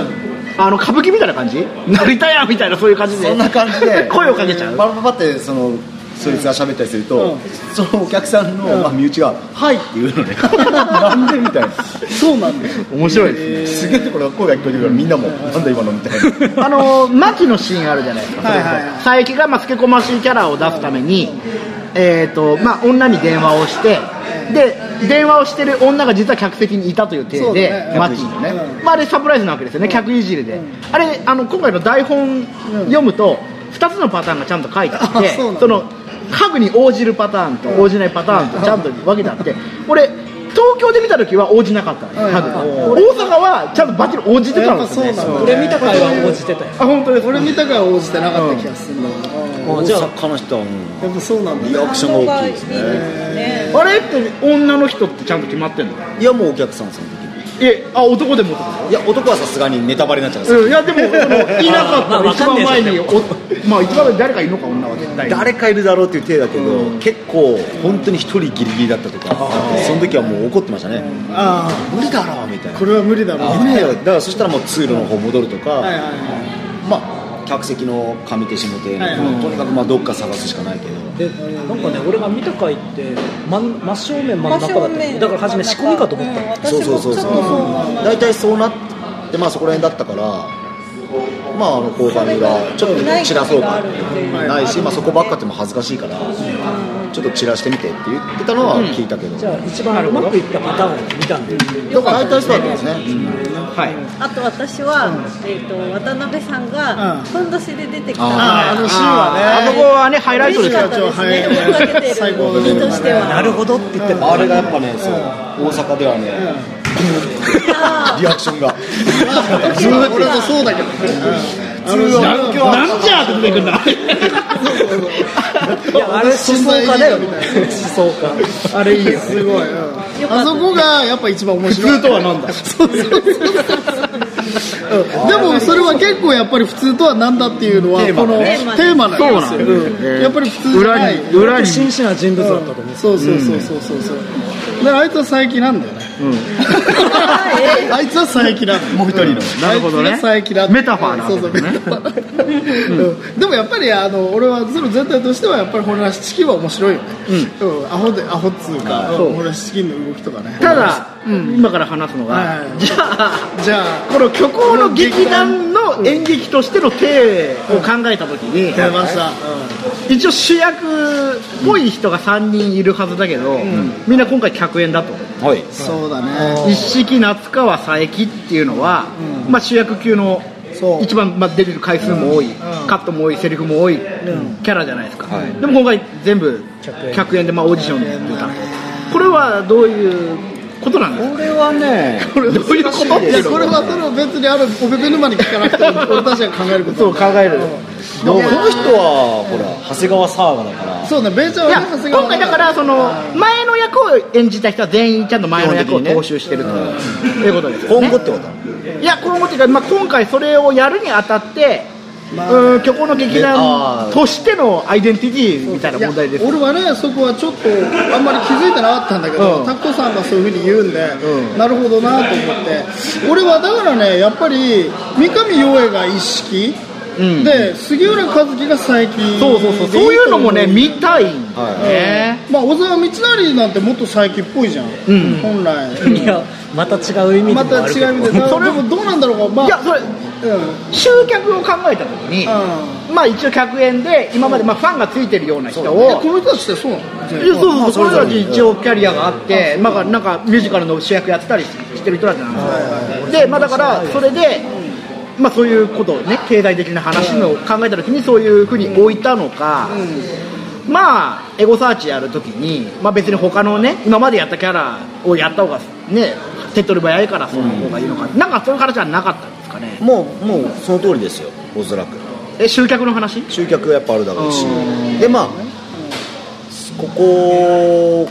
[SPEAKER 2] あの歌舞伎みたいな感じ成田屋みたいなそういう感じで
[SPEAKER 4] そんな感じで
[SPEAKER 2] [LAUGHS] 声をかけちゃう
[SPEAKER 4] パラパラパってそのそいつが喋ったりすると、そのお客さんの、まあ、身内が「はい」って言うのねなんでみたいな
[SPEAKER 1] そうなんですよ
[SPEAKER 2] 面白いですね
[SPEAKER 4] すげえところが声が聞こえてくるからみんなも「なんだ今の」みたいな
[SPEAKER 2] あの牧のシーンあるじゃないですか、
[SPEAKER 1] はいはいはい
[SPEAKER 2] 佐伯がまあつけ込ましいキャラを出すために、えーとまあ、女に電話をしてで電話をしてる女が実は客席にいたという体
[SPEAKER 1] そうだ
[SPEAKER 2] で、
[SPEAKER 1] ね
[SPEAKER 2] マキ
[SPEAKER 4] 客いじりね
[SPEAKER 2] まあ、あれサプライズなわけですよね、客いじりで、あれあの今回の台本読むと、2つのパターンがちゃんと書いてあっ
[SPEAKER 1] あ
[SPEAKER 2] て
[SPEAKER 1] そうなんだ
[SPEAKER 2] その家具に応じるパターンと応じないパターンとちゃんと分けてあって俺東京で見た時は応じなかったのよ家具が大阪はちゃんとバッチリ応じてたんですよ、ね、
[SPEAKER 5] 俺見た回は応じてたよ
[SPEAKER 1] あ本当です俺見たから応じてなかった気がするんだ
[SPEAKER 5] あじゃあ
[SPEAKER 4] この人はもう
[SPEAKER 1] やっぱそうなんだ
[SPEAKER 4] リアクションが大きいです
[SPEAKER 3] いい
[SPEAKER 4] ね
[SPEAKER 3] ですね
[SPEAKER 2] あれって女の人ってちゃんと決まってんの
[SPEAKER 4] いやもうお客さんその時
[SPEAKER 2] えあ男でも男
[SPEAKER 4] いや男はさすがにネタバレになっちゃうんです
[SPEAKER 2] うんいやで [LAUGHS] もそのいなかったら
[SPEAKER 5] まあ
[SPEAKER 2] 一番前にお
[SPEAKER 5] わ
[SPEAKER 2] まあ一番前に誰かいるのか女は絶対に
[SPEAKER 4] 誰かいるだろうっていう体だけど、結構本当に一人ギリギリだったとかその時はもう怒ってましたね、
[SPEAKER 1] あ
[SPEAKER 4] 無理だろうみたい
[SPEAKER 1] あ
[SPEAKER 4] な
[SPEAKER 1] これは無理だろう
[SPEAKER 4] 無理だよだからそしたらもう通路の方戻るとか、
[SPEAKER 1] はいはいは
[SPEAKER 4] まあ客席の上手下手、
[SPEAKER 1] はいはい
[SPEAKER 4] とにかくまあどっか探すしかないけど、
[SPEAKER 5] でなんかね俺が見た回って真ん真正面真ん中だったよだから初め仕込みかと思ったの
[SPEAKER 4] そうそうそうそう大
[SPEAKER 3] 大
[SPEAKER 4] 体そうなってまあそこら辺だったからまああの交換がちょっと散らそうかないし、まあ、そこばっかっても恥ずかしいから、ちょっと散らしてみてって言ってたのは聞いたけど、
[SPEAKER 5] じゃあ一番うまくいったパターンを見たんで
[SPEAKER 4] だから大体そうだったんですね、
[SPEAKER 3] あと私は、えー、と渡辺さん
[SPEAKER 1] うん
[SPEAKER 3] がふんどしで出てきたの
[SPEAKER 1] ああ
[SPEAKER 3] が
[SPEAKER 1] のシーンは
[SPEAKER 2] あ
[SPEAKER 1] ね
[SPEAKER 2] そこはねハイライト
[SPEAKER 3] 嬉
[SPEAKER 2] で
[SPEAKER 3] し
[SPEAKER 2] す
[SPEAKER 3] か
[SPEAKER 2] よ
[SPEAKER 3] ったです
[SPEAKER 1] は
[SPEAKER 3] ね
[SPEAKER 1] い
[SPEAKER 3] 追っかけてる
[SPEAKER 1] 最高だね
[SPEAKER 3] 身としては
[SPEAKER 5] なるほどって言ってた
[SPEAKER 4] あれがやっぱね、そう大阪ではね、リアクションが、
[SPEAKER 1] ずーっと俺もそうだけどね
[SPEAKER 2] なんなんじゃって出てく
[SPEAKER 1] [LAUGHS]
[SPEAKER 2] るんだ
[SPEAKER 5] いやあれ思想家だよね思想
[SPEAKER 2] あれいいよ
[SPEAKER 1] [LAUGHS] すごいうんあそこがやっぱ一番面
[SPEAKER 2] 普
[SPEAKER 1] 白い
[SPEAKER 2] 通とはなんだ
[SPEAKER 1] [LAUGHS] そうそうそうそう
[SPEAKER 2] [LAUGHS]
[SPEAKER 1] うんでもそれは結構やっぱり普通とは何だっていうのは
[SPEAKER 2] テーマ
[SPEAKER 1] このテ
[SPEAKER 3] ね
[SPEAKER 1] ーマなんですよ
[SPEAKER 2] そうなんだよね
[SPEAKER 1] うんやっぱり普通じゃな
[SPEAKER 2] 裏
[SPEAKER 1] い
[SPEAKER 2] に裏
[SPEAKER 5] 家
[SPEAKER 2] に
[SPEAKER 5] 真摯な人物だったと思う
[SPEAKER 1] そうそうそうそうそうそうだからあいつは佐伯なんだよね [LAUGHS] あいつは佐伯なんだよ
[SPEAKER 4] もう一人の、
[SPEAKER 2] なるほどね
[SPEAKER 1] あいつが佐伯だって
[SPEAKER 2] メタファーなわけですね
[SPEAKER 1] そうそうメタファーうんでもやっぱりあの俺はその全体としてはやっぱりホラシチキンは面白いよねうんアホでアホっつうかうんホラシチキンの動きとかね
[SPEAKER 2] ただ、今から話すの
[SPEAKER 1] は
[SPEAKER 2] が
[SPEAKER 1] い
[SPEAKER 2] じゃあ
[SPEAKER 1] じゃあ
[SPEAKER 2] この虚構の劇団の演劇としての体を考えた時に、
[SPEAKER 1] 出ました
[SPEAKER 2] 一応主役っぽい人が3人いるはずだけど、みんな今回客演だと
[SPEAKER 4] はい、
[SPEAKER 1] そうだね
[SPEAKER 2] 一式夏川佐伯っていうのは、まあ、主役級の
[SPEAKER 1] そう
[SPEAKER 2] 一番、まあ、出てる回数も多い、カットも多いセリフも多い、キャラじゃないですか、でも今回全部
[SPEAKER 5] 客演
[SPEAKER 2] 客演で、まあ、オーディションで出たこれはどういうことなんですか
[SPEAKER 4] これはね、
[SPEAKER 2] [LAUGHS] これどういうことって
[SPEAKER 1] い
[SPEAKER 2] い
[SPEAKER 1] や
[SPEAKER 2] うの
[SPEAKER 1] これはその別にあるおべべ沼に聞かなくても俺たちが考えること
[SPEAKER 2] そう考える
[SPEAKER 4] でもこの人は、ほら、長谷川沙和だから、
[SPEAKER 1] そうねベイちゃんは
[SPEAKER 2] いや
[SPEAKER 1] ね長谷川
[SPEAKER 2] 今回だからその前の役を演じた人は全員ちゃんと前の役を踏襲してるということですよね
[SPEAKER 4] 今後ってこと
[SPEAKER 2] いや今後っていうか、まあ、今回それをやるにあたって、うん虚構の劇団としてのアイデンティティみたいない
[SPEAKER 1] や
[SPEAKER 2] 問題です
[SPEAKER 1] 俺はねそこはちょっとあんまり気づいてなかったんだけど、
[SPEAKER 2] うん
[SPEAKER 1] タクトさんがそういうふうに言うんで、
[SPEAKER 2] うん
[SPEAKER 1] なるほどなと思って俺はだからねやっぱり三上洋栄が一式、
[SPEAKER 2] うん
[SPEAKER 1] で杉浦和樹が佐伯
[SPEAKER 2] そうそうそうそういうのもね見たいんだよ
[SPEAKER 4] は
[SPEAKER 2] ね、
[SPEAKER 1] まあ小沢道成なんてもっと佐伯っぽいじゃん、
[SPEAKER 2] ん
[SPEAKER 1] 本
[SPEAKER 2] [LAUGHS]
[SPEAKER 1] 来
[SPEAKER 5] いやまた違う意味で
[SPEAKER 1] ま
[SPEAKER 5] も
[SPEAKER 1] た
[SPEAKER 5] あるけ
[SPEAKER 1] 違
[SPEAKER 5] ど
[SPEAKER 1] う意味で
[SPEAKER 2] そ
[SPEAKER 1] そ
[SPEAKER 2] れ
[SPEAKER 1] れもどうなんだろうかまあ
[SPEAKER 2] いやそれ
[SPEAKER 1] うん
[SPEAKER 2] 集客を考えた時に、
[SPEAKER 1] う
[SPEAKER 2] まあ一応100円で今までまあファンがついてるような人を、
[SPEAKER 1] えこの人たちってそうなの
[SPEAKER 2] いやそうそうそう、俺たち一応キャリアがあって、まあ、なんかミュージカルの主役やってたりしてる人たちなんですよ、で、まあ、だから、それで、まあ、そういうことをね、経済的な話の考えたときに、そういうふうに置いたのか、まあ、エゴサーチやるときに、まあ、別に他のね、今までやったキャラをやった方が、ね、手っ取り早いから、その方がいいのか、なんかそういう話はなかったんですかね、
[SPEAKER 4] だ、もう、もうその通りですよ、おそらく、
[SPEAKER 2] え集客の話
[SPEAKER 4] 集客がやっぱあるだろうし
[SPEAKER 2] う、
[SPEAKER 4] で、まあ、ここ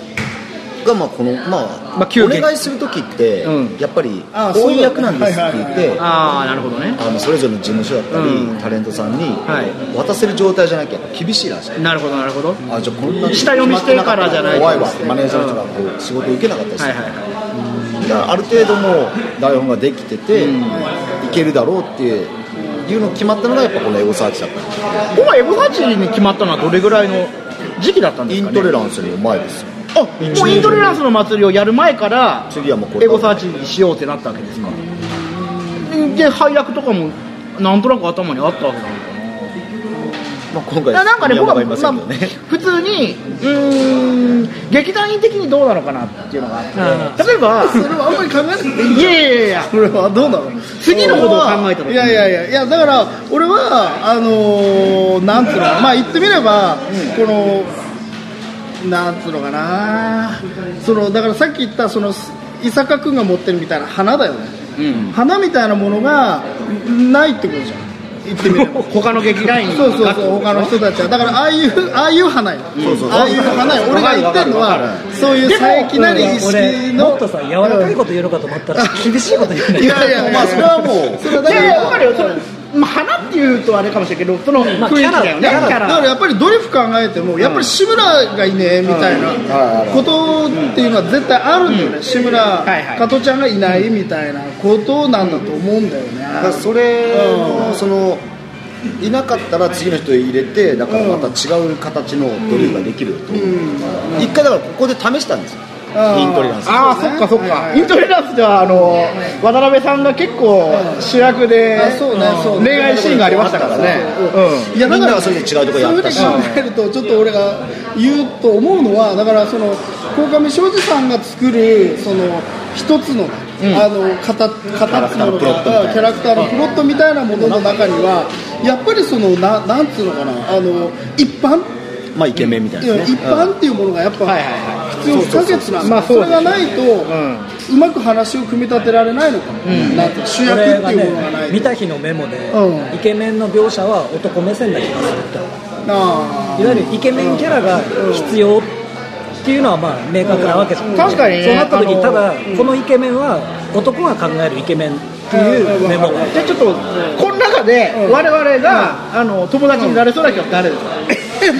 [SPEAKER 4] が、まあ、この、ま
[SPEAKER 2] まあ
[SPEAKER 4] あ、
[SPEAKER 2] 急
[SPEAKER 4] お
[SPEAKER 2] 遽
[SPEAKER 4] 願いする時って
[SPEAKER 2] うん、
[SPEAKER 4] やっぱり、
[SPEAKER 1] あ
[SPEAKER 4] こういう役なんですって
[SPEAKER 1] そう
[SPEAKER 4] 言
[SPEAKER 1] だね
[SPEAKER 4] っ
[SPEAKER 1] はいはい
[SPEAKER 4] て。
[SPEAKER 2] ああ、なるほどね、
[SPEAKER 4] あのそれぞれの事務所だったり、
[SPEAKER 2] うん
[SPEAKER 4] タレントさんに
[SPEAKER 2] はい
[SPEAKER 4] 渡せる状態じゃなきゃ厳しいらしい、
[SPEAKER 2] なるほど、なるほど、は
[SPEAKER 4] あじゃあこんな
[SPEAKER 2] 下読みしてからじゃないと
[SPEAKER 4] 怖いわマネージャーの人がこう仕事受けなかったり
[SPEAKER 2] い
[SPEAKER 4] す
[SPEAKER 2] は
[SPEAKER 4] る
[SPEAKER 2] いはい。
[SPEAKER 4] だからある程度もう台本ができてて、いけるだろうっていうの決まったのがやっぱこのエゴサーチだった
[SPEAKER 2] 僕はエゴサーチに決まったのはどれぐらいの時期だったんで
[SPEAKER 4] イ
[SPEAKER 2] すか
[SPEAKER 4] ン
[SPEAKER 2] ね
[SPEAKER 4] トレランスの前ですよ
[SPEAKER 2] あもうイントレランスの祭りをやる前から
[SPEAKER 4] 次はもうこれ
[SPEAKER 2] エゴサーチにしようってなったわけですかで配役とかもなんとなく頭にあったわけなんで
[SPEAKER 4] まあ、今回
[SPEAKER 2] だなんかね僕は、
[SPEAKER 4] 宮本がいませんけ
[SPEAKER 2] ま
[SPEAKER 4] ど
[SPEAKER 2] あ
[SPEAKER 4] ね、
[SPEAKER 2] 普通にうーん劇団員的にどうなのかなっていうのがあって例えば
[SPEAKER 1] それはあんまり考えなくていい
[SPEAKER 2] いやいやいや
[SPEAKER 1] それはどうなの
[SPEAKER 2] 次のことを考えた時に
[SPEAKER 1] いやいやいやいやだから俺はあのー、なんつうのまあ言ってみれば、このなんつうのかなそのだからさっき言ったその伊坂君が持ってるみたいな花だよね、花みたいなものがないってことじゃん言ってみ
[SPEAKER 2] [LAUGHS]
[SPEAKER 1] れば
[SPEAKER 2] 他の劇団員が
[SPEAKER 1] そうそうそう他の人たちはだからああいうああいう花よ、ああいう花よ俺が言ってるの
[SPEAKER 2] わかるわ
[SPEAKER 1] はそういう
[SPEAKER 2] でも
[SPEAKER 1] 佐伯なり意
[SPEAKER 5] 俺
[SPEAKER 1] 識の
[SPEAKER 5] もっとさ柔らかいこと言うのかと思ったら厳しいこと言うね
[SPEAKER 1] いやいやいや
[SPEAKER 4] まあそれはもう
[SPEAKER 1] それはい
[SPEAKER 2] やいや分かるよそれ、まあ、花っていうとあれかもしれんけどその雰囲気だよね、
[SPEAKER 5] まあキャラ
[SPEAKER 2] キャ
[SPEAKER 1] だ
[SPEAKER 2] ラ
[SPEAKER 1] からやっぱりドリフ考えてもやっぱり志村がいねえみたいなことっていうのは絶対あるんだよね志村
[SPEAKER 2] はいはい
[SPEAKER 1] 加トちゃんがいないみたいなことなんだと思うんだよ
[SPEAKER 4] だから
[SPEAKER 1] ね
[SPEAKER 4] それ
[SPEAKER 1] う
[SPEAKER 4] のそのいなかったら次の人入れてだからまた違う形のドリルができると、一回だからここで試したんですよ、
[SPEAKER 1] うん
[SPEAKER 4] イントリランス
[SPEAKER 2] ああそっかそっかイントレランスではあの渡辺さんが結構主役で
[SPEAKER 1] あそうねそうね
[SPEAKER 2] 恋愛シーンがありましたからね
[SPEAKER 1] いやだか
[SPEAKER 4] みんな
[SPEAKER 1] ら
[SPEAKER 4] がそれで違うとこやったし
[SPEAKER 1] そういうふうに考えるとちょっと俺が言うと思うのはだからその鴻上庄司さんが作るその一つの、あの型型っていうのが
[SPEAKER 4] キャラクターのプロットみたい
[SPEAKER 1] キャラクターのプロットみたいな
[SPEAKER 4] な
[SPEAKER 1] ものの中にはやっぱりそのななんつうのかなあの一般
[SPEAKER 4] まあイケメンみたい
[SPEAKER 1] い
[SPEAKER 4] な
[SPEAKER 1] や
[SPEAKER 4] です
[SPEAKER 1] 一
[SPEAKER 4] ね、
[SPEAKER 1] 般っていうものがやっぱ
[SPEAKER 2] はいはい
[SPEAKER 1] 必要不可欠なん
[SPEAKER 2] まあ
[SPEAKER 1] だ
[SPEAKER 2] そう
[SPEAKER 1] それ
[SPEAKER 2] ですよ
[SPEAKER 1] がないとうまく話を組み立てられないのかもなんて主役
[SPEAKER 5] 俺
[SPEAKER 1] っ
[SPEAKER 5] が
[SPEAKER 1] ていうものがな
[SPEAKER 5] ね
[SPEAKER 1] い
[SPEAKER 5] 見
[SPEAKER 1] と
[SPEAKER 5] た日のメモで、
[SPEAKER 1] うん
[SPEAKER 5] イケメンの描写は男目線だけがすると
[SPEAKER 1] あ
[SPEAKER 5] いわゆるイケメンキャラが必要っていうのはまあ明確なわけじゃん、
[SPEAKER 2] 確かにね
[SPEAKER 5] そうなった時
[SPEAKER 2] あの
[SPEAKER 5] にただ、このイケメンは男が考えるイケメンっていうメモがある
[SPEAKER 2] じゃあちょっとこの中で我々があの友達になれそうな人は誰ですか [LAUGHS]
[SPEAKER 1] あそれ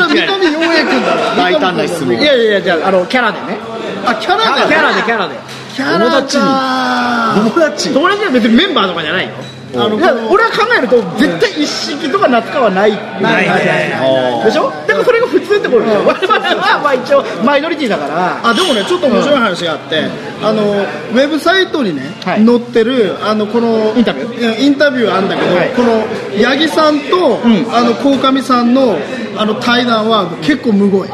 [SPEAKER 1] は三上洋平君だろ
[SPEAKER 4] 大胆な質問
[SPEAKER 2] いやいやいやじゃああのキャラでね
[SPEAKER 1] あキャラだ
[SPEAKER 2] キャラでキャラで
[SPEAKER 1] キャラか
[SPEAKER 4] 友達
[SPEAKER 2] 友達は別にメンバーとかじゃないよあのいや俺は考えると絶対一式とか夏川はない
[SPEAKER 1] ないないない
[SPEAKER 4] あ
[SPEAKER 2] でしょだからそれが普通ってことでしょ我々はまあ一応マイノリティだから
[SPEAKER 1] あでもねちょっと面白い話があって、あのウェブサイトにね、
[SPEAKER 2] はい
[SPEAKER 1] 載ってるあのこの
[SPEAKER 2] インタビュー
[SPEAKER 1] いやインタビューあるんだけど、
[SPEAKER 2] はい
[SPEAKER 1] この八木さんと、
[SPEAKER 2] ん
[SPEAKER 1] あの鴻上さんのあの対談は結構むごい。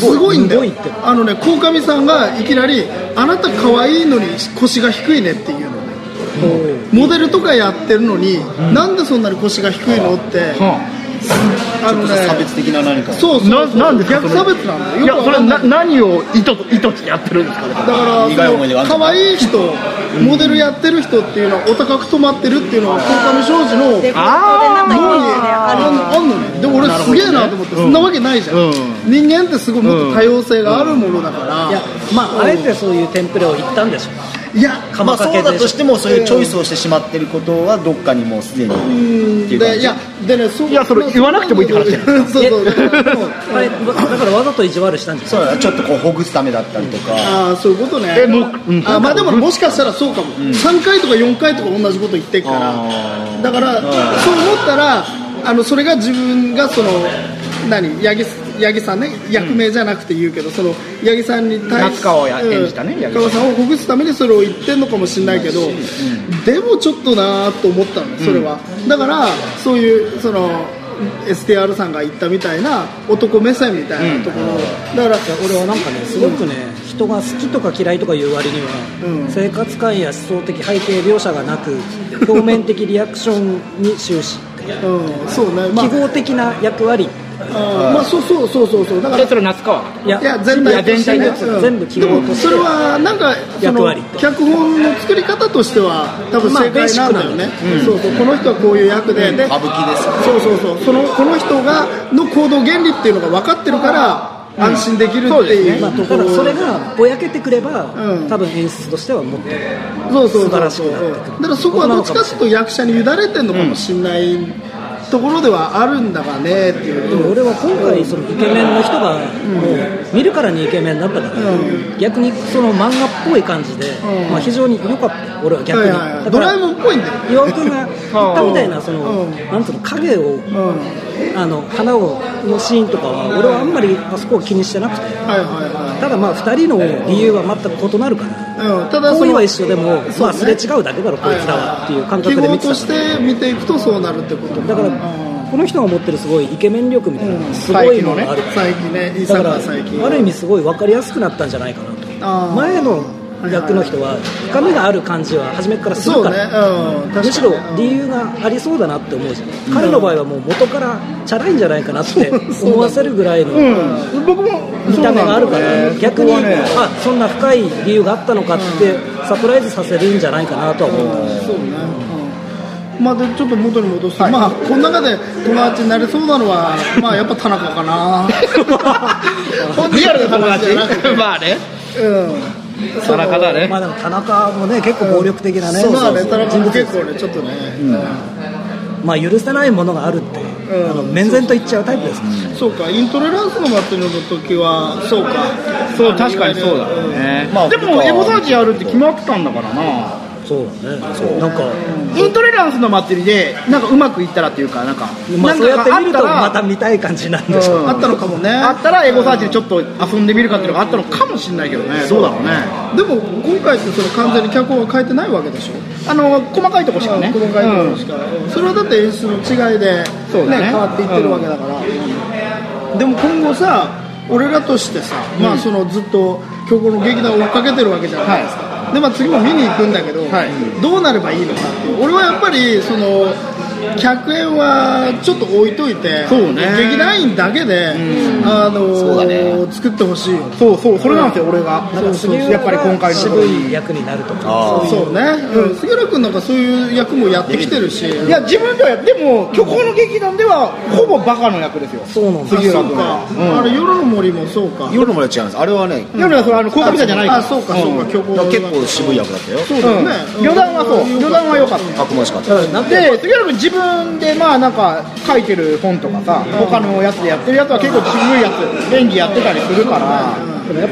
[SPEAKER 1] すごいんだよ
[SPEAKER 5] むごいって
[SPEAKER 1] あのね鴻上さんがいきなり「あなた可愛いのに腰が低いね」っていうのねモデルとかやってるのに、なんでそんなに腰が低いのって、あのね
[SPEAKER 4] 差別的な何か
[SPEAKER 1] そうそうそう
[SPEAKER 2] ななんですか
[SPEAKER 1] 逆差別なんだよ
[SPEAKER 2] い
[SPEAKER 1] よ
[SPEAKER 2] や
[SPEAKER 1] くわ
[SPEAKER 2] それ
[SPEAKER 1] かんない
[SPEAKER 2] な何を意図意図してやってるんですかね
[SPEAKER 1] だから
[SPEAKER 4] 苦い思い出があんの
[SPEAKER 1] 可愛い人モデルやってる人っていうのはお高く止まってるっていうのは鴻上庄司の脳に
[SPEAKER 3] デフォルトでなんかイメージである
[SPEAKER 1] ああんのねでも俺すげえなと思ってそんなわけないじゃん
[SPEAKER 2] うん
[SPEAKER 1] 人間ってすごいもっと多様性があるものだから
[SPEAKER 5] いやまああえてそういうテンプレを言ったんでしょ
[SPEAKER 1] いや
[SPEAKER 4] まあ
[SPEAKER 5] 鎌
[SPEAKER 4] そ
[SPEAKER 5] 掛
[SPEAKER 4] う
[SPEAKER 5] け
[SPEAKER 4] だ
[SPEAKER 5] でし
[SPEAKER 4] と
[SPEAKER 5] ょ
[SPEAKER 4] してもそういうチョイスをしてしまってることはどっかにもうすでにっていう感
[SPEAKER 1] で
[SPEAKER 4] じ
[SPEAKER 1] いやでねそう
[SPEAKER 2] いやそれ言わなくてもいいって話じゃん
[SPEAKER 1] [LAUGHS] そうそうだから
[SPEAKER 5] でもあれだからわざと意地悪したんじゃない
[SPEAKER 4] そうだねちょっとこうほぐすためだったりとか、
[SPEAKER 1] ああそういうことね
[SPEAKER 2] えもううん
[SPEAKER 1] あまあでももしかしたらそうかも、3回とか4回とか同じこと言ってるからだからそう思ったらあのそれが自分がその何八木八木さんね役名じゃなくて言うけど、その八木さんに対して
[SPEAKER 2] 夏川をや演じたね八木さん
[SPEAKER 1] 川さんをほぐすためにそれを言ってんのかもしれないけど、でもちょっとなーと思ったのねそれは、だからそういうその STR さんが言ったみたいな男目線みたいなところ、だから
[SPEAKER 5] 俺はなんかねすごくね人が好きとか嫌いとかいう割には、
[SPEAKER 1] うん
[SPEAKER 5] 生活観や思想的背景描写がなく表面的リアクションに終始
[SPEAKER 1] うん、そうね、 [LAUGHS] まあ
[SPEAKER 5] 記号的な役割
[SPEAKER 1] あーまあそうそうそうそうそうだから
[SPEAKER 2] でそれ夏川
[SPEAKER 5] いや
[SPEAKER 1] いや全体として
[SPEAKER 2] い
[SPEAKER 1] ね
[SPEAKER 2] や全体
[SPEAKER 1] うん
[SPEAKER 5] 全部記
[SPEAKER 1] で
[SPEAKER 5] 号と
[SPEAKER 1] も
[SPEAKER 5] して
[SPEAKER 1] それはなんかそ
[SPEAKER 5] 役
[SPEAKER 1] の
[SPEAKER 5] 割
[SPEAKER 1] 脚本の作り方としては多分正解なんだよね、そうそうこの人はこういう役で、で
[SPEAKER 4] 歌舞伎です
[SPEAKER 1] そうそうそうそのこの人がの行動原理っていうのが分かってるから安心できるっていう,、
[SPEAKER 5] [LAUGHS] まあ、
[SPEAKER 1] と
[SPEAKER 5] た
[SPEAKER 1] ころ
[SPEAKER 5] だそれがぼやけてくれば、
[SPEAKER 1] うん
[SPEAKER 5] 多分演出としてはもっと
[SPEAKER 1] そうそうそう
[SPEAKER 5] 素晴らしくなってくる
[SPEAKER 1] だからそこはどっちかっていうと役者に委ねてるのかもしれない、ところではあるんだがねっていう
[SPEAKER 5] でも俺は今回そのイケメンの人がもう見るからにイケメンだったから、逆にその漫画っぽい感じで、
[SPEAKER 1] うん
[SPEAKER 5] まあ、非常に良かった俺は逆
[SPEAKER 1] は
[SPEAKER 5] に、
[SPEAKER 1] いはいはい
[SPEAKER 5] だ
[SPEAKER 1] ド
[SPEAKER 5] か
[SPEAKER 1] ラえ
[SPEAKER 5] ら
[SPEAKER 1] もんっぽいんだよ
[SPEAKER 5] 岩尾君が言ったみたいなその、
[SPEAKER 1] うん
[SPEAKER 5] なんつうの影を
[SPEAKER 1] うん
[SPEAKER 5] あの花をのシーンとかは俺はあんまりあそこを気にしてなくて
[SPEAKER 1] はいは
[SPEAKER 5] ただまあ2人の理由は全く異なるから
[SPEAKER 1] いはい、うん、ただ
[SPEAKER 5] 行
[SPEAKER 1] そ
[SPEAKER 5] 為
[SPEAKER 1] の
[SPEAKER 5] は一緒でも、
[SPEAKER 1] そう
[SPEAKER 5] まあ、
[SPEAKER 1] ね
[SPEAKER 5] すれ違うだけだろこいつらはっていう感覚
[SPEAKER 1] 記
[SPEAKER 5] で
[SPEAKER 1] 号
[SPEAKER 5] 見て
[SPEAKER 1] と
[SPEAKER 5] た
[SPEAKER 1] し
[SPEAKER 5] から
[SPEAKER 1] て見ていくとそうなるってこと
[SPEAKER 5] だから
[SPEAKER 1] うん
[SPEAKER 5] この人が持ってるすごいイケメン力みたいなのがすご
[SPEAKER 1] 最
[SPEAKER 5] い
[SPEAKER 1] 近
[SPEAKER 5] の
[SPEAKER 1] のね
[SPEAKER 5] があるから
[SPEAKER 1] 最近ねいい
[SPEAKER 5] だ
[SPEAKER 1] 作
[SPEAKER 5] から
[SPEAKER 1] 家最近
[SPEAKER 5] ある意味すごい分かりやすくなったんじゃないかなと
[SPEAKER 1] あー
[SPEAKER 5] 前の役の人は深みがある感じは初めからする
[SPEAKER 1] そう
[SPEAKER 5] か
[SPEAKER 1] ね
[SPEAKER 5] ら
[SPEAKER 1] うん確かに
[SPEAKER 5] むしろ理由がありそうだなって思うじゃん、彼の場合はもう元からチャラいんじゃないかなって思わせるぐらいの
[SPEAKER 1] うん僕も
[SPEAKER 5] 見た目があるから、逆に、
[SPEAKER 1] そうなんだよね
[SPEAKER 5] あそんな深い理由があったのかって、サプライズさせるんじゃないかなとは思う、
[SPEAKER 1] そうね、うん、まあでちょっと元に戻すと、まあこの中で友達になりそうなの
[SPEAKER 5] [LAUGHS]
[SPEAKER 1] はまあやっぱ田中かな
[SPEAKER 2] リアルな友達
[SPEAKER 1] じゃなくて
[SPEAKER 2] [LAUGHS] まあね
[SPEAKER 1] うん
[SPEAKER 2] 田中だね
[SPEAKER 5] まあでも田中もね結構暴力的なね、
[SPEAKER 1] まあね田中も結構ねちょっとね、
[SPEAKER 5] まあ許せないものがあるって、
[SPEAKER 1] ん
[SPEAKER 5] あの面前と言っちゃうタイプですからね、
[SPEAKER 1] そうかイントレランスの祭りの時はそうか
[SPEAKER 2] そう確かにそうだろうね、
[SPEAKER 4] まあ
[SPEAKER 2] でもエゴサーチやるって決まってたんだからな
[SPEAKER 5] そうだねなんか、
[SPEAKER 2] イントレランスの祭りでなんかうまくいったらっていうかなんかな
[SPEAKER 5] まあ、
[SPEAKER 2] ん
[SPEAKER 5] そうや
[SPEAKER 2] か
[SPEAKER 5] って
[SPEAKER 2] があ
[SPEAKER 5] 見
[SPEAKER 2] っ
[SPEAKER 5] る
[SPEAKER 2] た
[SPEAKER 5] とま
[SPEAKER 2] ら
[SPEAKER 5] た見たい感じなんでしょう、
[SPEAKER 1] うんあったのかもね
[SPEAKER 2] あったらエゴサーチでちょっと遊んでみるかっていうのがあったのかもしれないけどねそうだろうね
[SPEAKER 1] でも今回ってその完全に脚本は変えてないわけでしょ
[SPEAKER 2] あの細かいとこしかね
[SPEAKER 1] 細かいところしか、それはだって演出の違いで、ね
[SPEAKER 2] そうだね
[SPEAKER 1] 変わっていってるわけだから、でも今後さ俺らとしてさ、まあそのずっと強豪の劇団を追っかけてるわけじゃないですか、でまあ、次も見に行くんだけど、
[SPEAKER 2] はい
[SPEAKER 1] どうなればいいのかっていう俺はやっぱりその客演はちょっと置いといて
[SPEAKER 2] そうね
[SPEAKER 1] 劇団員だけで、あの
[SPEAKER 2] そうだね
[SPEAKER 1] 作ってほしいよ
[SPEAKER 2] そうそうそれなんですよ、俺が
[SPEAKER 5] なんか
[SPEAKER 2] そう
[SPEAKER 5] 杉
[SPEAKER 2] そうやっ
[SPEAKER 5] 浦
[SPEAKER 2] ぱり今
[SPEAKER 5] が
[SPEAKER 2] 回の
[SPEAKER 5] 渋い役になるとか、
[SPEAKER 4] あ
[SPEAKER 1] そうね、うん、杉浦君なんかそういう役もやってきてるし
[SPEAKER 2] いや自分ではでも虚構の劇団ではほぼバカの役ですよ
[SPEAKER 5] そうなんだ
[SPEAKER 2] 杉
[SPEAKER 1] そう
[SPEAKER 2] 浦君
[SPEAKER 1] か
[SPEAKER 2] は、
[SPEAKER 1] あれ夜の森もそうか
[SPEAKER 4] あ夜の森は違うんですあれはね
[SPEAKER 2] 夜はそれあの高校じゃないから
[SPEAKER 1] あそうかそうか虚構
[SPEAKER 4] だから結構渋い役だったよ
[SPEAKER 1] そう
[SPEAKER 2] うん
[SPEAKER 1] だよね
[SPEAKER 2] 旅団はそう旅団は良かった
[SPEAKER 4] たくましかった
[SPEAKER 5] だからなんて
[SPEAKER 2] で杉原君自分でまあなんか書いてる本とかさ他のやつでやってるやつは結構渋いやつ演技やってたりするから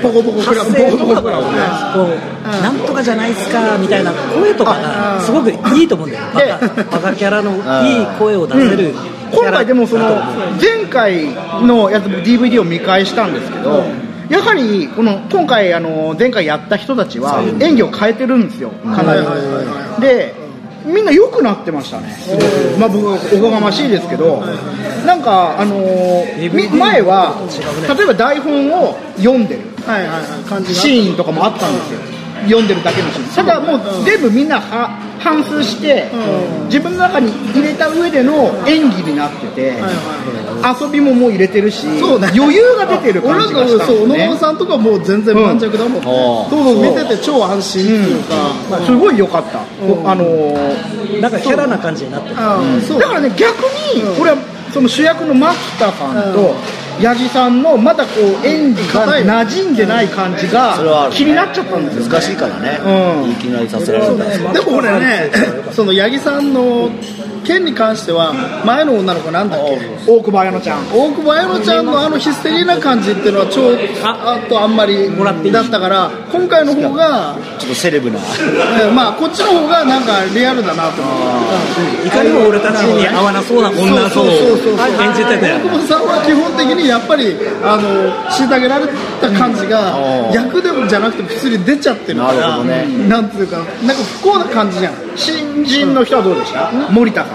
[SPEAKER 2] ポコポコクラ
[SPEAKER 5] 発
[SPEAKER 2] ブ
[SPEAKER 5] 声
[SPEAKER 2] ポ
[SPEAKER 5] と
[SPEAKER 2] コポ
[SPEAKER 5] か
[SPEAKER 2] コクラブね
[SPEAKER 5] こうなんとかじゃないっすかみたいな声とかがすごくいいと思うんだよバカバカキャラのいい声を出せるキ
[SPEAKER 2] 今
[SPEAKER 5] ャラ
[SPEAKER 2] 回でもその前回のやつ DVD を見返したんですけどやはりこの今回あの前回やった人たちは演技を変えてるんですよかなりでみんな良くなってましたねまあ僕はおこがましいですけどなんかあのーみ
[SPEAKER 5] DVD
[SPEAKER 2] 前は
[SPEAKER 5] 違うね
[SPEAKER 2] 例えば台本を読んでる
[SPEAKER 1] はいはいはい感じが
[SPEAKER 2] シーンとかもあったんですよ読んでるだけのシーンただもう全部みんなは反数して
[SPEAKER 1] うん
[SPEAKER 2] 自分の中に入れた上での演技になってて
[SPEAKER 1] はいはい
[SPEAKER 2] 遊びももう入れてるし
[SPEAKER 1] そうね
[SPEAKER 2] 余裕が出てる
[SPEAKER 1] 俺
[SPEAKER 2] 感
[SPEAKER 1] なん
[SPEAKER 2] じが
[SPEAKER 1] か
[SPEAKER 2] したんで
[SPEAKER 1] そう
[SPEAKER 2] す
[SPEAKER 1] 野村
[SPEAKER 2] ね
[SPEAKER 1] さんとかもう全然盤石だもんね、
[SPEAKER 4] うんあー
[SPEAKER 1] そうそう見てて超安心っていうか、
[SPEAKER 2] すごい良かったあのー
[SPEAKER 5] なんかキャラな感じになってる
[SPEAKER 1] うんそう
[SPEAKER 2] だからね逆
[SPEAKER 1] う
[SPEAKER 2] に
[SPEAKER 1] ん
[SPEAKER 2] 俺はその主役の牧田さんと八木さんのまだこう演技が馴染んでない感じ
[SPEAKER 4] それは
[SPEAKER 2] が
[SPEAKER 4] あるね
[SPEAKER 2] 気になっちゃったんですよ
[SPEAKER 4] 難しいから
[SPEAKER 2] う
[SPEAKER 4] ね
[SPEAKER 2] ん
[SPEAKER 4] いきなりさせられたんですよ
[SPEAKER 1] でも俺
[SPEAKER 2] [LAUGHS]
[SPEAKER 1] ね、その八木さんの件に関しては、前の女の子、なんだっけ、
[SPEAKER 2] 大久保彩乃ちゃん
[SPEAKER 1] 大久保彩乃ちゃんのあのヒステリーな感じっていうのは、ちょあとあんまりだったから、今回の方が、
[SPEAKER 4] ちょっとセレブな
[SPEAKER 1] えまあ、こっちの方がなんかリアルだなと思って。
[SPEAKER 5] いかにも俺たちに合わなそうな女像を演じてたよ
[SPEAKER 1] 大久保さんは基本的にやっぱりあの虐げられた感じが
[SPEAKER 4] うん
[SPEAKER 1] 役でもじゃなくて普通に出ちゃってるから
[SPEAKER 4] なるほどね
[SPEAKER 1] なんていうかなんか不幸な感じじゃん
[SPEAKER 2] 新人の人はどうでした森田さん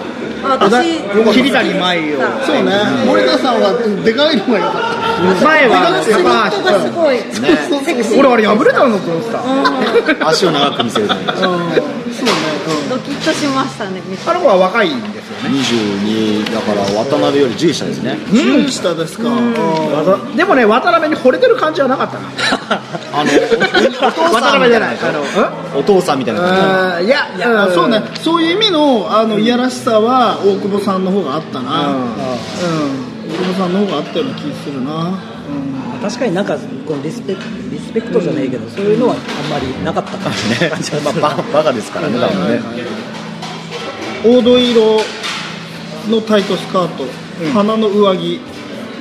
[SPEAKER 3] あ私
[SPEAKER 2] 桐谷舞を
[SPEAKER 1] そうね森田さんはでかいのが良かっ
[SPEAKER 2] 前は
[SPEAKER 3] 私
[SPEAKER 2] 高
[SPEAKER 3] の
[SPEAKER 2] 橋
[SPEAKER 3] 夫がすごい
[SPEAKER 1] たそうそうそう
[SPEAKER 2] 俺あれ破れたのと思ってた
[SPEAKER 4] 足を長く見せるじゃないですか
[SPEAKER 1] そうねうん
[SPEAKER 3] ドキッとしましたね見て
[SPEAKER 2] あの子は若いんですよね
[SPEAKER 4] 22だから渡辺より10下ですね
[SPEAKER 1] 10下ですか
[SPEAKER 2] でもね渡辺に惚れてる感じはなかったな
[SPEAKER 4] あのおお父
[SPEAKER 2] 渡
[SPEAKER 4] さん
[SPEAKER 2] 辺
[SPEAKER 4] み
[SPEAKER 2] じゃ
[SPEAKER 4] た
[SPEAKER 2] な
[SPEAKER 4] いない
[SPEAKER 2] あの
[SPEAKER 4] お父さんみたいな感
[SPEAKER 1] あーいやいやそうねそういう意味のあのいやらしさは大久保さんの方があったなうん大久保さんの方があったような気するな
[SPEAKER 5] 確かになんかこのリスペクトリスペクトじゃないけどそういうのはあんまりなかった感じ
[SPEAKER 4] じねまあババカですからね多分ね
[SPEAKER 1] 黄土色のタイトスカート、花の上着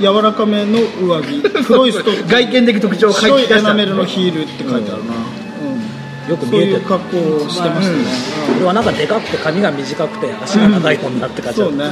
[SPEAKER 1] 柔らかめの上
[SPEAKER 4] [LAUGHS]
[SPEAKER 1] 着黒いストック
[SPEAKER 2] 外見的特徴を書
[SPEAKER 1] 白
[SPEAKER 2] い
[SPEAKER 1] い
[SPEAKER 2] て出
[SPEAKER 1] エ
[SPEAKER 2] した
[SPEAKER 1] ナメルのヒールって書いてあるな、
[SPEAKER 5] よく
[SPEAKER 1] そう
[SPEAKER 5] 見え
[SPEAKER 1] い
[SPEAKER 5] て
[SPEAKER 1] う
[SPEAKER 5] る
[SPEAKER 1] 格好をしてましたね、
[SPEAKER 5] 俺はなんかでかくて髪が短くて足が長い女って感じ
[SPEAKER 1] そ
[SPEAKER 5] だっ
[SPEAKER 1] う
[SPEAKER 5] た
[SPEAKER 1] ね、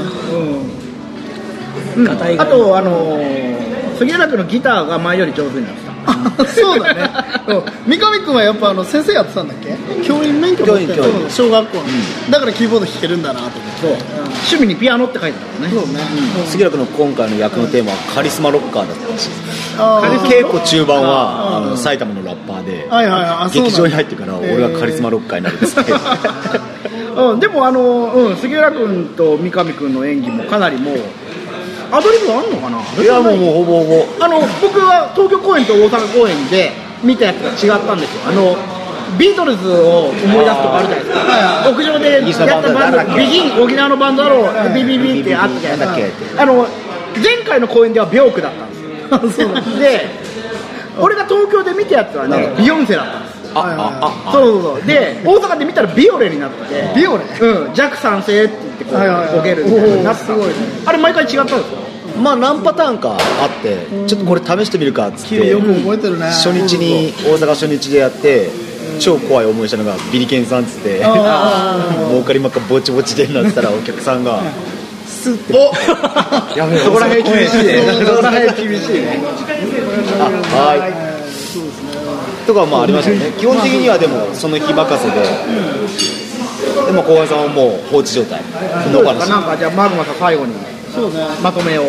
[SPEAKER 2] うん
[SPEAKER 5] 硬い
[SPEAKER 2] あとあのー杉浦君のギターが前より上手になった
[SPEAKER 1] あ [LAUGHS] そうだね、うん、三上君はやっぱあの先生やってたんだっけ教員免許持ってる
[SPEAKER 4] 教員教員
[SPEAKER 1] 小学校の、だからキーボード弾けるんだなと思って
[SPEAKER 2] そう趣味にピアノって書いてたからね
[SPEAKER 1] そうね、
[SPEAKER 4] 杉浦君の今回の役のテーマはカリスマロッカーだったらしいです
[SPEAKER 1] あー
[SPEAKER 4] 結構中盤はあの埼玉のラッパーで
[SPEAKER 1] はいはいはいあそうなんだ
[SPEAKER 4] 劇場に入ってから俺はカリスマロッカーになるんで
[SPEAKER 1] [LAUGHS]
[SPEAKER 4] すって
[SPEAKER 2] うん、でもあの、うん、杉浦君と三上君の演技もかなりもうアドリブあんのかない
[SPEAKER 4] やもうもうほぼほぼ
[SPEAKER 2] あの僕は東京公演と大阪公演で見たやつが違ったんですよあのビートルズを思い出すとかあるじゃないですか屋上でやったバンドビギン沖縄のバンドだろうビビビってあったじゃないですかあの前回の公演ではビョークだったんですよで俺が東京で見たやつはねビヨンセだったんです
[SPEAKER 4] ああああ
[SPEAKER 2] そうそうそうで大阪で見たらビオレになってて
[SPEAKER 1] ビオレ
[SPEAKER 2] うん弱酸性って言ってこ
[SPEAKER 1] はいはいは
[SPEAKER 2] う
[SPEAKER 1] い
[SPEAKER 2] ボケるみたいになってた
[SPEAKER 1] おーすごいね
[SPEAKER 2] あれ毎回違ったんですよ
[SPEAKER 4] まあ何パターンかあってちょっとこれ試してみるかっつって
[SPEAKER 1] よく覚えてるね
[SPEAKER 4] 初日に大阪初日でやって超怖い思いしたのがビリケンさんっつって [LAUGHS] 儲かりまっかぼちぼちでなってたらお客さんがスッて「やべえそこら辺厳しいねそこら辺厳しいね」あはいとかまあありましたね基本的にはでもその日任せででも後輩さんはもう放置状態
[SPEAKER 2] ど
[SPEAKER 4] 野
[SPEAKER 2] うですか
[SPEAKER 4] 放し
[SPEAKER 2] なんかじゃあマグマさん最後に
[SPEAKER 1] そうね
[SPEAKER 2] まとめを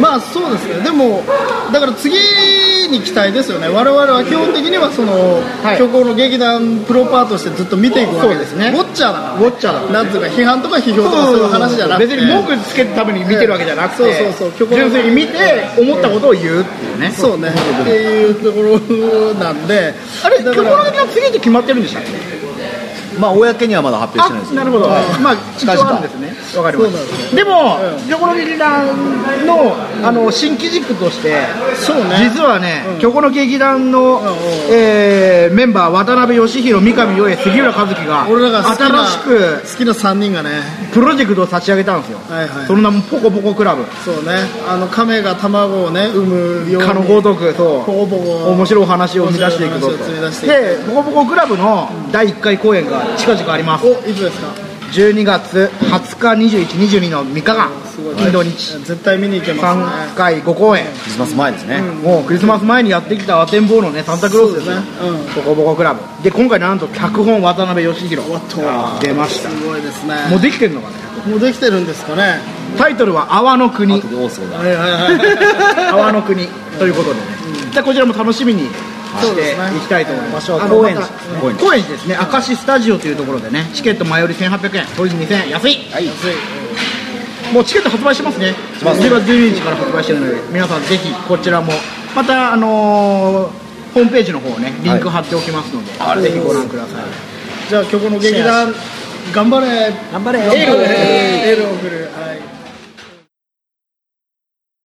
[SPEAKER 1] まあそうですねでもだから次に期待ですよね我々は基本的にはその、
[SPEAKER 2] はい
[SPEAKER 1] 虚構の劇団プロパーとしてずっと見ていくわけ
[SPEAKER 2] そうですね
[SPEAKER 1] ウォッチャーだから
[SPEAKER 2] ウォッチャーだから
[SPEAKER 1] なんつうか批判とか批評とかそういう話じゃなくて
[SPEAKER 2] 別に文句つけるために見てるわけじゃなくて、
[SPEAKER 1] そうそうそう
[SPEAKER 2] 純粋に見て思ったことを言うっていうね
[SPEAKER 1] そうねっていうところなんで
[SPEAKER 2] あれ
[SPEAKER 1] だ
[SPEAKER 2] 曲
[SPEAKER 1] か
[SPEAKER 2] の
[SPEAKER 1] ら
[SPEAKER 2] 時は次って決まってるんでしたっけ
[SPEAKER 4] まあ公にはまだ発表してない
[SPEAKER 2] なる
[SPEAKER 4] です
[SPEAKER 2] ほど、まあ一
[SPEAKER 4] 近々
[SPEAKER 2] 応あるんですねわかりま
[SPEAKER 1] そうなんです
[SPEAKER 2] したでもキョコロ劇団のあの新規軸として
[SPEAKER 1] そうね
[SPEAKER 2] 実はね
[SPEAKER 1] うん
[SPEAKER 2] キョコロ劇団の
[SPEAKER 1] んうん
[SPEAKER 2] えーメンバー渡辺義弘三上洋平杉浦和樹が
[SPEAKER 1] 俺らが好きな
[SPEAKER 2] 新しく
[SPEAKER 1] 好きな3人がね
[SPEAKER 2] プロジェクトを立ち上げたんですよ
[SPEAKER 1] はいはい
[SPEAKER 2] その名もポコポコクラブ
[SPEAKER 1] そうねあの亀が卵をね産むように
[SPEAKER 2] かのごとくそう
[SPEAKER 1] ポコポコ
[SPEAKER 2] 面白いお話を生み出していくぞと
[SPEAKER 1] 面白い話を生み出して
[SPEAKER 2] で「ぽこぽこクラブ」の第1回公演が近々あります
[SPEAKER 1] おいつですか
[SPEAKER 2] 12月20日2122の3日が金土日
[SPEAKER 1] 絶対見に行けます
[SPEAKER 2] 3
[SPEAKER 1] ね
[SPEAKER 2] 回5公演
[SPEAKER 4] クリスマス前ですね、
[SPEAKER 2] もうクリスマス前にやってきたアテンボーのねサンタクロースですね
[SPEAKER 1] そうですね
[SPEAKER 2] 「ぽこぽこクラブ」で今回なんと脚本渡辺義弘出ました
[SPEAKER 1] すごいですね
[SPEAKER 2] もうできてるのかね
[SPEAKER 1] もうできてるんですかね
[SPEAKER 2] タイトルは「泡の国」
[SPEAKER 4] 多そうだ
[SPEAKER 1] はいはいはい
[SPEAKER 2] [LAUGHS] 泡の国ということでね、じゃあこちらも楽しみに
[SPEAKER 1] そ
[SPEAKER 2] し
[SPEAKER 1] う
[SPEAKER 2] て
[SPEAKER 1] ですね
[SPEAKER 2] いきたいと思います
[SPEAKER 1] 場所は
[SPEAKER 2] あの
[SPEAKER 1] 高円寺
[SPEAKER 2] 高円寺高円寺ですね明石スタジオというところでねチケット前売り1800円当日2000円安い、もうチケット発売してますね
[SPEAKER 4] ます
[SPEAKER 2] 10月12日から発売してるので皆さんぜひこちらもまたあのーホームページの方をねリンク貼っておきますので、ぜひご覧ください
[SPEAKER 1] じゃあ今日この劇団頑張れ
[SPEAKER 5] 頑張れ
[SPEAKER 1] エールを送るはい